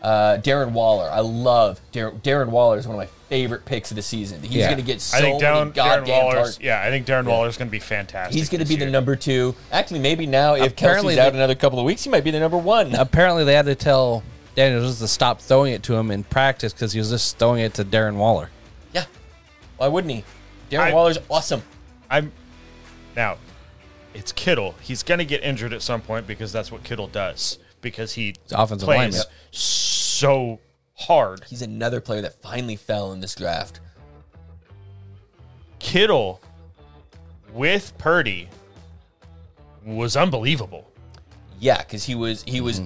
S2: Uh, Darren Waller. I love Darren. Darren Waller is one of my favorite picks of the season. He's
S3: Yeah.
S2: going to get so
S1: I think down
S2: many
S1: Darren
S2: goddamn
S1: Waller's.
S2: targets.
S1: Yeah, I think Darren Waller's going to be fantastic.
S2: He's going to
S1: this
S2: be the
S1: year.
S2: number two. Actually, maybe now if
S3: Apparently
S2: Kelsey's out
S3: they-
S2: another couple of weeks, he might be the number one.
S3: Apparently, they had to tell Daniel Jones to stop throwing it to him in practice because he was just throwing it to Darren Waller.
S2: yeah. Why wouldn't he? Darren
S1: I-
S2: Waller's awesome.
S1: I'm now. It's Kittle. He's going to get injured at some point because that's what Kittle does. Because he
S3: offensive
S1: plays
S3: lineman.
S1: so hard.
S2: He's another player that finally fell in this draft.
S1: Kittle with Purdy was unbelievable.
S2: Yeah, because he was he was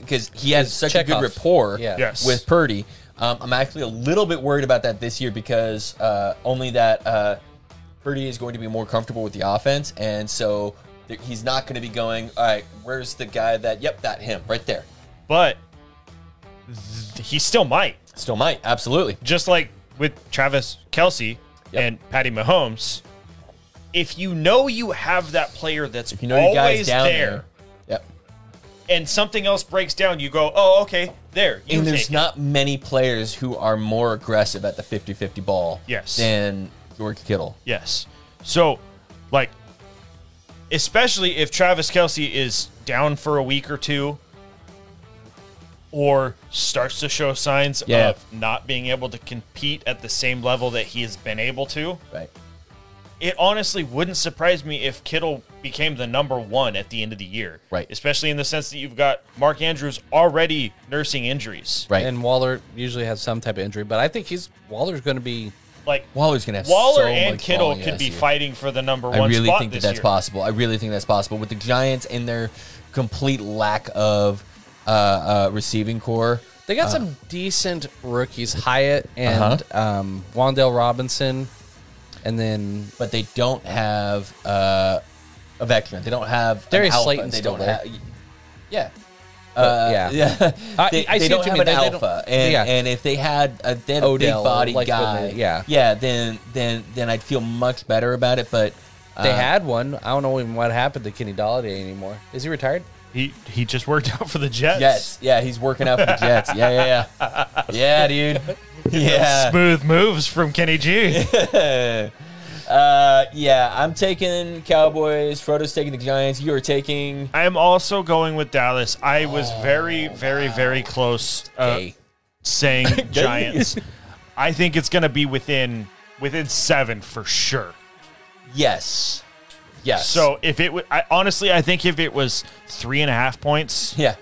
S2: because he had such a
S3: Chekhov.
S2: good rapport
S3: Yeah.
S1: Yes.
S2: with Purdy. Um, I'm actually a little bit worried about that this year because uh, only that uh, Purdy is going to be more comfortable with the offense, and so th- he's not going to be going. All right, where's the guy that? Yep, that him right there.
S1: but th- he still might.
S2: Still might absolutely.
S1: Just like with Travis Kelsey and Patty Mahomes, if you know you have that player that's
S2: You know
S1: always
S2: you guys down
S1: there,
S2: there. Yep.
S1: and something else breaks down, you go, oh, okay, there. You
S2: and
S1: take
S2: there's
S1: it."
S2: not many players who are more aggressive at the 50-50 ball
S1: Yes.
S2: than George Kittle.
S1: Yes. So, like, especially if Travis Kelsey is down for a week or two or starts to show signs
S2: Yeah.
S1: of not being able to compete at the same level that he has been able to.
S2: Right.
S1: it honestly wouldn't surprise me if Kittle became the number one at the end of the year.
S2: Right.
S1: Especially in the sense that you've got Mark Andrews already nursing injuries.
S2: Right.
S3: And Waller usually has some type of injury, but I think he's Waller's going to be.
S1: Like
S2: Waller's gonna have
S1: Waller
S2: so
S1: and
S2: much
S1: Kittle
S2: volume
S1: could
S2: this
S1: be
S2: year.
S1: fighting for the number one
S2: I really
S1: spot
S2: think that
S1: this
S2: that's
S1: year.
S2: possible. I really think that's possible with the Giants and their complete lack of uh, uh, receiving core.
S3: They
S1: Uh.
S3: got some decent rookies, Hyatt and
S1: Uh-huh.
S3: um, Wandale Robinson, and then
S2: but they don't have uh, a veteran. They don't have an
S3: Darius
S2: alpha.
S3: Slayton's
S2: They
S3: still
S2: don't
S3: there.
S2: have. Yeah. Uh,
S3: yeah. I-
S2: yeah. <laughs> They,
S3: I see
S2: they don't
S3: what you
S2: have
S3: mean.
S2: an
S3: They- they don't-
S2: alpha, and,
S3: yeah.
S2: and if they had a dead
S3: Odell,
S2: big body
S3: like,
S2: guy,
S3: with the- yeah.
S2: yeah, then then then I'd feel much better about it. But uh,
S3: they had one. I don't know even what happened to Kenny Galladay anymore. Is he retired?
S1: He he just worked <laughs> out for the Jets.
S2: Jets, yeah, he's working out for the Jets. Yeah, yeah,
S3: <laughs>
S2: yeah, yeah, dude. Yeah,
S1: Smooth moves from Kenny
S2: <laughs>
S1: G.
S2: uh, yeah. I'm taking Cowboys. Frodo's taking the Giants. You are taking.
S1: I am also going with Dallas. I was
S2: Oh.
S1: very, very, very close uh,
S3: Hey,
S2: <laughs>
S1: saying Giants. I think it's going to be within within seven for sure.
S2: Yes, yes.
S1: So if it would, honestly, I think if it was three and a half points,
S2: yeah,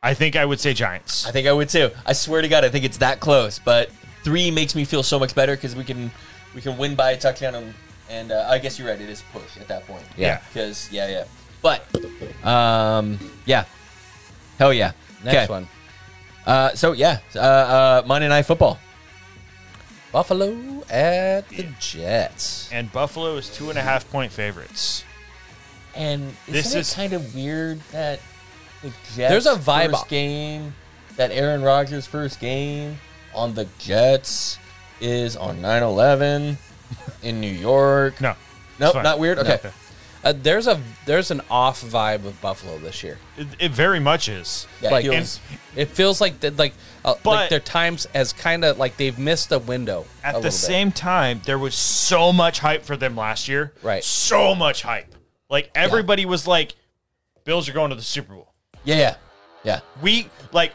S1: I think I would say Giants.
S2: I think I would too. I swear to God, I think it's that close. But three makes me feel so much better because we can we can win by a touchdown, and, and uh, I guess you're right. It is push at that point.
S3: Yeah.
S2: Because yeah, yeah. But um, yeah, hell yeah.
S3: next
S2: 'Kay.
S3: one,
S2: Uh, so yeah, uh, uh, Monday Night Football.
S3: Buffalo at the Jets.
S1: And Buffalo is two and a half point favorites.
S2: And
S1: This
S2: isn't
S1: is-
S2: it kind of weird that the Jets
S3: There's a vibe-
S2: first game that Aaron Rodgers' first game on the Jets is on 9/11 in New York.
S1: No,
S2: Nope,
S1: it's fine.
S2: not weird.
S1: No.
S2: Okay.
S3: Uh, there's a there's an off vibe of Buffalo this year.
S1: It, it very much is.
S2: Yeah,
S3: Like,
S2: he
S1: And
S2: was-
S3: It feels like that like uh, like
S1: But-
S3: their times as kind of like they've missed a window a
S1: at
S3: little
S1: the
S3: bit.
S1: same time, there was so much hype for them last year.
S3: Right.
S1: So much hype. Like everybody was like, Bills are going to the Super Bowl.
S2: yeah, yeah, yeah.
S1: We like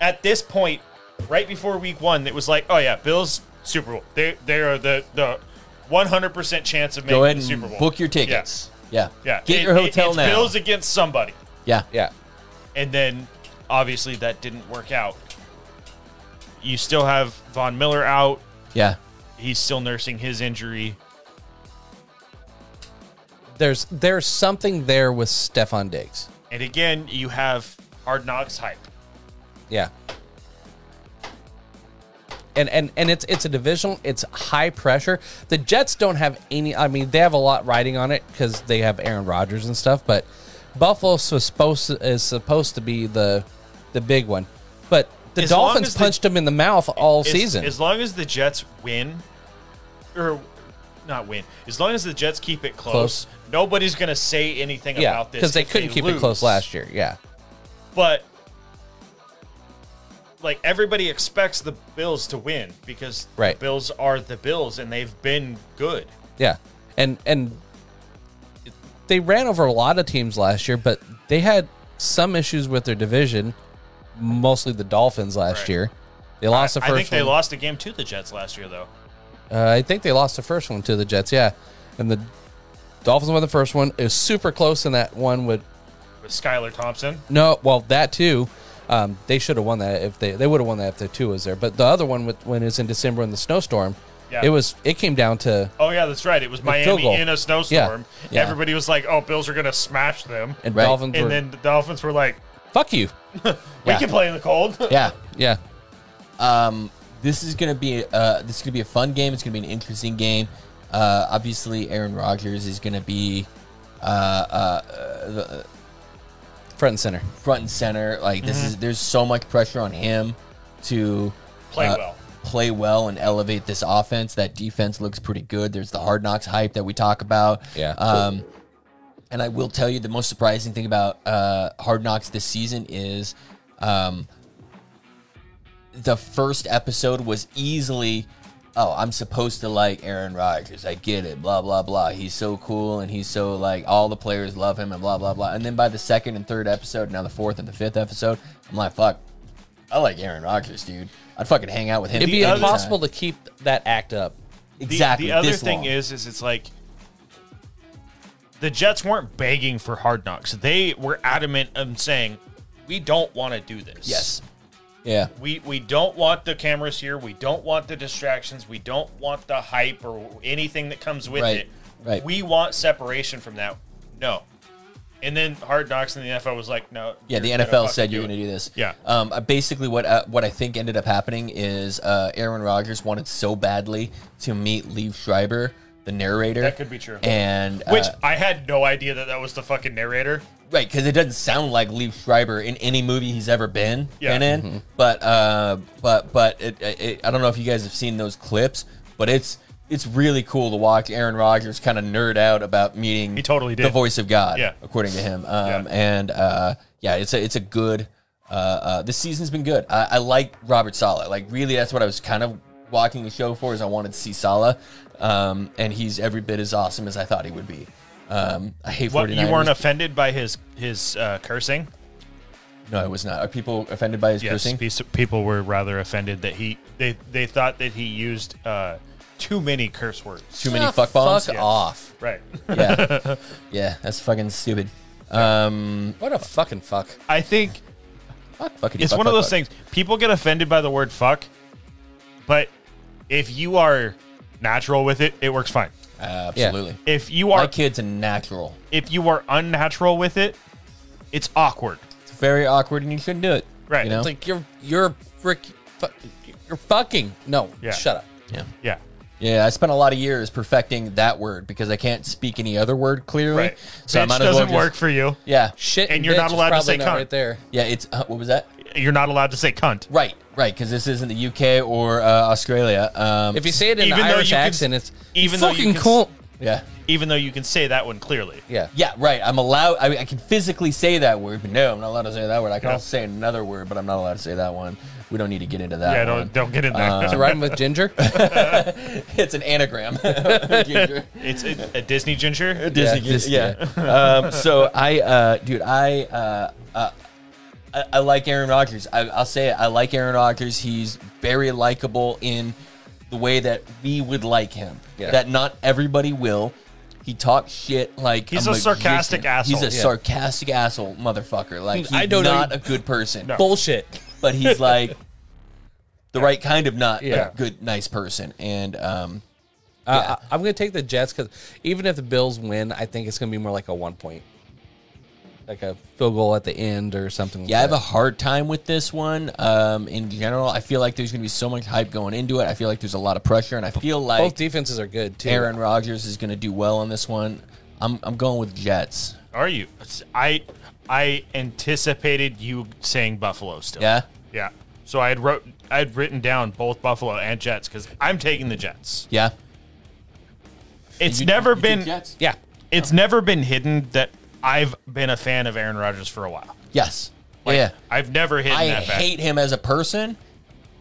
S1: at this point, right before week one, it was like, oh yeah, Bills Super Bowl. They they are the the one hundred percent chance of making
S2: Go ahead
S1: the Super Bowl.
S2: and book your tickets. Yeah,
S1: Yeah.
S2: Get
S1: It-
S2: your
S1: it-
S2: hotel
S1: it's
S2: now.
S1: Bills against somebody.
S2: yeah,
S3: Yeah,
S1: and then obviously that didn't work out. You still have Von Miller out.
S2: yeah.
S1: He's still nursing his injury.
S3: there's there's something there with Stefan Diggs.
S1: And again, you have Hard Knocks hype.
S3: Yeah. And, and and it's it's a divisional. It's high pressure. The Jets don't have any. I mean, they have a lot riding on it because they have Aaron Rodgers and stuff. But Buffalo was supposed to, is supposed to be the the big one. But the
S1: As long
S3: Dolphins
S1: as the-
S3: punched them in the mouth all
S1: As-
S3: season.
S1: As long as the Jets win, or not win, as long as the Jets keep it close,
S3: Close.
S1: nobody's going to say anything
S3: yeah,
S1: about this.
S3: because they
S1: if
S3: couldn't keep it
S1: lose.
S3: close last year. Yeah,
S1: But like everybody expects the Bills to win because
S3: Right.
S1: the Bills are the Bills and they've been good.
S3: yeah, and and they ran over a lot of teams last year, but they had some issues with their division, mostly the Dolphins last
S1: Right.
S3: year. They lost the
S1: I
S3: first.
S1: think they
S3: one.
S1: lost a game to the Jets last year, though.
S3: Uh, I think they lost the first one to the Jets. Yeah, and the Dolphins won the first one. It was super close in that one. With
S1: with Skylar Thompson.
S3: no, well that too. Um, they should have won that if they they would have won that if the two was there. But the other one with when it was in December in the snowstorm,
S1: Yeah.
S3: it was it came down to
S1: Oh yeah, that's right. It was
S3: field goal.
S1: Miami in a snowstorm.
S3: Yeah.
S1: Everybody was like, "Oh, Bills are gonna smash them,"
S3: and
S2: Right.
S3: Dolphins
S1: and
S3: were
S1: then the Dolphins were like,
S3: fuck you.
S1: "We
S2: Yeah.
S1: can play in the cold." <laughs>
S2: yeah.
S3: Yeah,
S2: Um, this is gonna be uh, this is gonna be a fun game. It's gonna be an interesting game. Uh, obviously, Aaron Rodgers is gonna be
S3: front and center.
S2: front and center. Like this
S1: Mm-hmm.
S2: is there's so much pressure on him to uh,
S1: Play well.
S2: play well and elevate this offense. That defense looks pretty good. There's the hard knocks hype that we talk about.
S3: Yeah.
S2: Um, and I will tell you the most surprising thing about uh, Hard Knocks this season is um, the first episode was easily, oh, I'm supposed to like Aaron Rodgers. I get it, blah, blah, blah. He's so cool and he's so like, all the players love him and blah, blah, blah. And then by the second and third episode, now the fourth and the fifth episode, I'm like, fuck, I like Aaron Rodgers, dude. I'd fucking hang out with him.
S3: It'd be
S2: any time.
S3: impossible to keep that act up.
S1: The,
S2: Exactly.
S1: The other
S2: this
S1: thing
S2: long.
S1: is, is it's like the Jets weren't begging for hard knocks. They were adamant in saying, "We don't want to do this.
S2: yes. Yeah.
S1: We we don't want the cameras here. We don't want the distractions. We don't want the hype or anything that comes with
S2: Right,
S1: it.
S2: right.
S1: We want separation from that. No, And then Hard Knocks in the NFL was like, no.
S2: Yeah, the
S1: you're gonna
S2: NFL
S1: fucking
S2: said you're
S1: do
S2: going to do this.
S1: Yeah.
S2: Um, uh, basically, what uh, what I think ended up happening is uh, Aaron Rodgers wanted so badly to meet Lee Schreiber, the narrator.
S1: That could be true.
S2: And
S1: it." Which
S2: uh,
S1: I had no idea that that was the fucking narrator.
S2: right, because it doesn't sound like Lee Schreiber in any movie he's ever been
S1: Yeah.
S2: been in. But uh, but but it, it, it- I don't know if you guys have seen those clips, but it's it's really cool to watch Aaron Rodgers kind of nerd out about meeting.
S1: He totally
S2: the
S1: did.
S2: voice of God,
S1: Yeah.
S2: according to him.
S1: Yeah.
S2: Um, And uh, yeah, it's a it's a good. Uh, uh, this season's been good. I, I like Robert Sala. Like really, that's what I was kind of walking the show for. Is I wanted to see Sala, um, and he's every bit as awesome as I thought he would be. Um, I hate
S1: What,
S2: 49ers.
S1: you weren't offended by his his uh, cursing?
S2: No, I was not. Are people offended by his
S1: Yes,
S2: cursing?
S1: piece- people were rather offended that he they they thought that he used uh, too many curse words.
S2: Too many
S5: Ah,
S2: fuck bombs.
S5: fuck
S1: Yes.
S2: Off.
S1: Right.
S2: Yeah, <laughs> yeah. That's fucking stupid. Um,
S3: What a fucking fuck.
S1: <laughs> I
S2: <laughs>
S1: think
S2: fuck, fuckity,
S1: it's
S2: fuck,
S1: one of
S2: fuck,
S1: those
S2: fuck.
S1: things. People get offended by the word fuck, but if you are natural with it, it works fine.
S2: Absolutely.
S1: If you are
S2: My kid's a natural.
S1: if you are unnatural with it, it's awkward.
S2: It's very awkward, and you shouldn't do it.
S1: Right.
S2: You know.
S1: It's
S3: It's like you're you're frick, fuck, you're fucking no.
S1: Yeah.
S3: Shut up.
S2: yeah.
S1: Yeah.
S2: Yeah, I spent a lot of years perfecting that word because I can't speak any other word clearly.
S1: Right.
S2: So I
S1: Bitch
S2: might as well
S1: doesn't
S2: just-
S1: work for you.
S2: Yeah,
S3: Shit,
S1: And you're
S3: bitch
S1: not
S3: is
S1: allowed to
S3: probably
S1: say
S3: not
S1: cunt.
S3: right there.
S2: yeah. It's uh, what was that?
S1: You're not allowed to say cunt.
S2: Right, right. Because this isn't the UK or uh, Australia. Um,
S3: If you say it in
S1: Even
S3: an
S1: though
S3: Irish
S1: you can-
S3: accent, it's
S1: even though you
S3: fucking
S1: can s-
S3: cool.
S2: yeah,
S1: Even though you can say that one clearly.
S3: Yeah.
S2: yeah, right. I'm allowed. I, I can physically say that word, but no, I'm not allowed to say that word. I can
S1: Yeah.
S2: also say another word, but I'm not allowed to say that one. We don't need to get into that.
S1: Yeah,
S2: one.
S1: don't don't get in there. <laughs>
S2: Uh,
S3: So riding with ginger.
S2: <laughs> It's an anagram. <laughs> Ginger.
S1: it's a, a Disney ginger.
S2: Disney.
S3: Yeah, Disney,
S2: Yeah. um, so I, uh, dude, I, uh, uh, I, I like Aaron Rodgers. I, I'll say it. I like Aaron Rodgers. He's very likable in the way that we would like him.
S3: Yeah.
S2: That not everybody will. He talks shit like
S1: He's a sarcastic
S2: magician.
S1: asshole.
S2: He's a
S1: Yeah.
S2: sarcastic asshole, motherfucker. Like he's
S3: Mm, I don't know-
S2: not a good person,
S1: No.
S3: Bullshit.
S2: but he's
S3: <laughs>
S2: like the right kind of not
S3: Yeah.
S2: a good, nice person. And um,
S3: Uh, I, I'm gonna take the Jets because even if the Bills win, I think it's gonna be more like a one point, like a field goal at the end or something. like
S2: Yeah, I have
S3: that.
S2: a hard time with this one. Um, in general, I feel like there's going to be so much hype going into it. I feel like there's a lot of pressure, and I feel
S3: both
S2: like
S3: defenses are good too.
S2: Aaron Rodgers is going to do well on this one. I'm, I'm going with Jets.
S1: Are you? I I anticipated you saying Buffalo still.
S2: Yeah,
S1: Yeah. So I had wrote I had written down both Buffalo and Jets because I'm taking the Jets.
S2: yeah.
S1: It's never been
S2: Jets. Oh.
S3: Yeah,
S1: it's never been hidden that I've been a fan of Aaron Rodgers for a while.
S2: Yes. yeah.
S1: I've never hidden
S2: I
S1: that fact.
S2: hate him as a person.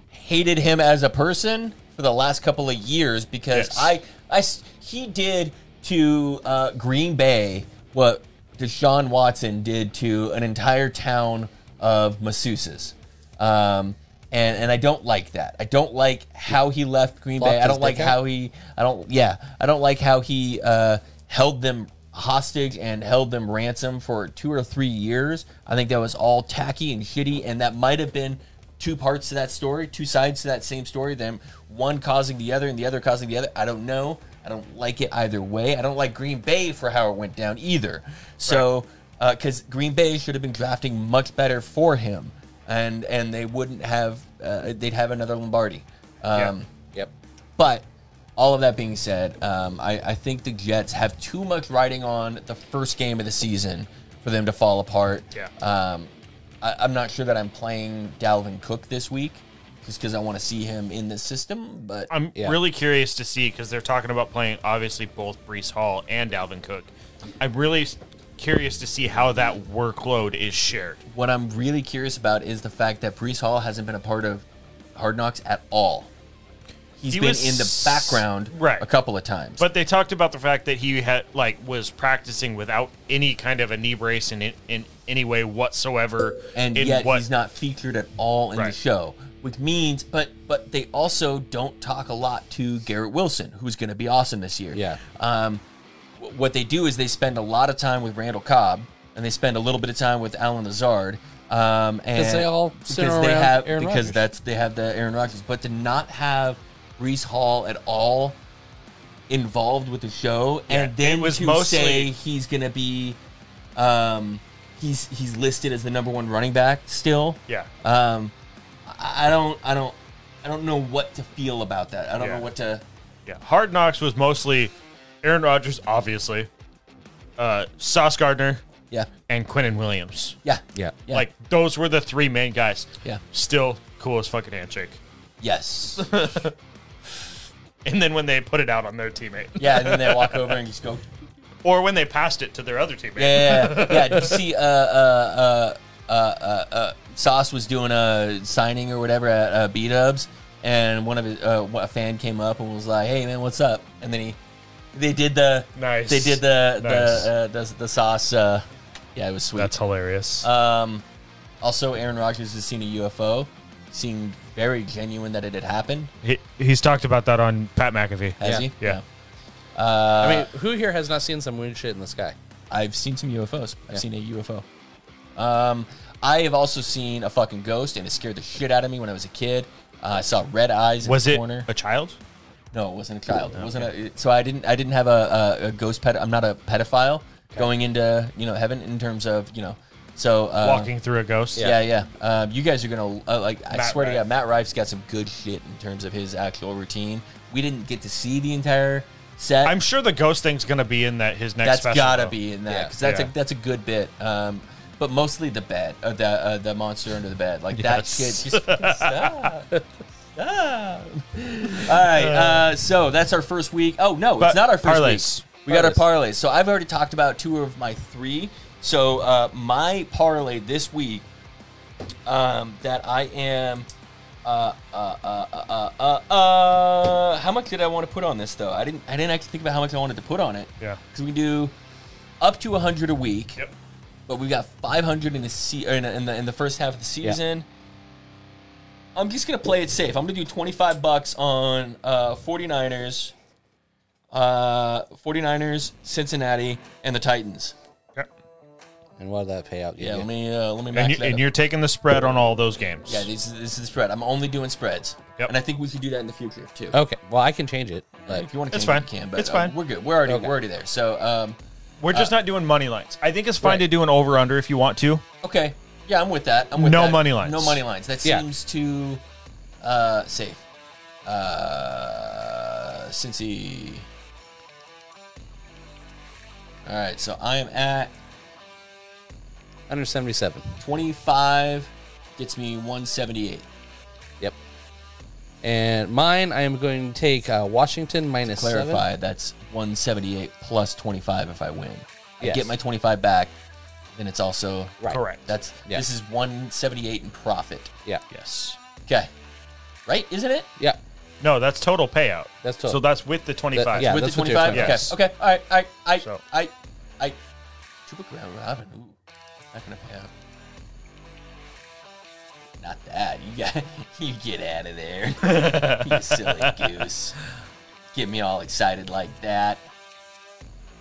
S2: Hated him as a person for the last couple of years because
S1: Yes.
S2: I, I s- he did to uh, Green Bay what Deshaun Watson did to an entire town of masseuses. Um, and, and I don't like that. I don't like how he left Green Bay.
S3: Flopped
S2: I
S3: his
S2: don't like
S3: dick
S2: how
S3: out?
S2: he. I don't. Yeah, I don't like how he uh, held them hostage and held them ransom for two or three years. I think that was all tacky and shitty, and that might have been two parts to that story, two sides to that same story. Them one causing the other, and the other causing the other. I don't know. I don't like it either way. I don't like Green Bay for how it went down either. So, because Green Bay should have been drafting much better for him, and and they wouldn't have. Uh, they'd have another Lombardi. Um,
S3: yep.
S2: but all of that being said, um, I, I think the Jets have too much riding on the first game of the season for them to fall apart.
S1: Yeah.
S2: Um, I, I'm not sure that I'm playing Dalvin Cook this week just because I want to see him in this system. But
S1: I'm
S3: Yeah.
S1: really curious to see because they're talking about playing obviously both Brees Hall and Dalvin Cook. I'm really s- curious to see how that workload is shared.
S2: what I'm really curious about is the fact that Brees Hall hasn't been a part of Hard Knocks at all. He's
S1: He
S2: been
S1: was
S2: in the
S1: s-
S2: background
S1: right.
S2: a couple of times.
S1: But they talked about the fact that he had like was practicing without any kind of a knee brace in in any way whatsoever.
S2: and
S1: in
S2: yet
S1: what-
S2: he's not featured at all in the
S1: Right.
S2: show which means but but they also don't talk a lot to garrett wilson who's going to be awesome this year
S3: Yeah.
S2: um, wh- what they do is they spend a lot of time with randall cobb and they spend a little bit of time with alan lazard um, and
S3: they all sit
S2: because they
S3: around
S2: have
S3: Aaron
S2: because
S3: Rodgers.
S2: that's they have the Aaron Rodgers, but to not have Brees Hall at all involved with the show, and
S1: Yeah, it
S2: then
S1: was
S2: to
S1: mostly-
S2: say he's gonna be Um, he's he's listed as the number one running back still.
S1: Yeah.
S2: Um, I I don't I don't I don't know what to feel about that. I don't
S1: Yeah.
S2: know what to.
S1: Yeah, Hard Knocks was mostly Aaron Rodgers, obviously, uh, Sauce Gardner,
S2: Yeah,
S1: and Quinnen Williams.
S2: yeah,
S3: Yeah.
S2: yeah.
S1: Like those were the three main guys.
S2: Yeah.
S1: Still cool as fucking handshake.
S2: yes,
S1: And then when they put it out on their teammate,
S2: yeah. And then they walk over and just go.
S1: or when they passed it to their other teammate,
S2: Yeah, yeah, yeah. yeah. Did you see? Uh, uh, uh, uh, uh, uh, Sauce was doing a signing or whatever at uh, B Dubs, and one of his uh, a fan came up and was like, "Hey, man, what's up?" And then he, they did the
S1: Nice.
S2: They did the
S1: Nice.
S2: the, uh, the the sauce. Uh, yeah, it was sweet.
S1: that's hilarious.
S2: Um, also, Aaron Rodgers has seen a UFO. Seemed very genuine that it had happened.
S1: he, he's talked about that on Pat McAfee.
S2: Has
S3: Yeah.
S2: he?
S1: yeah.
S3: I mean, who here has not seen some weird shit in the sky?
S2: I've seen some UFOs. I've seen a UFO. Um, I have also seen a fucking ghost, and it scared the shit out of me when I was a kid. Uh, I saw red eyes in
S1: Was
S2: the
S1: it
S2: corner.
S1: a child?
S2: No, it wasn't a child. It wasn't a. So I didn't. I didn't have a, a, a ghost pet. I'm not a pedophile going into you know heaven in terms of you know. So uh,
S1: Walking through a ghost?
S2: Yeah, yeah. Um, you guys are gonna uh, like. I
S1: Matt
S2: swear
S1: Rife.
S2: to God, Matt Rife's got some good shit in terms of his actual routine. We didn't get to see the entire set.
S1: I'm sure the ghost thing's going to be in that his next
S2: that's
S1: special,
S2: gotta
S1: though.
S2: be in that
S3: Yeah.
S2: because that's
S1: Yeah.
S2: a that's a good bit. Um, but mostly the bed, uh, the uh, the monster under the bed, like that
S1: Yes.
S2: shit. Just fucking stop. Stop. <laughs> All right. Uh, so that's our first week. Oh no,
S1: But
S2: it's not our first
S1: parlays.
S2: week. We got our parlays. So I've already talked about two of my three. So uh, my parlay this week um, that I am. Uh, uh, uh, uh, uh, uh, uh, how much did I want to put on this though? I didn't. I didn't actually think about how much I wanted to put on it.
S1: Yeah.
S2: Because we do up to 100 a week,
S1: Yep.
S2: but we got 500 in the, se- or in, the, in the in the first half of the season. I'm just gonna play it safe. I'm gonna do 25 bucks on uh, 49ers, uh, 49ers, Cincinnati, and the Titans.
S1: Okay.
S3: And what did that pay out?
S2: Yeah, let me uh, let me match
S1: And, you,
S2: that
S1: and
S2: up.
S1: you're taking the spread on all those games.
S2: Yeah, this, is- this is the spread. I'm only doing spreads,
S1: Yep.
S2: and I think we could do that in the future too.
S3: Okay. Well, I can change it. But
S2: If you want to,
S1: It's
S2: change it,
S1: fine.
S2: you can, but
S1: It's
S2: uh,
S1: fine.
S2: we're good. We're already
S3: Okay.
S2: we're already there. So um,
S1: We're just not doing money lines. I think it's fine to do an over under if you want to.
S2: Okay. Yeah, I'm with that. I'm with
S1: No
S2: that.
S1: money lines.
S2: No money lines. That
S3: Yeah.
S2: seems too uh, safe. Uh, Cincy. All right, so I am at
S3: under seventy-seven.
S2: 25. Gets me 178.
S3: Yep. And mine, I am going to take uh, Washington minus
S2: Clarify, that's 178 plus 25 if I win. I
S3: Yes.
S2: get my 25 back, then it's also
S3: Right.
S1: Correct.
S2: That's
S3: Yeah.
S2: this is 178 in profit.
S3: seven. Yeah.
S1: yes.
S2: Okay. Right, isn't it?
S3: Yeah.
S1: No, that's total payout.
S3: That's total.
S1: So that's with the 25.
S3: yeah.
S2: with the
S3: that's what you're
S2: 25?
S1: talking
S2: Okay.
S1: about. Yes.
S2: Okay. All right. I, I,
S1: So-
S2: I, I, Chupacabra Robin. Ooh, not gonna pay out. Not that. You got. You get <laughs> out of there. <laughs> you silly goose. Get me all excited like that.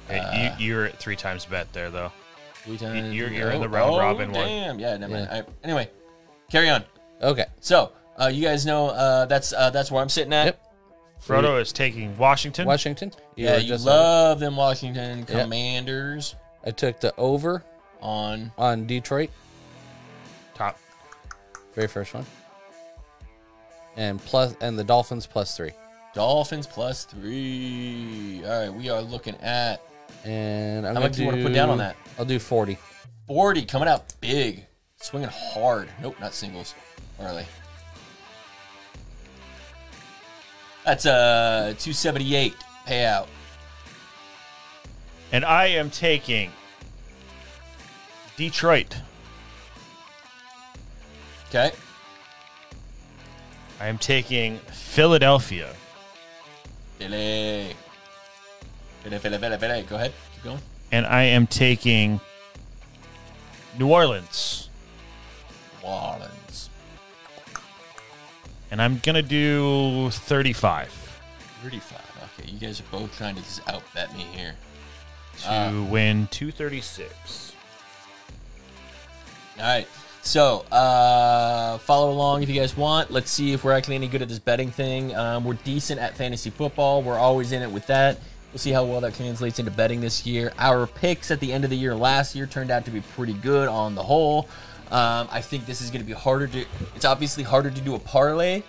S1: Hey,
S2: uh,
S1: you, you're at three times bet there, though. you're- you're in the
S2: Oh,
S1: round
S2: oh,
S1: robin one.
S2: Damn. Yeah. Never mind.
S3: Yeah.
S2: All right. Anyway, carry on.
S3: Okay.
S2: So. Uh, you guys know uh, that's uh, that's where I'm sitting at.
S3: Yep.
S1: Frodo is taking Washington.
S3: Washington.
S2: Yeah,
S3: are
S2: you
S3: just
S2: love them Washington Commanders
S3: on- I took the over
S2: on
S3: on Detroit,
S1: Top.
S3: very first one, and plus and the Dolphins plus three.
S2: Dolphins plus three. All right, we are looking at
S3: And I'm
S2: How
S3: gonna
S2: much do you wanna put down on that?
S3: I'll do forty.
S2: 40 coming out big, swinging hard. Nope, not singles. Early. That's a 278 payout.
S1: And I am taking Detroit.
S2: Okay.
S1: I am taking Philadelphia.
S2: Philly. Philly, Philly, Philly, Philly. Go ahead. Keep going.
S1: And I am taking New Orleans.
S2: New Orleans.
S1: And I'm going to do 35
S2: 35. Okay, you guys are both trying to just outbet me here.
S1: to
S2: Ah.
S1: win 236.
S2: All right. So uh, follow along if you guys want. Let's see if we're actually any good at this betting thing. Um, we're decent at fantasy football. We're always in it with that. We'll see how well that translates into betting this year. Our picks at the end of the year last year turned out to be pretty good on the whole. Um, I think this is going to be harder to. It's obviously harder to do a parlay.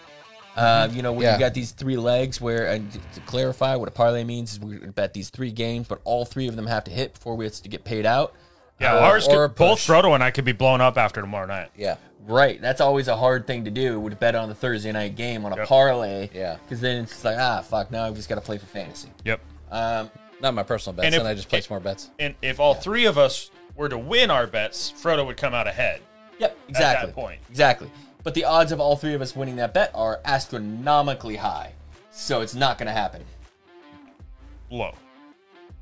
S2: Uh, you know, when
S6: Yeah.
S2: you got these three legs, where and to- to clarify what a parlay means is we're going to bet these three games, but all three of them have to hit before we have to get paid out.
S1: Yeah,
S2: Or-
S1: ours
S2: or a
S1: could, both
S2: push.
S1: Frodo and I could be blown up after tomorrow night.
S3: Yeah.
S2: Right. That's always a hard thing to do would bet on the Thursday night game on a
S1: Yep.
S2: parlay.
S3: Yeah.
S2: Because then it's just like, ah, fuck, now I've just got to play for fantasy.
S1: Yep.
S2: Um,
S3: Not my personal bets,
S1: And
S3: and,
S1: if-
S3: I just place more bets.
S1: And if all three of us were to win our bets, Frodo would come out ahead.
S2: yep, exactly.
S1: point.
S2: Exactly. But the odds of all three of us winning that bet are astronomically high. So it's not going to happen.
S1: Low.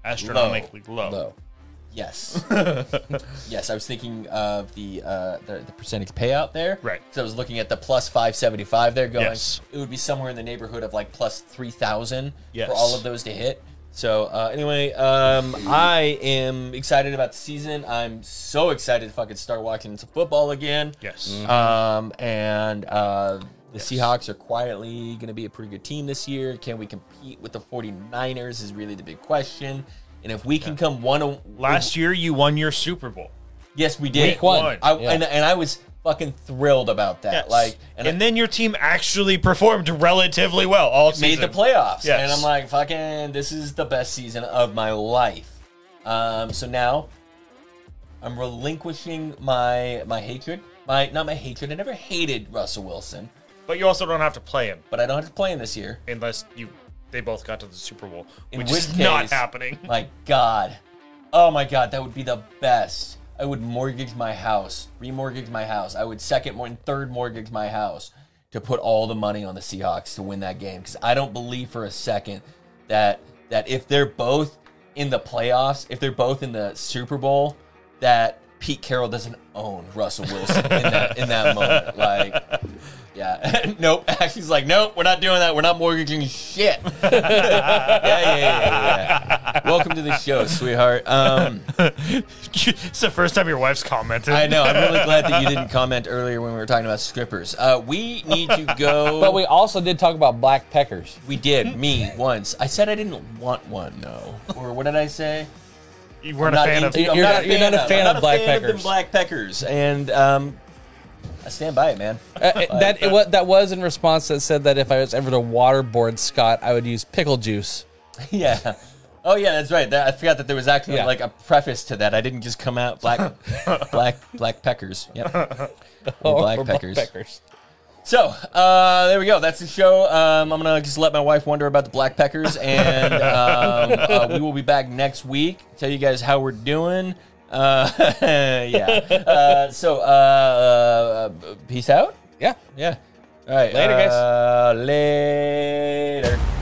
S1: Astronomically low.
S3: Low.
S1: <laughs>
S2: Yes. yes, I was thinking of the, uh, the the percentage payout there.
S1: Right.
S2: So I was looking at the plus 575 there going.
S1: Yes.
S2: It would be somewhere in the neighborhood of like plus 3,000
S1: Yes.
S2: for all of those to hit. So uh, anyway, um, I am excited about the season. I'm so excited to fucking start watching some football again.
S1: Yes.
S2: Um, and uh, the Seahawks are quietly going to be a pretty good team this year. Can we compete with the 49ers is really the big question. And if we can come one
S1: Last year you won your Super Bowl.
S2: yes, we did.
S1: Week one.
S2: I,
S3: Yeah.
S2: and, and I was fucking thrilled about that.
S1: Yes.
S2: Like,
S1: and,
S2: and, I
S1: then your team actually performed relatively well all
S2: made
S1: season.
S2: the playoffs.
S1: Yes.
S2: And I'm like, fucking, this is the best season of my life. Um, so now I'm relinquishing my my hatred. My not my hatred. I never hated Russell Wilson,
S1: But you also don't have to play him
S2: but I don't have to play him this year.
S1: unless you they both got to the Super Bowl,
S2: In
S1: which
S2: which
S1: is not
S2: case-
S1: happening. <laughs>
S2: My God. Oh my God, that would be the best. I would mortgage my house, remortgage my house. I would second mor- and third mortgage my house to put all the money on the Seahawks to win that game because I don't believe for a second that that if they're both in the playoffs, if they're both in the Super Bowl, that Pete Carroll doesn't own Russell Wilson in that in that moment. Like, yeah, <laughs> nope. She's like, nope, we're not doing that. We're not mortgaging shit. yeah, yeah, yeah, yeah, yeah. Welcome to the show, sweetheart. Um,
S1: it's the first time your wife's commented.
S2: I know. I'm really glad that you didn't comment earlier when we were talking about strippers. Uh, we need to
S3: <laughs>
S2: go.
S3: But we also did talk about black peckers.
S2: we did. Me once. I said I didn't want one though. Or what did I say?
S1: You weren't a fan of
S2: into-
S3: You're not- you're not a fan
S2: I'm
S3: of black
S2: fan them
S3: peckers.
S2: black peckers, and um, I stand by it, man. <laughs>
S3: Uh, it- that it, wa- that was in response that said that if I was ever to waterboard Scott, I would use pickle juice.
S2: yeah. Oh yeah, that's right. That, I forgot that there was actually
S3: Yeah.
S2: like a preface to that. I didn't just come out
S3: <laughs>
S2: black, black, black peckers. Yep. Or black peckers. So uh, there we go. That's the show. Um, I'm gonna just let my wife wonder about the Black Peckers, and um, uh, we will be back next week. Tell you guys how we're doing. Uh, <laughs> yeah. Uh, so uh, uh, peace out.
S3: Yeah.
S2: Yeah. All right.
S3: Later, guys.
S2: Uh, later.